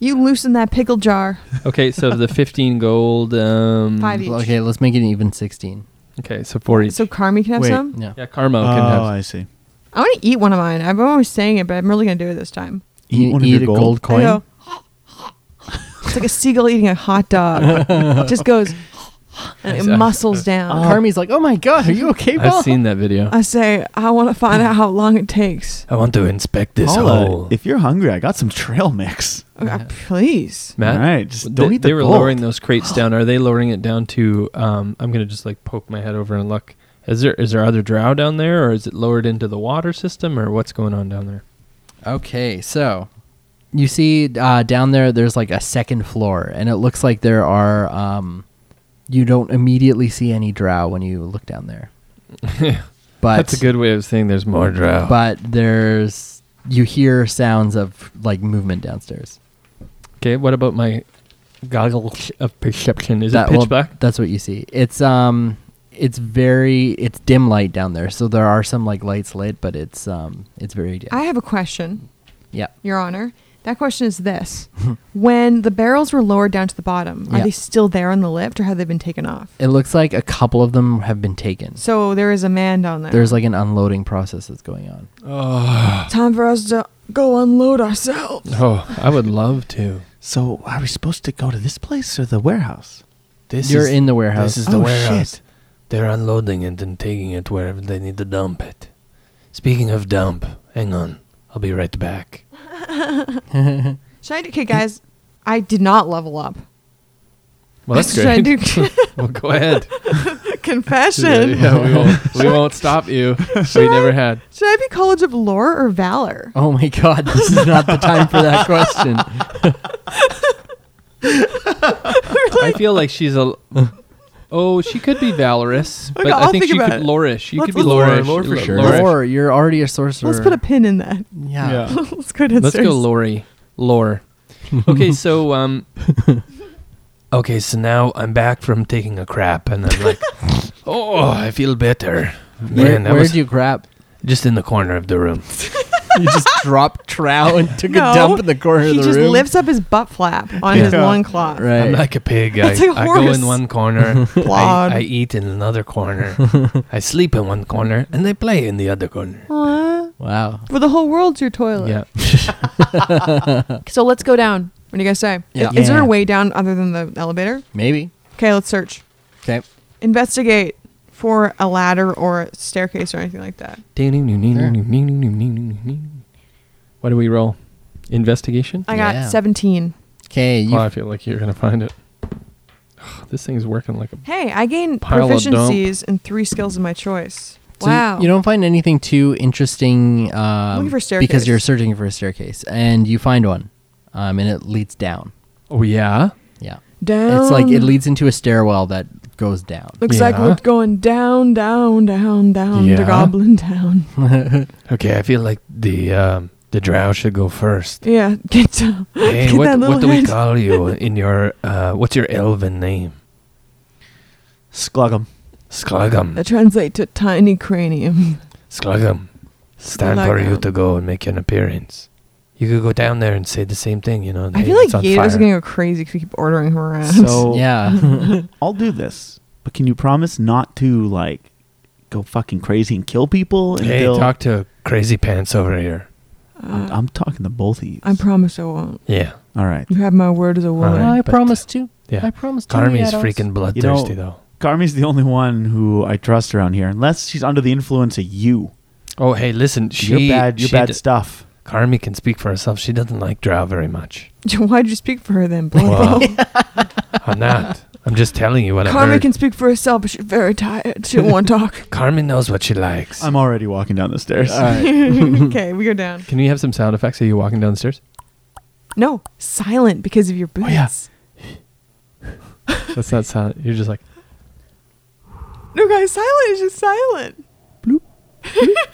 Speaker 2: You loosened that pickle jar.
Speaker 7: Okay, so the 15 gold. Um,
Speaker 2: Five each.
Speaker 3: Okay, let's make it an even sixteen.
Speaker 7: Okay, so four each.
Speaker 2: So Carmi can have
Speaker 8: Wait.
Speaker 2: some.
Speaker 3: Yeah,
Speaker 7: yeah, Karma
Speaker 8: Oh,
Speaker 7: can have.
Speaker 8: I see.
Speaker 2: I want to eat one of mine. I've always saying it, but I'm really gonna do it this time.
Speaker 8: Eat
Speaker 3: You
Speaker 8: one of
Speaker 3: eat
Speaker 8: your
Speaker 3: a gold
Speaker 8: gold.
Speaker 2: I
Speaker 3: coin.
Speaker 2: go, it's like a seagull eating a hot dog. It just goes and it muscles down.
Speaker 3: Carmi's like, "Oh my god, are you okay, Paul?"
Speaker 7: I've seen that video.
Speaker 2: I say I want to find out how long it takes.
Speaker 7: I want to inspect this
Speaker 8: Paula,
Speaker 7: hole.
Speaker 8: if you're hungry, I got some trail mix.
Speaker 2: Okay, Please.
Speaker 7: Matt,
Speaker 8: All right, just
Speaker 7: th-
Speaker 8: don't eat the
Speaker 7: They were
Speaker 8: gold.
Speaker 7: lowering those crates down. Are they lowering it down to? Um, I'm gonna just like poke my head over and look. Is there is there other drow down there, or is it lowered into the water system, or what's going on down there?
Speaker 3: Okay, so you see uh, down there, there's like a second floor, and it looks like there are. Um, you don't immediately see any drow when you look down there, but
Speaker 7: That's a good way of saying there's more drow.
Speaker 3: But there's you hear sounds of like movement downstairs.
Speaker 7: Okay, what about my goggles of perception? Is
Speaker 3: That-
Speaker 7: it pitch
Speaker 3: well,
Speaker 7: black?
Speaker 3: That's what you see. It's um, it's very it's dim light down there. So there are some like lights lit, but it's um, it's very dim.
Speaker 2: I have a question,
Speaker 3: yeah.
Speaker 2: Your Honor. That question is this: When the barrels were lowered down to the bottom, are
Speaker 3: Yeah.
Speaker 2: they still there on the lift, or have they been taken off?
Speaker 3: It looks like a couple of them have been taken.
Speaker 2: So there is a man down there.
Speaker 3: There's like an unloading process that's going on.
Speaker 5: Time for us to go unload ourselves.
Speaker 7: Oh, I would love to.
Speaker 8: So are we supposed to go to this place or the warehouse?
Speaker 7: This
Speaker 3: You're in the warehouse.
Speaker 7: This is the
Speaker 8: Oh,
Speaker 7: warehouse.
Speaker 8: shit.
Speaker 7: They're unloading it and taking it wherever they need to dump it. Speaking of dump, hang on. I'll be right back.
Speaker 2: Should I do? Okay, guys, I did not level up.
Speaker 7: Well, that's
Speaker 2: Should I
Speaker 7: great.
Speaker 2: do
Speaker 7: well, go ahead.
Speaker 2: confession?
Speaker 7: yeah, we won't, we won't stop you. We never had.
Speaker 2: Should I be College of Lore or Valor?
Speaker 3: oh my god, this is not the time for that question.
Speaker 7: I feel like she's a. Oh, she could be valorous, but
Speaker 2: I'll
Speaker 7: I think
Speaker 2: think
Speaker 7: she
Speaker 2: about
Speaker 7: could
Speaker 2: it.
Speaker 7: lorish. You
Speaker 2: Let's-
Speaker 7: could be
Speaker 2: let's-
Speaker 7: lorish.
Speaker 4: Lore, lore for
Speaker 7: Lo-
Speaker 4: sure.
Speaker 7: lorish.
Speaker 3: Lore, you're already a sorcerer.
Speaker 2: Let's put a pin in that.
Speaker 3: yeah.
Speaker 2: Let's go to
Speaker 7: Let's go, Lori. Lore. Okay, so um. okay, so now I'm back from taking a crap, and I'm like, oh, I feel better.
Speaker 3: Where,
Speaker 7: Man, I
Speaker 3: where
Speaker 7: was
Speaker 3: would you grab?
Speaker 7: just in the corner of the room.
Speaker 3: You just dropped trow and took
Speaker 2: No,
Speaker 3: a dump in the corner
Speaker 2: He
Speaker 3: of the
Speaker 2: just
Speaker 3: room.
Speaker 2: lifts up his butt flap on his
Speaker 8: Yeah.
Speaker 2: loincloth.
Speaker 7: I'm
Speaker 3: right.
Speaker 7: like a pig. I,
Speaker 2: It's like a
Speaker 7: I go
Speaker 2: horse.
Speaker 7: in one corner. I,
Speaker 2: Plod.
Speaker 7: I eat in another corner. I sleep in one corner, and I play in the other corner.
Speaker 2: Aw.
Speaker 3: wow.
Speaker 2: Well, the whole world's your toilet.
Speaker 7: Yeah.
Speaker 2: So let's go down. What do you guys say?
Speaker 3: Yeah.
Speaker 2: Is, is there a
Speaker 3: Yeah.
Speaker 2: way down other than the elevator?
Speaker 3: Maybe.
Speaker 2: Okay, let's search.
Speaker 3: Okay.
Speaker 2: Investigate for a ladder or a staircase or anything like that.
Speaker 7: What do we roll? Investigation?
Speaker 2: I got
Speaker 3: Yeah.
Speaker 2: 17.
Speaker 3: Okay. You
Speaker 7: Oh, I feel like you're gonna find it. This thing's working like a.
Speaker 2: Hey, I gained
Speaker 7: Pile of dump.
Speaker 2: proficiencies in three skills of my choice.
Speaker 3: So you-
Speaker 2: wow.
Speaker 3: You don't find anything too interesting um,
Speaker 2: Looking for a
Speaker 3: because you're
Speaker 2: staircase.
Speaker 3: searching for a staircase, and you find one, um, and it leads down.
Speaker 7: Oh yeah.
Speaker 3: Yeah,
Speaker 2: down.
Speaker 3: it's like it leads into a stairwell that goes down.
Speaker 2: Looks like
Speaker 7: Yeah.
Speaker 2: we're going down, down, down, down
Speaker 7: Yeah.
Speaker 2: to Goblin Town.
Speaker 7: Okay, I feel like the um, the drow should go first.
Speaker 2: Yeah, get down.
Speaker 7: Hey,
Speaker 2: Get
Speaker 7: what,
Speaker 2: that
Speaker 7: what
Speaker 2: little
Speaker 7: do we
Speaker 2: head.
Speaker 7: call you in your uh, what's your elven name?
Speaker 8: Sklugum.
Speaker 7: Sklugum.
Speaker 2: That translates to tiny cranium.
Speaker 7: Sklugum. It's time for you
Speaker 2: Sklugum.
Speaker 7: to go and make an appearance. You could go down there and say the same thing. You know.
Speaker 2: I
Speaker 7: "Hey,
Speaker 2: feel
Speaker 7: it's
Speaker 2: like
Speaker 7: on
Speaker 2: Yada's
Speaker 7: fire."
Speaker 2: gonna go crazy if we keep ordering her around.
Speaker 8: So
Speaker 3: Yeah,
Speaker 8: I'll do this, but can you promise not to like go fucking crazy and kill people?
Speaker 7: Hey,
Speaker 8: until-
Speaker 7: talk to Crazy Pants over here.
Speaker 8: I'm, I'm talking to both of you.
Speaker 2: I promise I won't.
Speaker 7: Yeah.
Speaker 8: All right.
Speaker 2: You have my word as a woman.
Speaker 7: Alright, but-
Speaker 3: to.
Speaker 7: Yeah.
Speaker 3: promise
Speaker 7: Carmi's
Speaker 3: Yados.
Speaker 7: freaking
Speaker 8: You know-
Speaker 7: bloodthirsty though.
Speaker 8: Carmi's the only one who I trust around here, unless she's under the influence of you.
Speaker 7: Oh, hey, listen. She,
Speaker 8: you're bad. You're
Speaker 7: she
Speaker 8: bad
Speaker 7: d-
Speaker 8: stuff.
Speaker 7: Carmi can speak for herself. She doesn't like Drow very much.
Speaker 2: Why'd you speak for her then, Blimbo?
Speaker 7: Wow. I'm not. I'm just telling you what I
Speaker 2: Carmen
Speaker 7: heard.
Speaker 2: can speak for herself, but she's very tired. She won't talk.
Speaker 7: Carmen knows what she likes.
Speaker 8: I'm already walking down the stairs.
Speaker 2: okay, we go down.
Speaker 7: can we have some sound effects of you walking down the stairs?
Speaker 2: No, silent because of your
Speaker 7: Oh,
Speaker 2: boots.
Speaker 8: yeah.
Speaker 7: That's not sound. You're just like,
Speaker 2: No, guys, silent is just silent.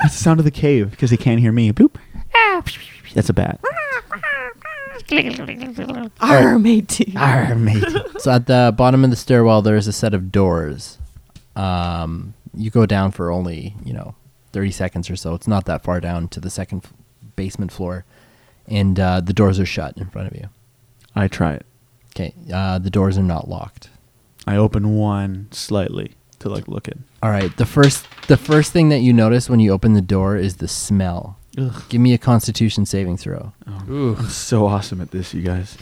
Speaker 8: That's the sound of the cave because they can't hear me. Boop. That's a bat.
Speaker 3: Oh.
Speaker 2: Arr, matey.
Speaker 8: Arr, mate.
Speaker 3: So at the bottom of the stairwell, there is a set of doors. Um, you go down for only you know thirty seconds or so. It's not that far down to the second f- basement floor, and uh, the doors are shut in front of you.
Speaker 8: I try it.
Speaker 3: Okay, uh, the doors are not locked.
Speaker 8: I open one slightly to like look in.
Speaker 3: All right. The first the first thing that you notice when you open the door is the smell.
Speaker 8: Ugh.
Speaker 3: Give me a Constitution saving throw.
Speaker 7: ooh,
Speaker 8: Oh, I'm so awesome at this, you guys.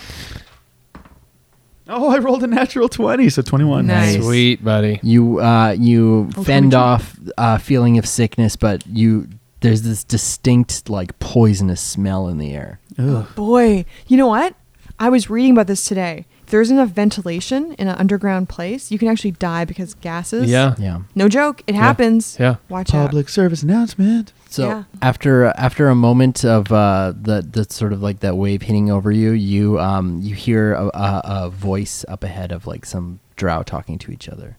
Speaker 8: Oh, I rolled a natural 20, so 21.
Speaker 2: Nice.
Speaker 7: sweet buddy.
Speaker 3: You uh, you
Speaker 2: Oh,
Speaker 3: fend
Speaker 2: 22.
Speaker 3: off uh, feeling of sickness, but you there's this distinct like poisonous smell in the air.
Speaker 8: Ugh.
Speaker 2: Boy, you know what? I was reading about this today. If there's enough ventilation in an underground place, you can actually die because gases.
Speaker 7: Yeah.
Speaker 3: Yeah.
Speaker 2: No joke. It happens.
Speaker 7: Yeah.
Speaker 2: Watch
Speaker 8: Public service announcement.
Speaker 3: So
Speaker 2: Yeah.
Speaker 3: after after a moment of uh, the the sort of like that wave hitting over you, you um you hear a, a, a voice up ahead of like some drow talking to each other,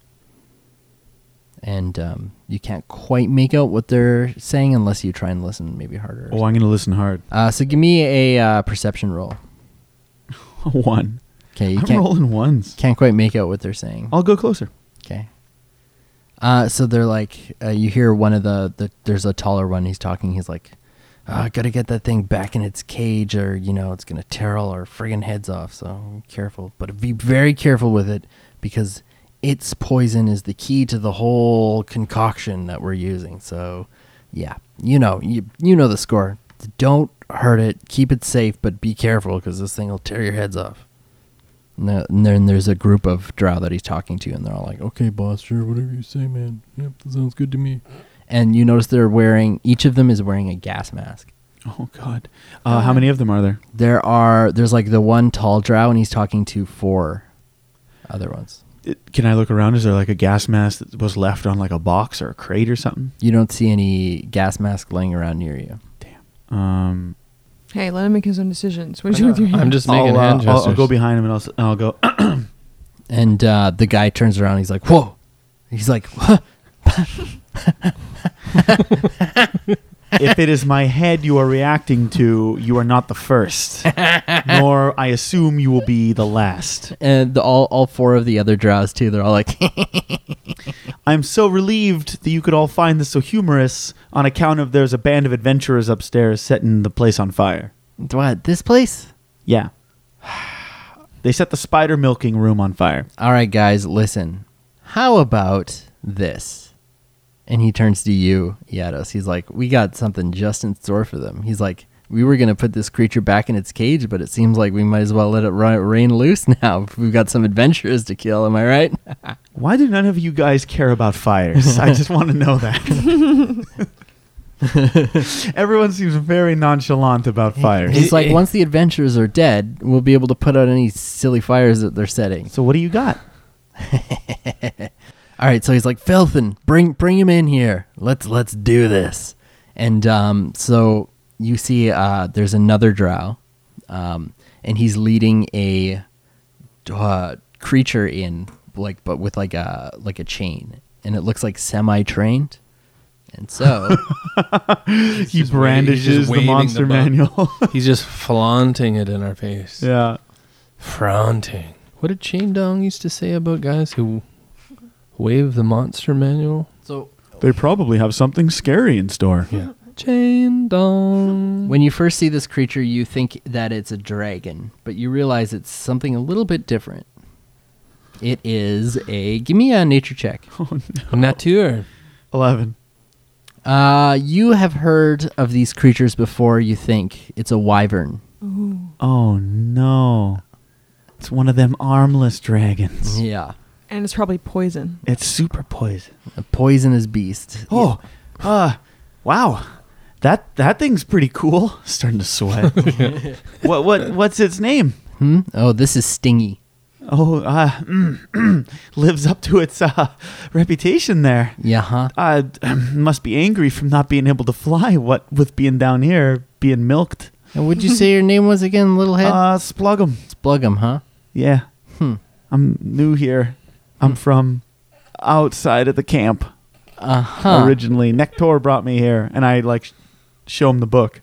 Speaker 3: and um, you can't quite make out what they're saying unless you try and listen maybe harder. or
Speaker 8: Oh, I'm going to listen hard.
Speaker 3: Uh, so give me a uh, perception roll.
Speaker 8: One.
Speaker 3: Okay, you
Speaker 8: I'm
Speaker 3: can't
Speaker 8: rolling ones.
Speaker 3: can't quite make out what they're saying.
Speaker 8: I'll go closer.
Speaker 3: Okay. Uh, so they're like, uh, you hear one of the, the there's a taller one. He's talking. He's like, uh, gotta get that thing back in its cage, or you know, it's gonna tear all our friggin' heads off. So be careful, but be very careful with it because its poison is the key to the whole concoction that we're using. So, yeah, you know, you you know the score. Don't hurt it. Keep it safe, but be careful because this thing will tear your heads off. And the- and then there's a group of drow that he's talking to, and they're all like, "Okay, boss, sure, whatever you say, man. Yep, that sounds good to me." And you notice they're wearing each of them is wearing a gas mask.
Speaker 8: Oh God. Uh, how many of them are there?
Speaker 3: There are there's like the one tall drow, and he's talking to four other ones.
Speaker 8: It- can I look around? Is there like a gas mask that was left on like a box or a crate or something?
Speaker 3: You don't see any gas mask laying around near you.
Speaker 8: Um,
Speaker 2: Hey, let him make his own decisions. What do you do with your hands?
Speaker 7: I'm just making
Speaker 8: I'll, uh,
Speaker 7: hand
Speaker 8: I'll- I'll,
Speaker 7: gestures.
Speaker 8: go behind him and I'll, s- and I'll go.
Speaker 3: And uh, the guy turns around. He's like, "Whoa!" He's like,
Speaker 8: if it is my head you are reacting to, you are not the first, nor I assume you will be the last.
Speaker 3: and the, all all four of the other drows too. They're all like,
Speaker 8: I'm so relieved that you could all find this so humorous on account of there's a band of adventurers upstairs setting the place on fire.
Speaker 3: "What? This place?"
Speaker 8: Yeah. They set the spider milking room on fire.
Speaker 3: All right, guys, listen. How about this? And he turns to you, Yados. He's like, We got something just in store for them. He's like, We were going to put this creature back in its cage, but it seems like we might as well let it ri- rain loose now. We've got some adventurers to kill. Am I right?
Speaker 8: Why do none of you guys care about fires? I just want to know that. Everyone seems very nonchalant about fires.
Speaker 3: He's like, Once the adventurers are dead, we'll be able to put out any silly fires that they're setting.
Speaker 8: So what do you got?
Speaker 3: All right, so he's like, Filthin, bring bring him in here. Let's let's do this. And um, so you see, uh, there's another drow, um, and he's leading a uh, creature in, like, but with like a like a chain, and it looks like semi trained. And so,
Speaker 8: He
Speaker 7: just waving- he's just
Speaker 8: brandishes the
Speaker 7: waving the
Speaker 8: monster
Speaker 7: bu-
Speaker 8: manual.
Speaker 7: He's just flaunting it in our face.
Speaker 8: yeah.
Speaker 7: Flaunting. What did Chain Dong used to say about guys who wave the monster manual?
Speaker 3: so
Speaker 6: They probably have something scary in store.
Speaker 7: Yeah. Chain Dong.
Speaker 3: when you first see this creature, you think that it's a dragon, but you realize it's something a little bit different. It is a give me a nature check.
Speaker 7: Nature.
Speaker 8: 11.
Speaker 3: Uh, you have heard of these creatures before. You think it's a wyvern.
Speaker 8: Oh no. It's one of them armless dragons.
Speaker 3: Yeah,
Speaker 2: and it's probably poison.
Speaker 8: It's super poison.
Speaker 3: a poisonous beast.
Speaker 8: Oh. Uh wow. That that thing's pretty cool. Starting to sweat. what what what's its name?
Speaker 3: Hmm? Oh, this is stingy.
Speaker 8: Oh, uh mm, lives up to its uh reputation there.
Speaker 3: Yeah, huh?
Speaker 8: Uh must be angry from not being able to fly what with being down here being milked.
Speaker 3: And would you say your name was again, little head?
Speaker 8: Uh splugum.
Speaker 3: Splugum, huh?
Speaker 8: Yeah.
Speaker 3: Hmm.
Speaker 8: I'm new here. I'm from outside of the camp
Speaker 3: Uh huh.
Speaker 8: originally. Nector brought me here, and I like sh- show him the book.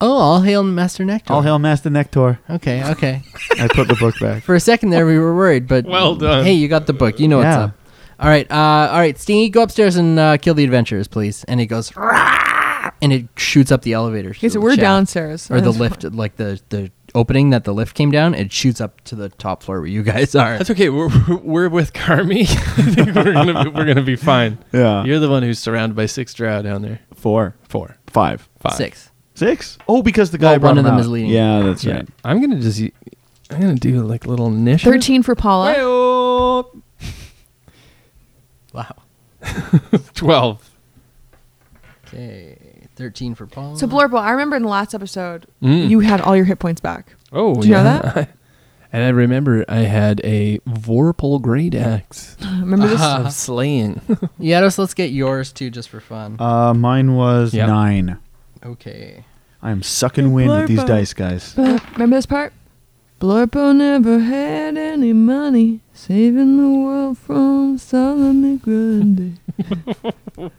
Speaker 3: oh, all hail Master Nectar.
Speaker 8: All hail Master Nector.
Speaker 3: Okay, okay.
Speaker 8: I put the book back.
Speaker 3: For a second there, we were worried, but
Speaker 7: Well done.
Speaker 3: Hey, you got the book. You know
Speaker 8: Yeah.
Speaker 3: what's up. All right, uh, all right, Stingy, go upstairs and uh, kill the adventurers, please. And it goes, "Rah!" and it shoots up the elevator.
Speaker 2: Okay, so we're
Speaker 3: shaft.
Speaker 2: downstairs.
Speaker 3: or the
Speaker 2: That's
Speaker 3: lift,
Speaker 2: fine.
Speaker 3: like the the opening that the lift came down, it shoots up to the top floor where you guys are.
Speaker 7: That's okay. We're, we're- we're with Carmi. I think we're gonna be, we're gonna be fine.
Speaker 6: Yeah.
Speaker 7: You're the one who's surrounded by six drow down there.
Speaker 6: Four.
Speaker 7: Four,
Speaker 6: Five.
Speaker 7: five,
Speaker 3: Six.
Speaker 8: Six? Oh, because the guy
Speaker 3: Oh,
Speaker 8: brought
Speaker 3: one of
Speaker 8: him
Speaker 3: them
Speaker 8: out.
Speaker 3: is leading.
Speaker 6: Yeah, that's
Speaker 7: Yeah.
Speaker 6: right.
Speaker 7: I'm gonna just. y- I'm gonna do like little initiative.
Speaker 2: Thirteen for Paula.
Speaker 7: Hey-o.
Speaker 3: Wow.
Speaker 7: Twelve.
Speaker 3: Okay, thirteen for Paul.
Speaker 2: So Blorbo, I remember in the last episode
Speaker 7: Mm.
Speaker 2: you had all your hit points back.
Speaker 7: Oh,
Speaker 2: Do you know
Speaker 7: yeah.
Speaker 2: that?
Speaker 7: and I remember I had a Vorpal Great Axe
Speaker 2: Remember this?
Speaker 7: of slaying.
Speaker 3: Yados, let's get yours too, just for fun.
Speaker 8: Uh, mine was
Speaker 7: Yep.
Speaker 8: nine.
Speaker 3: okay.
Speaker 8: I am sucking wind with these
Speaker 2: Blarpa.
Speaker 8: dice, guys.
Speaker 2: Remember this part? Blorpo never had any money, saving the world from Solomon Grundy. Ah.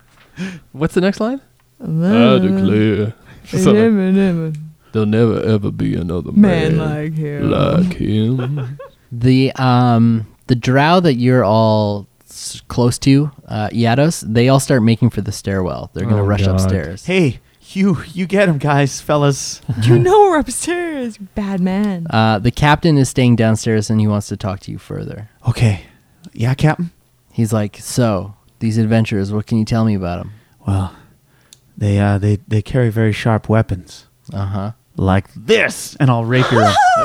Speaker 7: What's the next line?
Speaker 2: Never, never
Speaker 7: There'll never ever be another
Speaker 2: Man like him.
Speaker 7: like him.
Speaker 3: The um the drow that you're all s- close to, uh, Yados, they all start making for the stairwell. They're gonna
Speaker 4: Oh,
Speaker 3: rush
Speaker 4: God.
Speaker 3: upstairs.
Speaker 8: Hey, you you get him, guys, fellas.
Speaker 2: you know we're upstairs, you bad man.
Speaker 3: Uh, the captain is staying downstairs and he wants to talk to you further.
Speaker 8: Okay, yeah, Captain.
Speaker 3: He's like, "So these adventurers, what can you tell me about them?"
Speaker 8: Well, they uh they they carry very sharp weapons
Speaker 3: Uh
Speaker 8: Uh-huh.
Speaker 3: huh.
Speaker 8: like this, and I'll rapier him.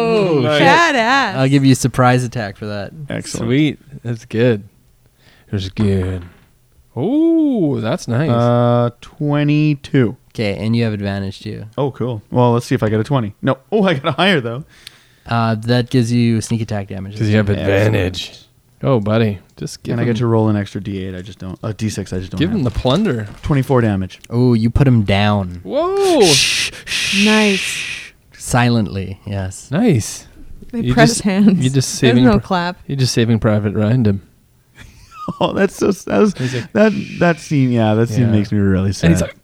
Speaker 2: Badass.
Speaker 3: I'll give you a surprise attack for that.
Speaker 8: Excellent.
Speaker 7: Sweet. That's good. That's good. Oh, that's nice.
Speaker 8: Uh, twenty-two.
Speaker 3: Okay, and you have advantage too.
Speaker 8: Oh, cool. Well, let's see if I get a twenty. No. Oh, I got a higher though.
Speaker 3: Uh, that gives you sneak attack damage.
Speaker 7: Because you have
Speaker 8: Excellent.
Speaker 7: advantage. Oh, buddy, just give
Speaker 8: and I
Speaker 7: him,
Speaker 8: get to roll an extra D8. I just don't. A D6. I just don't.
Speaker 7: give him
Speaker 8: have.
Speaker 7: the plunder.
Speaker 8: 24 damage.
Speaker 3: Oh, you put him down
Speaker 7: Whoa,
Speaker 2: nice.
Speaker 3: silently. Yes.
Speaker 7: nice.
Speaker 2: They
Speaker 7: You
Speaker 2: press
Speaker 7: just-
Speaker 2: hands.
Speaker 7: you just
Speaker 2: There's
Speaker 7: saving
Speaker 2: no
Speaker 7: her-
Speaker 2: clap.
Speaker 7: You're just saving Private Random.
Speaker 8: Oh, that's so. That was, that that scene. Yeah, that scene
Speaker 7: Yeah.
Speaker 8: makes me really sad.
Speaker 7: And he's like,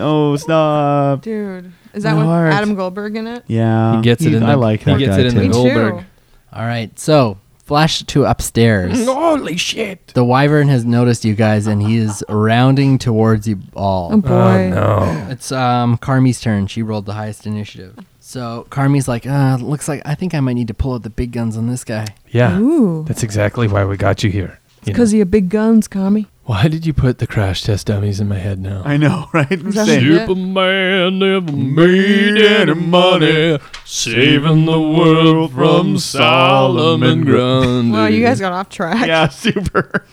Speaker 8: oh, stop.
Speaker 2: Dude. Is that
Speaker 8: My
Speaker 2: with
Speaker 8: heart.
Speaker 2: Adam Goldberg in it?
Speaker 8: Yeah,
Speaker 7: He gets it in
Speaker 8: I
Speaker 7: the-
Speaker 8: like
Speaker 7: he
Speaker 8: that
Speaker 7: gets
Speaker 8: guy
Speaker 7: it in the
Speaker 8: too.
Speaker 2: Me
Speaker 7: Goldberg.
Speaker 2: too.
Speaker 3: All right. So flash to upstairs.
Speaker 7: "Oh, holy shit!
Speaker 3: The wyvern has noticed you guys, and he is rounding towards you all.
Speaker 2: Oh boy.
Speaker 7: No,
Speaker 3: It's um Carmi's turn. She rolled the highest initiative. So Carmi's like, uh, looks like I think I might need to pull out the big guns on this guy.
Speaker 7: yeah,
Speaker 2: Ooh.
Speaker 7: that's exactly why we got you here. You know.
Speaker 2: Because he had big guns, Kami.
Speaker 7: Why did you put the crash test dummies in my head now?
Speaker 8: I know, right?
Speaker 2: that
Speaker 8: Same.
Speaker 2: it?
Speaker 7: Superman never made any money, saving the world from Solomon Grundy.
Speaker 2: Well, you guys got off track.
Speaker 8: Yeah, super.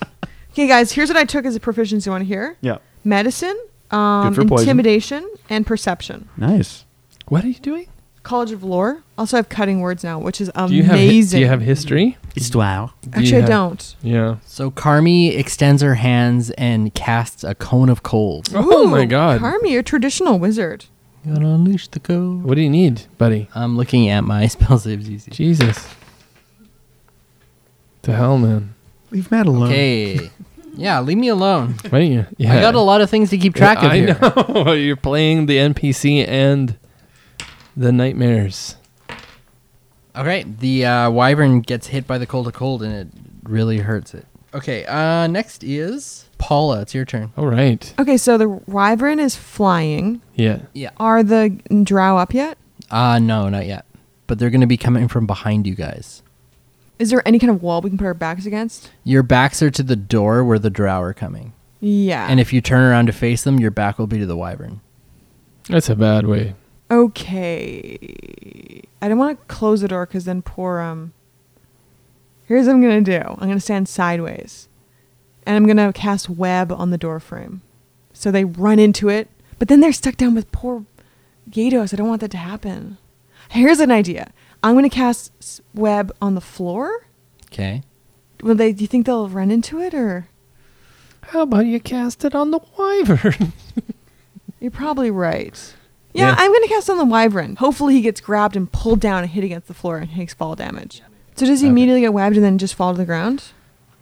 Speaker 2: Okay, guys, here's what I took as a proficiency one here
Speaker 8: yeah,
Speaker 2: medicine, um,
Speaker 8: Good for poison.
Speaker 2: intimidation, and perception.
Speaker 8: nice.
Speaker 7: What are you doing?
Speaker 2: College of Lore. Also, I have cutting words now, which is
Speaker 7: Do you have hi-
Speaker 2: amazing.
Speaker 7: do you have history?
Speaker 8: It's wow.
Speaker 7: Do you
Speaker 2: Actually, I
Speaker 7: have-
Speaker 2: don't.
Speaker 7: Yeah.
Speaker 3: So Carmi extends her hands and casts a cone of cold.
Speaker 7: Oh
Speaker 2: Ooh,
Speaker 7: my god.
Speaker 2: Carmi, you're a traditional wizard.
Speaker 3: You gotta unleash the cold.
Speaker 7: What do you need, buddy?
Speaker 3: I'm looking at my spell saves DC.
Speaker 7: Jesus. The hell, man.
Speaker 8: Leave Matt alone.
Speaker 3: Okay. yeah, leave me alone.
Speaker 7: Why don't you? Yeah.
Speaker 3: I got a lot of things to keep track of
Speaker 7: I
Speaker 3: here.
Speaker 7: know. You're playing the NPC and the nightmares.
Speaker 3: Okay, the uh, wyvern gets hit by the cold of cold, and it really hurts it. Okay, uh, next is Paula. It's your turn.
Speaker 7: All right.
Speaker 2: Okay, so the wyvern is flying.
Speaker 7: Yeah.
Speaker 2: Are the drow up yet?
Speaker 3: Uh, no, not yet. But they're gonna be coming from behind you guys.
Speaker 2: Is there any kind of wall we can put our backs against?
Speaker 3: Your backs are to the door where the drow are coming,
Speaker 2: Yeah.
Speaker 3: and if you turn around to face them, your back will be to the wyvern.
Speaker 7: That's a bad way.
Speaker 2: okay. I don't want to close the door because then poor um. Here's what I'm gonna do. I'm gonna stand sideways, and I'm gonna cast web on the door frame, so they run into it. But then they're stuck down with poor Gatos. I don't want that to happen. Here's an idea. I'm gonna cast s- web on the floor.
Speaker 3: Okay.
Speaker 2: Will they? Do you think they'll run into it, or
Speaker 7: How about you cast it on the wyvern?
Speaker 2: you're probably right. Yeah,
Speaker 7: Yeah.
Speaker 2: I'm gonna cast on the wyvern. Hopefully, he gets grabbed and pulled down and hit against the floor and takes fall damage. So does he immediately get webbed and then just fall to the ground?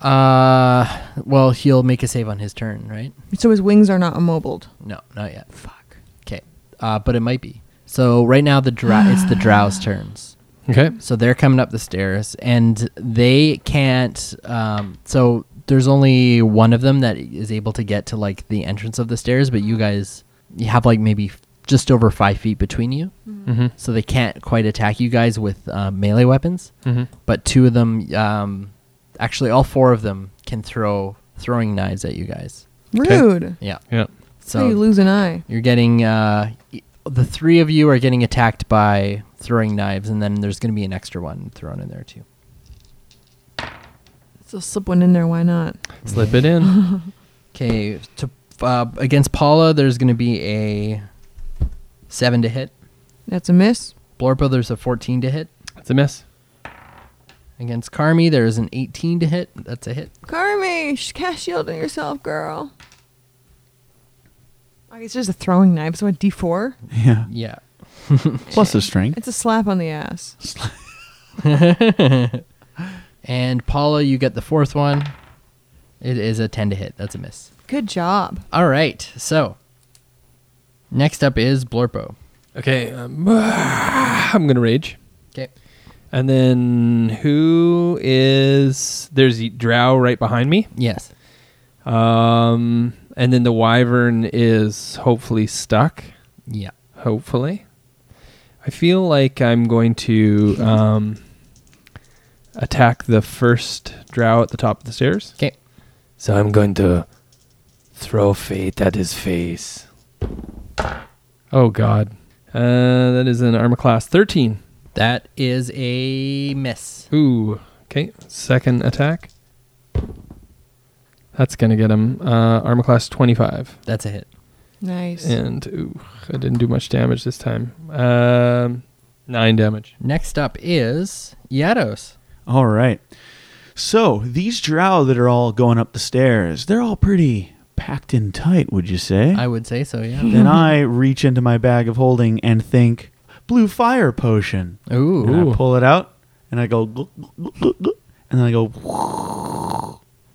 Speaker 3: Uh, well, he'll make a save on his turn, right?
Speaker 2: So his wings are not immobiled.
Speaker 3: No, not yet. Fuck. Okay. Uh, but it might be. So right now the drow it's the drow's turns.
Speaker 7: okay.
Speaker 3: So they're coming up the stairs and they can't um so there's only one of them that is able to get to like the entrance of the stairs, but you guys you have like maybe just over five feet between you,
Speaker 7: Mm-hmm.
Speaker 3: so they can't quite attack you guys with uh, melee weapons.
Speaker 7: Mm-hmm.
Speaker 3: But two of them, um, actually, all four of them can throw throwing knives at you guys.
Speaker 7: Okay.
Speaker 2: Rude.
Speaker 3: Yeah.
Speaker 7: Yeah.
Speaker 2: So you lose an eye.
Speaker 3: You're getting uh, y- the three of you are getting attacked by throwing knives, and then there's going to be an extra one thrown in there too.
Speaker 2: So slip one in there. Why not?
Speaker 7: Slip it in.
Speaker 3: Okay, to uh, against Paula, there's going to be a seven to hit.
Speaker 2: That's a miss.
Speaker 3: Blorpo, there's a fourteen to hit.
Speaker 7: It's a miss.
Speaker 3: Against Carmi, there is an eighteen to hit. That's a hit.
Speaker 2: Carmi, sh- cast shield on yourself, girl. Okay, it's just a throwing knife. So a D4.
Speaker 8: Yeah.
Speaker 3: Yeah.
Speaker 8: Plus his strength.
Speaker 2: It's a slap on the ass.
Speaker 3: And Paula, you get the fourth one. It is a ten to hit. That's a miss.
Speaker 2: Good job.
Speaker 3: All right. So next up is Blorpo.
Speaker 7: Okay, um, I'm gonna rage.
Speaker 3: Okay.
Speaker 7: And then who is there's Drow right behind me.
Speaker 3: Yes.
Speaker 7: Um, and then the Wyvern is hopefully stuck.
Speaker 3: Yeah.
Speaker 7: Hopefully, I feel like I'm going to um, attack the first Drow at the top of the stairs.
Speaker 3: Okay.
Speaker 7: So I'm going to throw fate at his face. Oh God, uh, that is an armor class 13.
Speaker 3: That is a miss.
Speaker 7: Ooh. Okay. Second attack. That's gonna get him. Uh, armor class twenty-five.
Speaker 3: That's a hit.
Speaker 2: Nice.
Speaker 7: And ooh, I didn't do much damage this time. Um, nine damage.
Speaker 3: Next up is Yados.
Speaker 8: All right. So these drow that are all going up the stairs, they're all pretty packed in tight, would you say?
Speaker 3: I would say so, yeah.
Speaker 8: then I reach into my bag of holding and think, blue fire potion.
Speaker 3: Ooh.
Speaker 8: And I pull it out and I go, glug, glug, glug, glug, and then I go,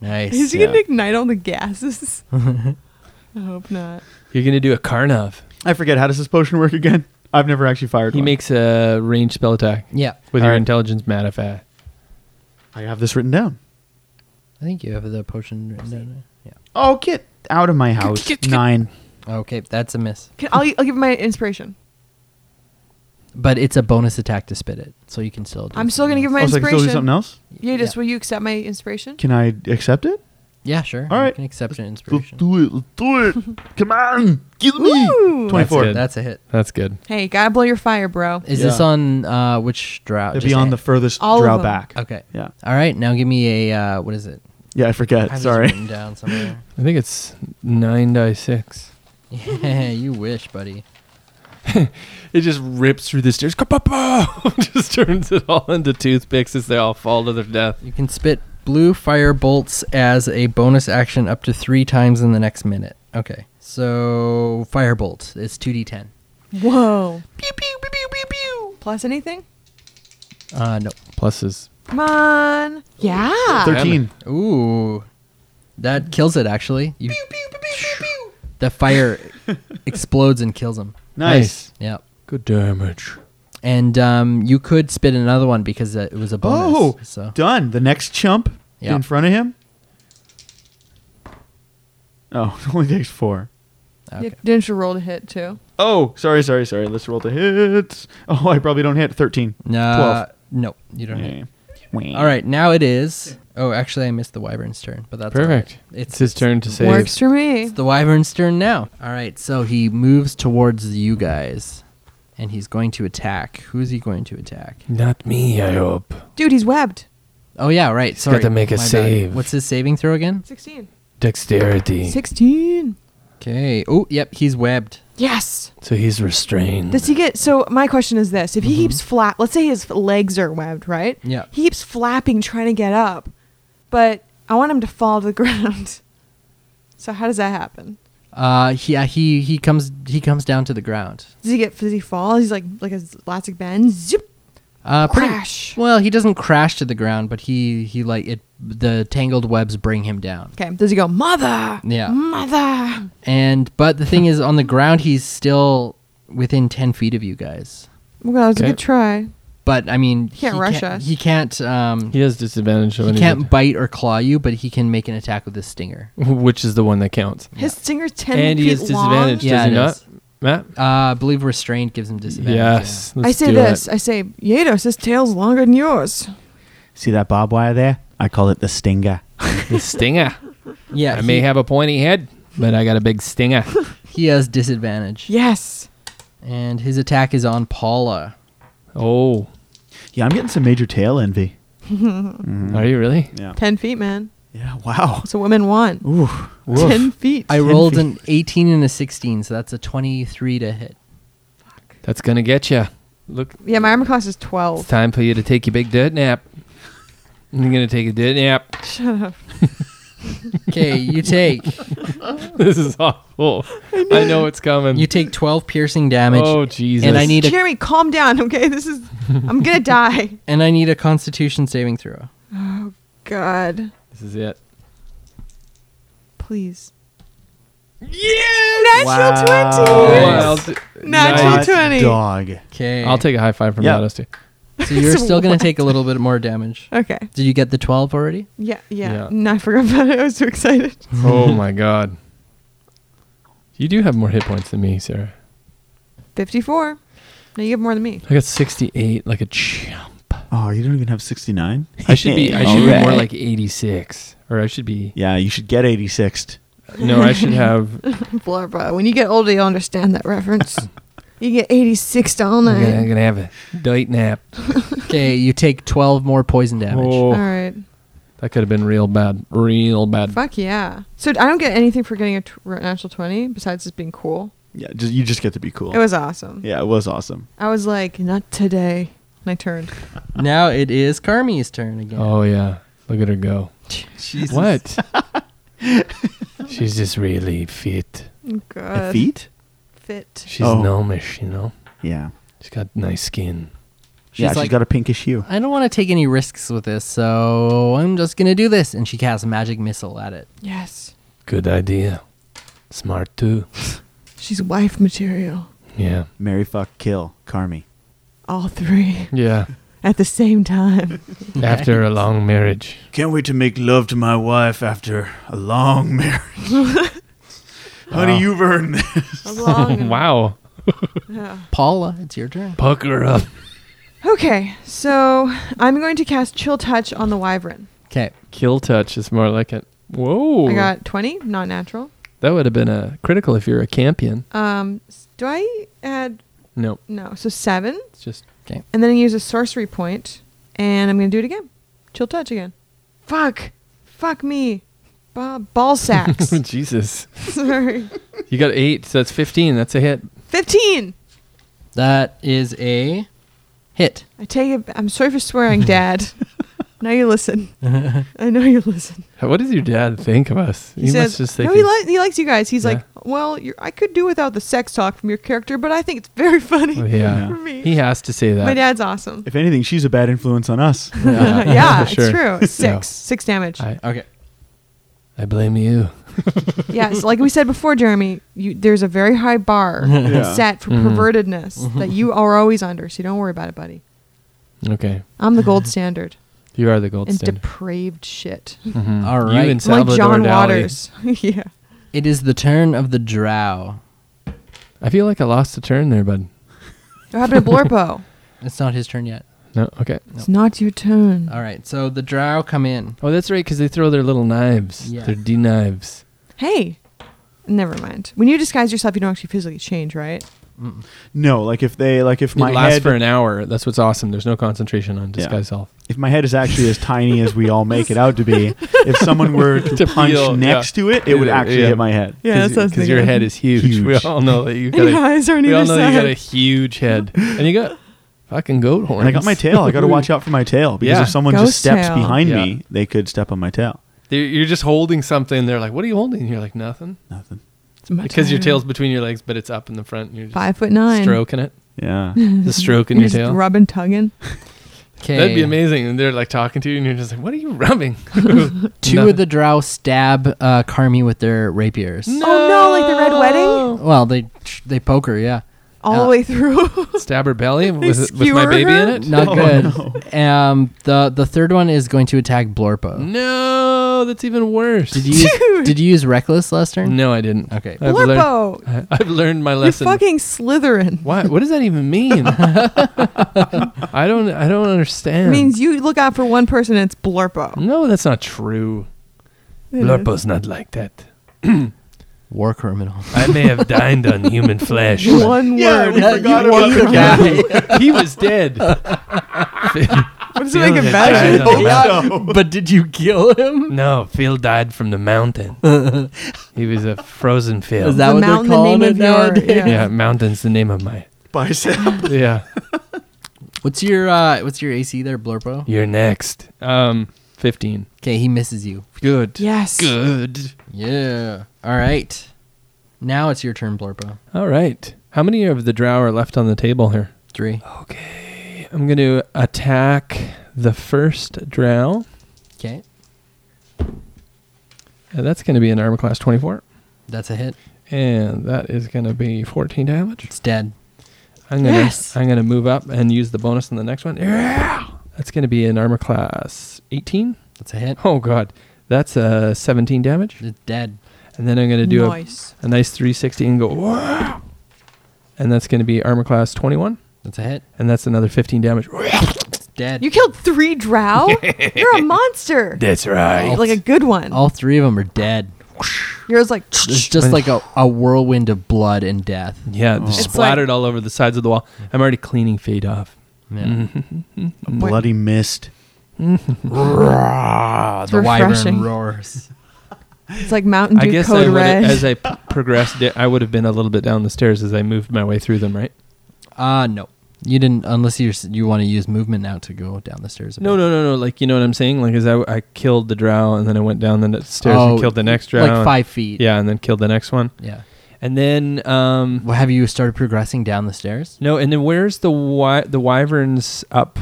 Speaker 3: Nice.
Speaker 2: Is he
Speaker 8: Yeah.
Speaker 2: gonna ignite all the gases? I hope not.
Speaker 7: You're gonna do a Karnov.
Speaker 8: I forget, how does this potion work again? I've never actually fired
Speaker 7: He
Speaker 8: one.
Speaker 7: makes a ranged spell attack
Speaker 3: yeah.
Speaker 7: with your
Speaker 8: Alright.
Speaker 7: intelligence modifier.
Speaker 8: I have this written down.
Speaker 3: I think you have the potion written down.
Speaker 8: Oh, get out of my house. Nine.
Speaker 3: there. Okay, that's a miss.
Speaker 2: Can, I'll, I'll give my inspiration.
Speaker 3: But it's a bonus attack to spit it, so you can still do
Speaker 2: I'm still gonna
Speaker 3: something
Speaker 2: give
Speaker 8: Oh,
Speaker 2: my
Speaker 8: so I can
Speaker 2: inspiration.
Speaker 8: still do something else?
Speaker 2: Yeah, just
Speaker 3: Yeah.
Speaker 2: will you accept my inspiration?
Speaker 8: Can I accept it?
Speaker 3: else. Yeah, sure.
Speaker 8: All
Speaker 3: you
Speaker 8: right.
Speaker 3: can accept an
Speaker 6: Let's
Speaker 3: inspiration.
Speaker 6: do it. Let's do it. Come on. Give me.
Speaker 2: Ooh.
Speaker 8: 24.
Speaker 7: good.
Speaker 3: That's a hit.
Speaker 7: That's good.
Speaker 2: Hey, gotta blow your fire, bro.
Speaker 3: Is
Speaker 8: Yeah.
Speaker 3: this on uh, which drought?
Speaker 8: They'd be on the furthest
Speaker 2: All of
Speaker 8: drow
Speaker 2: them.
Speaker 8: back.
Speaker 3: Okay.
Speaker 8: Yeah.
Speaker 3: All right. Now give me a uh, what is it?
Speaker 8: Yeah, I
Speaker 3: I
Speaker 8: forget.
Speaker 3: have this
Speaker 8: Sorry.
Speaker 3: written down somewhere.
Speaker 7: I think it's nine die six.
Speaker 3: yeah, you wish, buddy.
Speaker 7: It just rips through the stairs. Kapow! just turns it all into toothpicks as they all fall to their death.
Speaker 3: You can spit blue fire bolts as a bonus action up to three times in the next minute. Okay. So firebolt is two d ten.
Speaker 2: Whoa. Pew pew pew pew pew pew. Plus anything?
Speaker 3: Uh no.
Speaker 7: Pluses.
Speaker 2: Come on. Yeah.
Speaker 8: 13.
Speaker 3: Ooh, that kills it. Actually, you, the fire explodes and kills him.
Speaker 8: Nice.
Speaker 3: Yeah.
Speaker 7: Good damage.
Speaker 3: And um, you could spit another one because uh, it was a bonus.
Speaker 8: Oh,
Speaker 3: so
Speaker 8: done. The next chump
Speaker 3: Yeah.
Speaker 8: in front of him. Oh, it only takes four.
Speaker 3: okay.
Speaker 2: Yeah, Didn't you roll to hit too?
Speaker 8: Oh, sorry, sorry, sorry. Let's roll the hits. Oh, I probably don't hit. 13.
Speaker 3: Uh, no, you don't. hit.
Speaker 8: Yeah.
Speaker 3: All right, now it is. Oh, actually, I missed the Wyvern's turn, but that's all
Speaker 7: Perfect.
Speaker 3: right.
Speaker 7: It's his turn to save.
Speaker 2: Works for me.
Speaker 3: It's the Wyvern's turn now. All right, so he moves towards you guys, and he's going to attack. Who's he going to attack?
Speaker 7: Not me, I hope.
Speaker 2: Dude, he's webbed.
Speaker 3: Oh yeah, right.
Speaker 7: got
Speaker 3: Sorry,
Speaker 7: to make a
Speaker 3: my bad.
Speaker 7: save.
Speaker 3: What's his saving throw again?
Speaker 2: 16.
Speaker 7: Dexterity.
Speaker 2: 16.
Speaker 3: Okay. Oh, yep, he's webbed.
Speaker 2: Yes.
Speaker 7: So he's restrained.
Speaker 2: Does he get so my question is this.
Speaker 7: Mm-hmm.
Speaker 2: If he keeps flap let's say his legs are webbed, right?
Speaker 3: Yeah.
Speaker 2: He keeps flapping trying to get up. But I want him to fall to the ground. So how does that happen?
Speaker 3: Uh, he- yeah, he he comes he comes down to the ground.
Speaker 2: Does he get does he fall? He's like like a elastic band. Zip.
Speaker 3: Uh, pretty,
Speaker 2: Crash.
Speaker 3: Well, he doesn't crash to the ground, but he he like it. The tangled webs bring him down.
Speaker 2: Okay. Does he go, Mother?
Speaker 3: Yeah.
Speaker 2: Mother. Oh
Speaker 3: And but the thing is, on the ground, he's still within ten feet of you guys.
Speaker 2: Well, that was
Speaker 7: Okay.
Speaker 2: a good try.
Speaker 3: But I mean,
Speaker 2: Can't
Speaker 3: he
Speaker 2: rush
Speaker 3: can't,
Speaker 2: us.
Speaker 3: He can't. Um,
Speaker 7: He has disadvantage.
Speaker 3: he can't bite or claw you, but he can make an attack with his stinger.
Speaker 7: which is the one that counts.
Speaker 2: His stinger's ten
Speaker 7: And
Speaker 2: feet
Speaker 7: he has
Speaker 2: long.
Speaker 7: disadvantage,
Speaker 3: Yeah,
Speaker 7: does he
Speaker 3: it
Speaker 7: not?
Speaker 3: is.
Speaker 7: Matt?
Speaker 3: Uh, I believe restraint gives him disadvantage. yeah.
Speaker 7: yes.
Speaker 2: I
Speaker 7: let's
Speaker 2: say
Speaker 7: do
Speaker 2: this.
Speaker 7: it.
Speaker 2: I say, Yados, his tail's longer than yours.
Speaker 8: See that bob wire there? I call it the stinger.
Speaker 7: The stinger.
Speaker 3: Yeah.
Speaker 7: I
Speaker 3: he,
Speaker 7: may have a pointy head, but I got a big stinger.
Speaker 3: he has disadvantage.
Speaker 2: Yes.
Speaker 3: And his attack is on Paula.
Speaker 7: oh.
Speaker 8: Yeah, I'm getting some major tail envy.
Speaker 7: Are you really?
Speaker 2: Ten feet, man.
Speaker 8: Yeah, wow.
Speaker 2: That's what women want.
Speaker 8: Ooh.
Speaker 2: Ten feet.
Speaker 3: I
Speaker 8: 10
Speaker 3: rolled
Speaker 8: feet.
Speaker 3: an 18 and a 16, so that's a 23 to hit.
Speaker 7: That's going to get you. Look,
Speaker 2: yeah, my armor class is
Speaker 7: it's
Speaker 2: twelve.
Speaker 7: time for you to take your big dirt nap. You're going to take a dirt nap.
Speaker 2: Shut up.
Speaker 3: Okay, you take
Speaker 7: This is awful. I know it's coming.
Speaker 3: you take 12 piercing damage,
Speaker 7: oh, Jesus.
Speaker 3: and I need a
Speaker 2: Jeremy, calm down, okay? This is I'm gonna die.
Speaker 3: and I need a Constitution saving throw.
Speaker 2: God.
Speaker 7: This is it.
Speaker 2: Please. Natural
Speaker 8: Wow.
Speaker 7: Wild.
Speaker 2: twenty. Natural
Speaker 8: Hot
Speaker 2: twenty.
Speaker 8: Dog.
Speaker 3: Okay.
Speaker 7: I'll take a high five from
Speaker 8: Yeah.
Speaker 7: Lotus too.
Speaker 3: So you're
Speaker 2: So
Speaker 3: still going
Speaker 2: what?
Speaker 3: to take a little bit more damage.
Speaker 2: Okay.
Speaker 3: Did you get the 12 already?
Speaker 2: Yeah, yeah.
Speaker 7: Yeah.
Speaker 2: No, I forgot about it. I was so excited.
Speaker 7: Oh my god. You do have more hit points than me, Sarah.
Speaker 2: Fifty-four. No, you have more than me.
Speaker 7: I got 68 like a chump.
Speaker 8: Oh, you don't even have 69?
Speaker 7: I should be I should be
Speaker 8: Alright.
Speaker 7: more like 86 or I should be
Speaker 8: Yeah, you should get 86th.
Speaker 7: No, I should have
Speaker 2: Blah blah. When you get older, you'll understand that reference. you get eighty-six all
Speaker 7: I'm gonna, I'm
Speaker 2: night.
Speaker 7: gonna have a night nap.
Speaker 3: Okay, you take 12 more poison damage.
Speaker 2: All
Speaker 7: Oh,
Speaker 2: right.
Speaker 7: that could have been real bad. Real bad.
Speaker 2: Fuck yeah. So I don't get anything for getting a t- natural twenty besides just being cool.
Speaker 8: Yeah, just, you just get to be cool.
Speaker 2: It was awesome.
Speaker 8: yeah, it was awesome.
Speaker 2: I was like, not today. And I turned.
Speaker 3: Now it is Carmi's turn again.
Speaker 7: Oh yeah. Look at her go. What? She's just really fit.
Speaker 2: God.
Speaker 8: feet?
Speaker 2: Fit.
Speaker 7: She's
Speaker 8: Oh.
Speaker 7: gnomish, you know.
Speaker 8: Yeah.
Speaker 7: She's got nice skin.
Speaker 3: She's
Speaker 8: yeah, she's
Speaker 3: like-
Speaker 8: got a pinkish hue.
Speaker 3: I don't want to take any risks with this, so I'm just going to do this. And she casts a magic missile at it.
Speaker 2: Yes.
Speaker 7: Good idea. Smart too.
Speaker 2: She's wife material.
Speaker 7: Yeah.
Speaker 8: Mary fuck kill Carmi.
Speaker 2: All three
Speaker 7: Yeah.
Speaker 2: at the same time.
Speaker 7: After a long marriage.
Speaker 8: Can't wait to make love to my wife after a long marriage.
Speaker 7: Wow.
Speaker 8: Honey, you've earned this.
Speaker 2: Along.
Speaker 7: Wow.
Speaker 2: Yeah.
Speaker 3: Paula, it's your turn.
Speaker 7: Pucker up.
Speaker 2: Okay, so I'm going to cast Chill Touch on the Wyvern.
Speaker 3: Okay.
Speaker 7: Kill touch is more like it. Whoa.
Speaker 2: I got 20, not natural.
Speaker 7: that would have been a critical if you're a campion.
Speaker 2: Um, s- do I add?
Speaker 7: No.
Speaker 2: No, so seven,
Speaker 7: It's just
Speaker 2: and then I use a sorcery point, and I'm going to do it again. Chill Touch again. Fuck, fuck me, ba- ball sacks.
Speaker 7: Jesus.
Speaker 2: Sorry,
Speaker 7: You got eight, so that's fifteen. That's a hit.
Speaker 2: fifteen.
Speaker 3: That is a hit.
Speaker 2: I tell you, I'm sorry for swearing, Dad. now you listen. I know you listen.
Speaker 7: What does your dad think of us?
Speaker 2: He, says, no, he, li- he likes you guys. He's
Speaker 7: Yeah.
Speaker 2: like, well, you're, I could do without the sex talk from your character, but I think it's very funny
Speaker 7: Oh, yeah.
Speaker 2: for me.
Speaker 7: He has to say that.
Speaker 2: My dad's awesome.
Speaker 8: If anything, she's a bad influence on us.
Speaker 2: Yeah,
Speaker 7: For
Speaker 2: it's
Speaker 7: sure.
Speaker 2: true. It's Six, six damage.
Speaker 7: I,
Speaker 3: Okay.
Speaker 7: I blame you.
Speaker 2: yeah, so like we said before, Jeremy, you, there's a very high bar
Speaker 8: Yeah.
Speaker 2: set for
Speaker 7: Mm-hmm.
Speaker 2: pervertedness that you are always under. So don't worry about it, buddy.
Speaker 7: Okay.
Speaker 2: I'm the gold standard
Speaker 7: You are the gold
Speaker 2: and
Speaker 7: standard.
Speaker 2: depraved shit.
Speaker 7: Mhm.
Speaker 3: All
Speaker 7: You
Speaker 3: right.
Speaker 7: and
Speaker 2: I'm
Speaker 7: Salvador
Speaker 2: like John
Speaker 7: Dali.
Speaker 2: Waters. yeah.
Speaker 3: It is the turn of the drow.
Speaker 7: I feel like I lost a turn there, bud.
Speaker 2: What happened to Blorpo?
Speaker 3: It's not his turn yet.
Speaker 7: No. Okay.
Speaker 2: It's not your turn.
Speaker 7: Uh,
Speaker 3: All right. So the drow come in.
Speaker 7: Oh, that's right, because they throw their little knives.
Speaker 3: Yeah.
Speaker 7: Their D knives.
Speaker 2: Hey, never mind. When you disguise yourself, you don't actually physically change, right?
Speaker 8: No, like if they like if my
Speaker 7: it lasts
Speaker 8: head
Speaker 7: for an hour. That's what's awesome. There's no concentration on disguise
Speaker 8: Yeah.
Speaker 7: self.
Speaker 8: if my head is actually as tiny as we all make it out to be, if someone were to,
Speaker 7: To
Speaker 8: punch
Speaker 7: feel,
Speaker 8: next to it, it would
Speaker 7: Yeah.
Speaker 8: actually
Speaker 7: Yeah.
Speaker 8: hit my head.
Speaker 2: Yeah, that's what I was
Speaker 7: Because your
Speaker 2: thinking.
Speaker 7: head is huge. We
Speaker 8: Huge.
Speaker 7: all know that you
Speaker 2: And
Speaker 7: got
Speaker 2: your
Speaker 7: a,
Speaker 2: eyes are on
Speaker 7: we all
Speaker 2: either
Speaker 7: know you got
Speaker 2: side.
Speaker 7: a huge head, and you got fucking goat horns.
Speaker 8: And I got my tail. I got to watch out for my tail because
Speaker 7: Yeah.
Speaker 8: if someone
Speaker 2: Ghost
Speaker 8: just steps
Speaker 2: tail.
Speaker 8: behind
Speaker 7: Yeah.
Speaker 8: me, they could step on my tail.
Speaker 7: They're- You're just holding something. They're like, "What are you holding?" You're like, "Nothing,"
Speaker 8: Nothing.
Speaker 2: It's my
Speaker 7: because your
Speaker 2: turn.
Speaker 7: tail's between your legs, but it's up in the front. And you're just
Speaker 2: five foot nine.
Speaker 7: stroking it,
Speaker 8: Yeah.
Speaker 7: the stroke in
Speaker 2: You're
Speaker 7: your
Speaker 2: just
Speaker 7: tail.
Speaker 2: rubbing, tugging.
Speaker 3: Okay.
Speaker 7: That'd be amazing. And they're like talking to you, and you're just like, "What are you rubbing?"
Speaker 3: Two
Speaker 7: Nothing.
Speaker 3: of the drow stab uh, Carmi with their rapiers.
Speaker 7: Hmm.
Speaker 2: Oh no, like the red wedding,
Speaker 3: Well, they they poke her, yeah.
Speaker 2: all the
Speaker 3: Yeah.
Speaker 2: way through.
Speaker 7: Stab her belly with, with my
Speaker 2: skewer
Speaker 7: baby in
Speaker 2: her?
Speaker 7: it.
Speaker 3: Not good. Um, the the third one is going to attack Blorpo.
Speaker 7: No, that's even worse.
Speaker 3: Did you use, did you use reckless last
Speaker 8: Mm.
Speaker 3: turn?
Speaker 7: No, I didn't.
Speaker 3: Okay.
Speaker 7: I've learned,
Speaker 2: Blurpo,
Speaker 7: I've learned my
Speaker 2: you're
Speaker 7: lesson.
Speaker 2: fucking Slytherin.
Speaker 7: Why? What does that even mean? I don't. I don't understand.
Speaker 2: It means you look out for one person, and it's Blurpo.
Speaker 7: no, that's not true.
Speaker 2: It is.
Speaker 7: Blurpo's not like that.
Speaker 3: War criminal.
Speaker 7: I may have dined on human flesh. but
Speaker 2: One
Speaker 8: Yeah,
Speaker 2: word.
Speaker 8: we forgot about the
Speaker 7: he was dead.
Speaker 2: What does it make it
Speaker 7: Dylan
Speaker 2: bad?
Speaker 7: died on the mountain.
Speaker 3: but did you kill him?
Speaker 7: No, Phil died from the mountain. He was a frozen Phil.
Speaker 3: Is that
Speaker 2: The
Speaker 3: what they're
Speaker 2: mountain, the
Speaker 3: calling
Speaker 2: name
Speaker 3: it
Speaker 2: of your.
Speaker 3: nowadays?
Speaker 2: Yeah.
Speaker 7: yeah, mountain's the name of my.
Speaker 8: Bicep.
Speaker 7: Yeah,
Speaker 3: What's your uh, what's your AC there, Blurpo?
Speaker 7: you're next. Um, fifteen.
Speaker 3: Okay, he misses you.
Speaker 7: Good.
Speaker 2: Yes.
Speaker 7: Good.
Speaker 3: Yeah. All right. Now it's your turn, Blurpo.
Speaker 7: All right. How many of the drow are left on the table here?
Speaker 3: Three.
Speaker 7: I'm going to attack the first drow.
Speaker 3: Okay.
Speaker 7: Uh, that's going to be an armor class 24.
Speaker 3: That's a hit.
Speaker 7: and that is going to be 14 damage.
Speaker 3: It's dead.
Speaker 7: I'm gonna
Speaker 2: Yes.
Speaker 7: I'm gonna move up and use the bonus on the next one. Yeah, that's gonna be an armor class 18.
Speaker 3: That's a hit.
Speaker 7: Oh god, that's uh 17 damage.
Speaker 3: It's dead.
Speaker 7: And then I'm gonna do a,
Speaker 2: nice.
Speaker 7: a nice 360 and go wow, and that's gonna be armor class 21,
Speaker 3: That's a hit.
Speaker 7: and that's another 15 damage. Oh,
Speaker 3: It's dead.
Speaker 2: You killed three drow. You're a monster.
Speaker 1: That's right.
Speaker 2: Like a good one.
Speaker 3: All three of them are dead.
Speaker 2: Yours like
Speaker 3: It's just like a, a whirlwind of blood and death.
Speaker 7: Yeah, just
Speaker 2: It's
Speaker 7: splattered all over the sides of the wall. I'm already cleaning Fade off.
Speaker 3: Yeah.
Speaker 8: A bloody mist.
Speaker 3: Rah, the
Speaker 2: refreshing.
Speaker 3: wyvern roars.
Speaker 2: it's like Mountain Dew
Speaker 7: I guess I
Speaker 2: Code
Speaker 7: would
Speaker 2: Red.
Speaker 7: as I p- progressed, di- I would have been a little bit down the stairs as I moved my way through them, right?
Speaker 3: Uh no. You didn't unless you you want to use movement now to go down the stairs. a
Speaker 7: No,
Speaker 3: bit.
Speaker 7: no, no, no. Like you know what I'm saying? Like is I, I killed the drow and then I went down the next stairs
Speaker 3: Oh,
Speaker 7: and killed the next drow.
Speaker 3: Like
Speaker 7: and-
Speaker 3: five feet.
Speaker 7: Yeah, and then killed the next one.
Speaker 3: Yeah.
Speaker 7: And then um
Speaker 3: Well, have you started progressing down the stairs?
Speaker 7: no, and then where's the wi- the wyverns up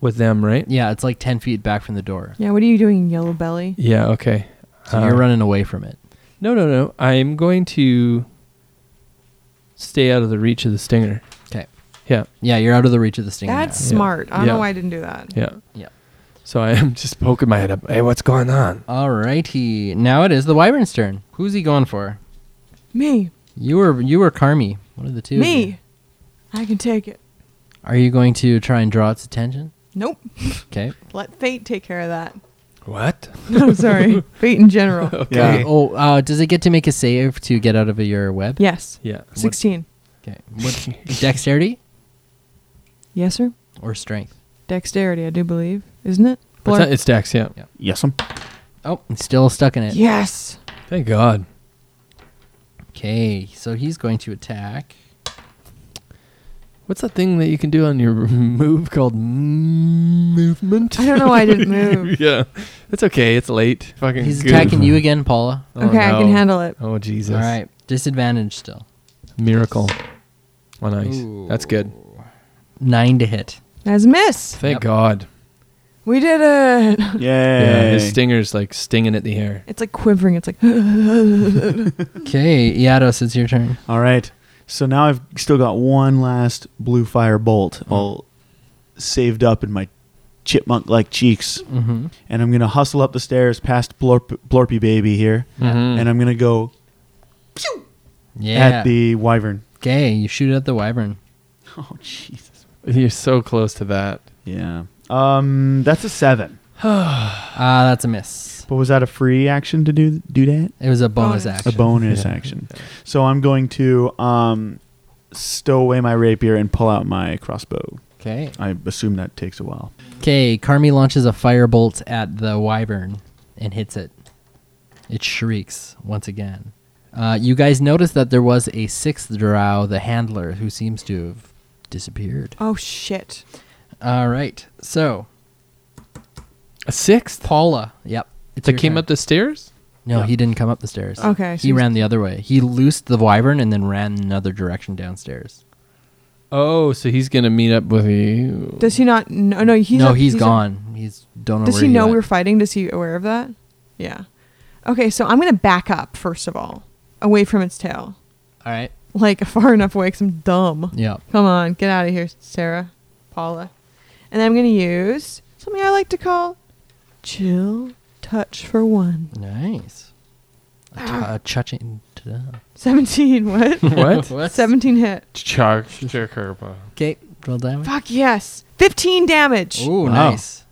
Speaker 7: with them, right?
Speaker 3: Yeah, it's like ten feet back from the door.
Speaker 2: yeah, what are you doing, Yellow Belly?
Speaker 7: Yeah, okay.
Speaker 3: So
Speaker 7: Uh,
Speaker 3: you're running away from it.
Speaker 7: No, no, no. I'm going to stay out of the reach of the stinger.
Speaker 3: Okay.
Speaker 7: Yeah.
Speaker 3: Yeah, you're out of the reach of the stinger.
Speaker 2: That's
Speaker 7: Yeah.
Speaker 2: smart. I don't know
Speaker 7: Yeah.
Speaker 2: why I didn't do that.
Speaker 7: Yeah.
Speaker 3: Yeah.
Speaker 7: So I am just poking my head up. Hey, what's going on?
Speaker 3: now. Alrighty. Now it is the wyvern's turn. Who's he going for?
Speaker 2: Me,
Speaker 3: You were you were Carmi. One of the two. of you.
Speaker 2: me, I can take it.
Speaker 3: Are you going to try and draw its attention?
Speaker 2: Nope.
Speaker 3: Okay.
Speaker 2: Let fate take care of that.
Speaker 7: What?
Speaker 2: No, sorry. fate in general.
Speaker 8: Yeah.
Speaker 3: Oh, uh, does it get to make a save to get out of your web?
Speaker 2: Yes.
Speaker 7: Yeah.
Speaker 2: Sixteen.
Speaker 3: Okay. What, dexterity
Speaker 2: Yes, sir.
Speaker 3: or strength?
Speaker 2: Dexterity, I do believe, isn't it?
Speaker 7: What's
Speaker 2: Blur-
Speaker 7: that? It's Dex, yeah.
Speaker 3: Yeah.
Speaker 8: Yes, um,
Speaker 3: Oh, it's still stuck in it.
Speaker 2: yes.
Speaker 7: Thank God.
Speaker 3: Okay, so he's going to attack.
Speaker 7: What's that thing that you can do on your move called m- movement?
Speaker 2: I don't know why I didn't move.
Speaker 7: yeah, it's okay. It's late. Fucking.
Speaker 3: He's
Speaker 7: goof.
Speaker 3: attacking you again, Paula.
Speaker 7: Oh,
Speaker 2: Okay, I can
Speaker 7: no.
Speaker 2: handle it.
Speaker 7: Oh Jesus!
Speaker 3: All right, disadvantage still.
Speaker 7: Miracle on ice. That's good.
Speaker 3: Nine to hit.
Speaker 2: As miss,
Speaker 7: Thank
Speaker 3: Yep.
Speaker 7: God.
Speaker 2: we did it.
Speaker 7: Yeah,
Speaker 8: Yay.
Speaker 7: his stinger's like stinging at the hair.
Speaker 2: It's like quivering. It's like
Speaker 3: Okay, Iados, it's your turn.
Speaker 8: All right. So now I've still got one last blue fire bolt
Speaker 7: Mm-hmm.
Speaker 8: all saved up in my chipmunk like cheeks.
Speaker 3: Mm-hmm.
Speaker 8: And I'm going to hustle up the stairs past Blorp- Blorpy Baby here.
Speaker 2: Hmm.
Speaker 8: And I'm going to go
Speaker 3: Yeah.
Speaker 8: at the wyvern.
Speaker 3: okay, you shoot at the wyvern.
Speaker 8: Oh, Jesus.
Speaker 7: You're so close to that.
Speaker 8: Yeah. Um, that's a seven.
Speaker 3: Ah, that's a miss.
Speaker 8: But was that a free action to do do that?
Speaker 3: It was a bonus,
Speaker 2: Bonus.
Speaker 8: A
Speaker 3: action.
Speaker 8: bonus action. So I'm going to um, stow away my rapier and pull out my crossbow.
Speaker 3: okay.
Speaker 8: I assume that takes a while.
Speaker 3: Okay, Carmi launches a firebolt at the wyvern and hits it. It shrieks once again. Uh, you guys notice that there was a sixth drow, the handler, who seems to have disappeared.
Speaker 2: oh shit.
Speaker 3: All right, so
Speaker 7: A sixth
Speaker 3: Paula. Yep. It's
Speaker 7: that
Speaker 3: your
Speaker 7: came
Speaker 3: turn.
Speaker 7: up the stairs.
Speaker 3: No, he didn't come up the stairs.
Speaker 2: Okay, so
Speaker 3: He
Speaker 2: he's-
Speaker 3: ran the other way. He loosed the wyvern and then ran another direction downstairs.
Speaker 7: Oh, so he's gonna meet up with you.
Speaker 2: Does he not? oh, No, no, he's
Speaker 3: no,
Speaker 2: not-
Speaker 3: he's
Speaker 2: not-
Speaker 3: gone. he's don't know.
Speaker 2: Does
Speaker 3: where
Speaker 2: he know
Speaker 3: went.
Speaker 2: we're fighting? Does he aware of that? Yeah. Okay, so I'm gonna back up first of all, away from its tail,
Speaker 3: All right.
Speaker 2: like far enough away. Cause I'm dumb.
Speaker 3: Yeah.
Speaker 2: Come on, get out of here, Sarah, Paula, and I'm gonna use something I like to call chill touch for one.
Speaker 3: Nice. A tu-
Speaker 2: Ah.
Speaker 3: a touching. ta-
Speaker 2: Seventeen. What?
Speaker 7: what?
Speaker 2: Seventeen hit.
Speaker 7: Char- Chakarpa.
Speaker 3: Okay. Roll damage.
Speaker 2: Fuck yes. Fifteen damage.
Speaker 3: Oh,
Speaker 8: Wow.
Speaker 3: nice.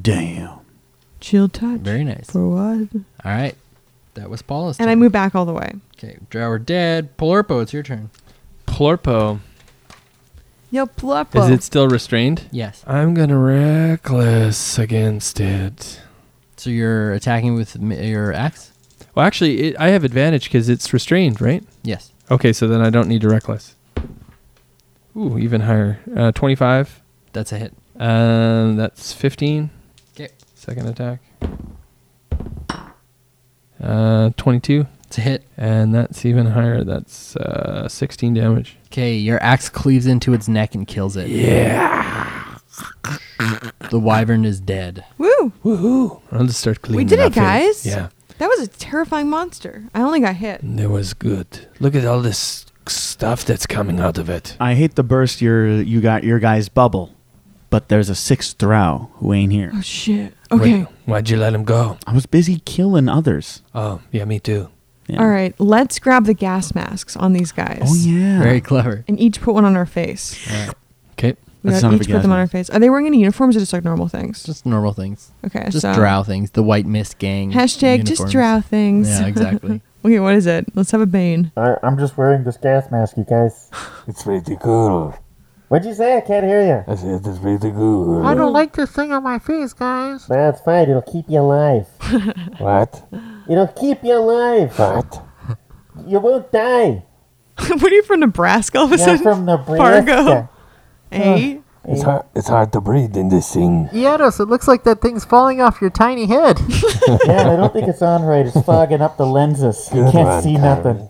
Speaker 8: Damn.
Speaker 2: Chill touch.
Speaker 3: Very nice.
Speaker 2: For what?
Speaker 3: All right. That was Paula's.
Speaker 2: And I move back all the way.
Speaker 3: Okay. Drow are dead. Polorpo, it's your turn.
Speaker 7: Plorpo.
Speaker 2: Yo, Pluppo.
Speaker 7: Is it still restrained?
Speaker 3: Yes.
Speaker 7: I'm gonna reckless against it.
Speaker 3: So you're attacking with m- your axe.
Speaker 7: Well, actually, it, I have advantage because it's restrained, right?
Speaker 3: Yes.
Speaker 7: Okay, so then I don't need to reckless. Ooh, even higher. Uh, 25.
Speaker 3: That's a hit.
Speaker 7: Um, that's 15.
Speaker 3: Okay.
Speaker 7: Second attack. Uh, 22.
Speaker 3: It's a hit.
Speaker 7: And that's even higher. That's uh, 16 damage.
Speaker 3: Okay, your axe cleaves into its neck and kills it. Yeah. The wyvern is dead.
Speaker 2: Woo.
Speaker 7: Woohoo! I'll just start cleaning
Speaker 2: did it,
Speaker 7: up here.
Speaker 2: guys.
Speaker 7: Yeah.
Speaker 2: That was a terrifying monster. I only got hit.
Speaker 7: That was good. Look at all this stuff that's coming out of it.
Speaker 8: I hate to burst your you got your guys bubble, but there's a sixth drow who ain't here.
Speaker 2: Oh shit. Okay.
Speaker 7: why'd you let him go?
Speaker 8: I was busy killing others.
Speaker 7: Oh, yeah, me too.
Speaker 8: Yeah.
Speaker 2: All right. Let's grab the gas masks on these guys.
Speaker 8: Oh yeah.
Speaker 3: Very clever.
Speaker 2: And each put one on our face.
Speaker 7: Okay.
Speaker 2: We
Speaker 8: That's
Speaker 2: gotta
Speaker 8: not a
Speaker 2: each
Speaker 8: big
Speaker 2: put them on
Speaker 8: gas
Speaker 2: our
Speaker 8: mask.
Speaker 2: face. Are they wearing any uniforms or just like normal things?
Speaker 3: Just normal things.
Speaker 2: okay.
Speaker 3: Just
Speaker 2: so-
Speaker 3: drow things. The white mist gang.
Speaker 2: Hashtag just
Speaker 3: uniforms.
Speaker 2: drow things.
Speaker 3: Yeah, exactly.
Speaker 2: okay, what is it? Let's have a bane.
Speaker 10: I, I'm just wearing this gas mask, you guys. It's pretty cool. What'd you say? I can't hear you. I said it's pretty cool. I don't like this thing on my face, guys. That's fine. It'll keep you alive. what? It'll keep you alive. What? You won't die.
Speaker 2: what are you from Nebraska all of a
Speaker 10: You're
Speaker 2: sudden?
Speaker 10: from
Speaker 2: Fargo.
Speaker 10: Nebraska.
Speaker 2: eh?
Speaker 10: It's hard, it's hard to breathe in this thing.
Speaker 11: Yodos, it looks like that thing's falling off your tiny head.
Speaker 10: yeah, I don't think it's on right. It's fogging up the lenses. You can't see nothing.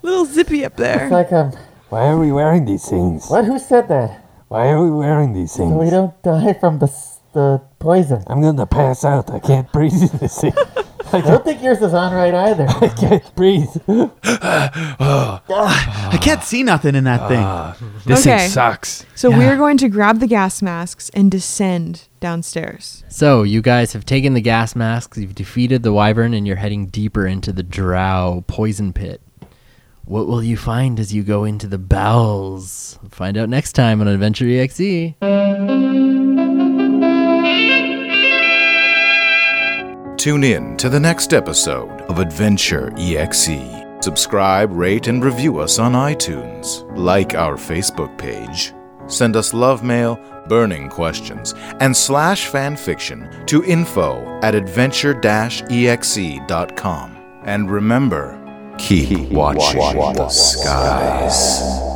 Speaker 2: Little zippy up there.
Speaker 10: Like um,
Speaker 11: Why are we wearing these things?
Speaker 10: what? Who said that?
Speaker 11: Why are we wearing these things?
Speaker 10: We don't die from the s- the poison.
Speaker 11: I'm gonna pass out. I can't breathe in this thing.
Speaker 10: I don't think yours is on right either.
Speaker 11: I can't breathe.
Speaker 8: I can't see nothing in that thing.
Speaker 7: This
Speaker 2: Okay.
Speaker 7: thing sucks.
Speaker 2: So we're going to grab the gas masks and descend downstairs.
Speaker 3: So you guys have taken the gas masks, you've defeated the wyvern, and you're heading deeper into the drow poison pit. What will you find as you go into the bowels? Find out next time on Adventure E EXE.
Speaker 1: Tune in to the next episode of Adventure EXE. Subscribe, rate, and review us on iTunes. Like our Facebook page. Send us love mail, burning questions, and slash fan fiction to info at E adventure exe.com. And remember, keep, watching, the skies.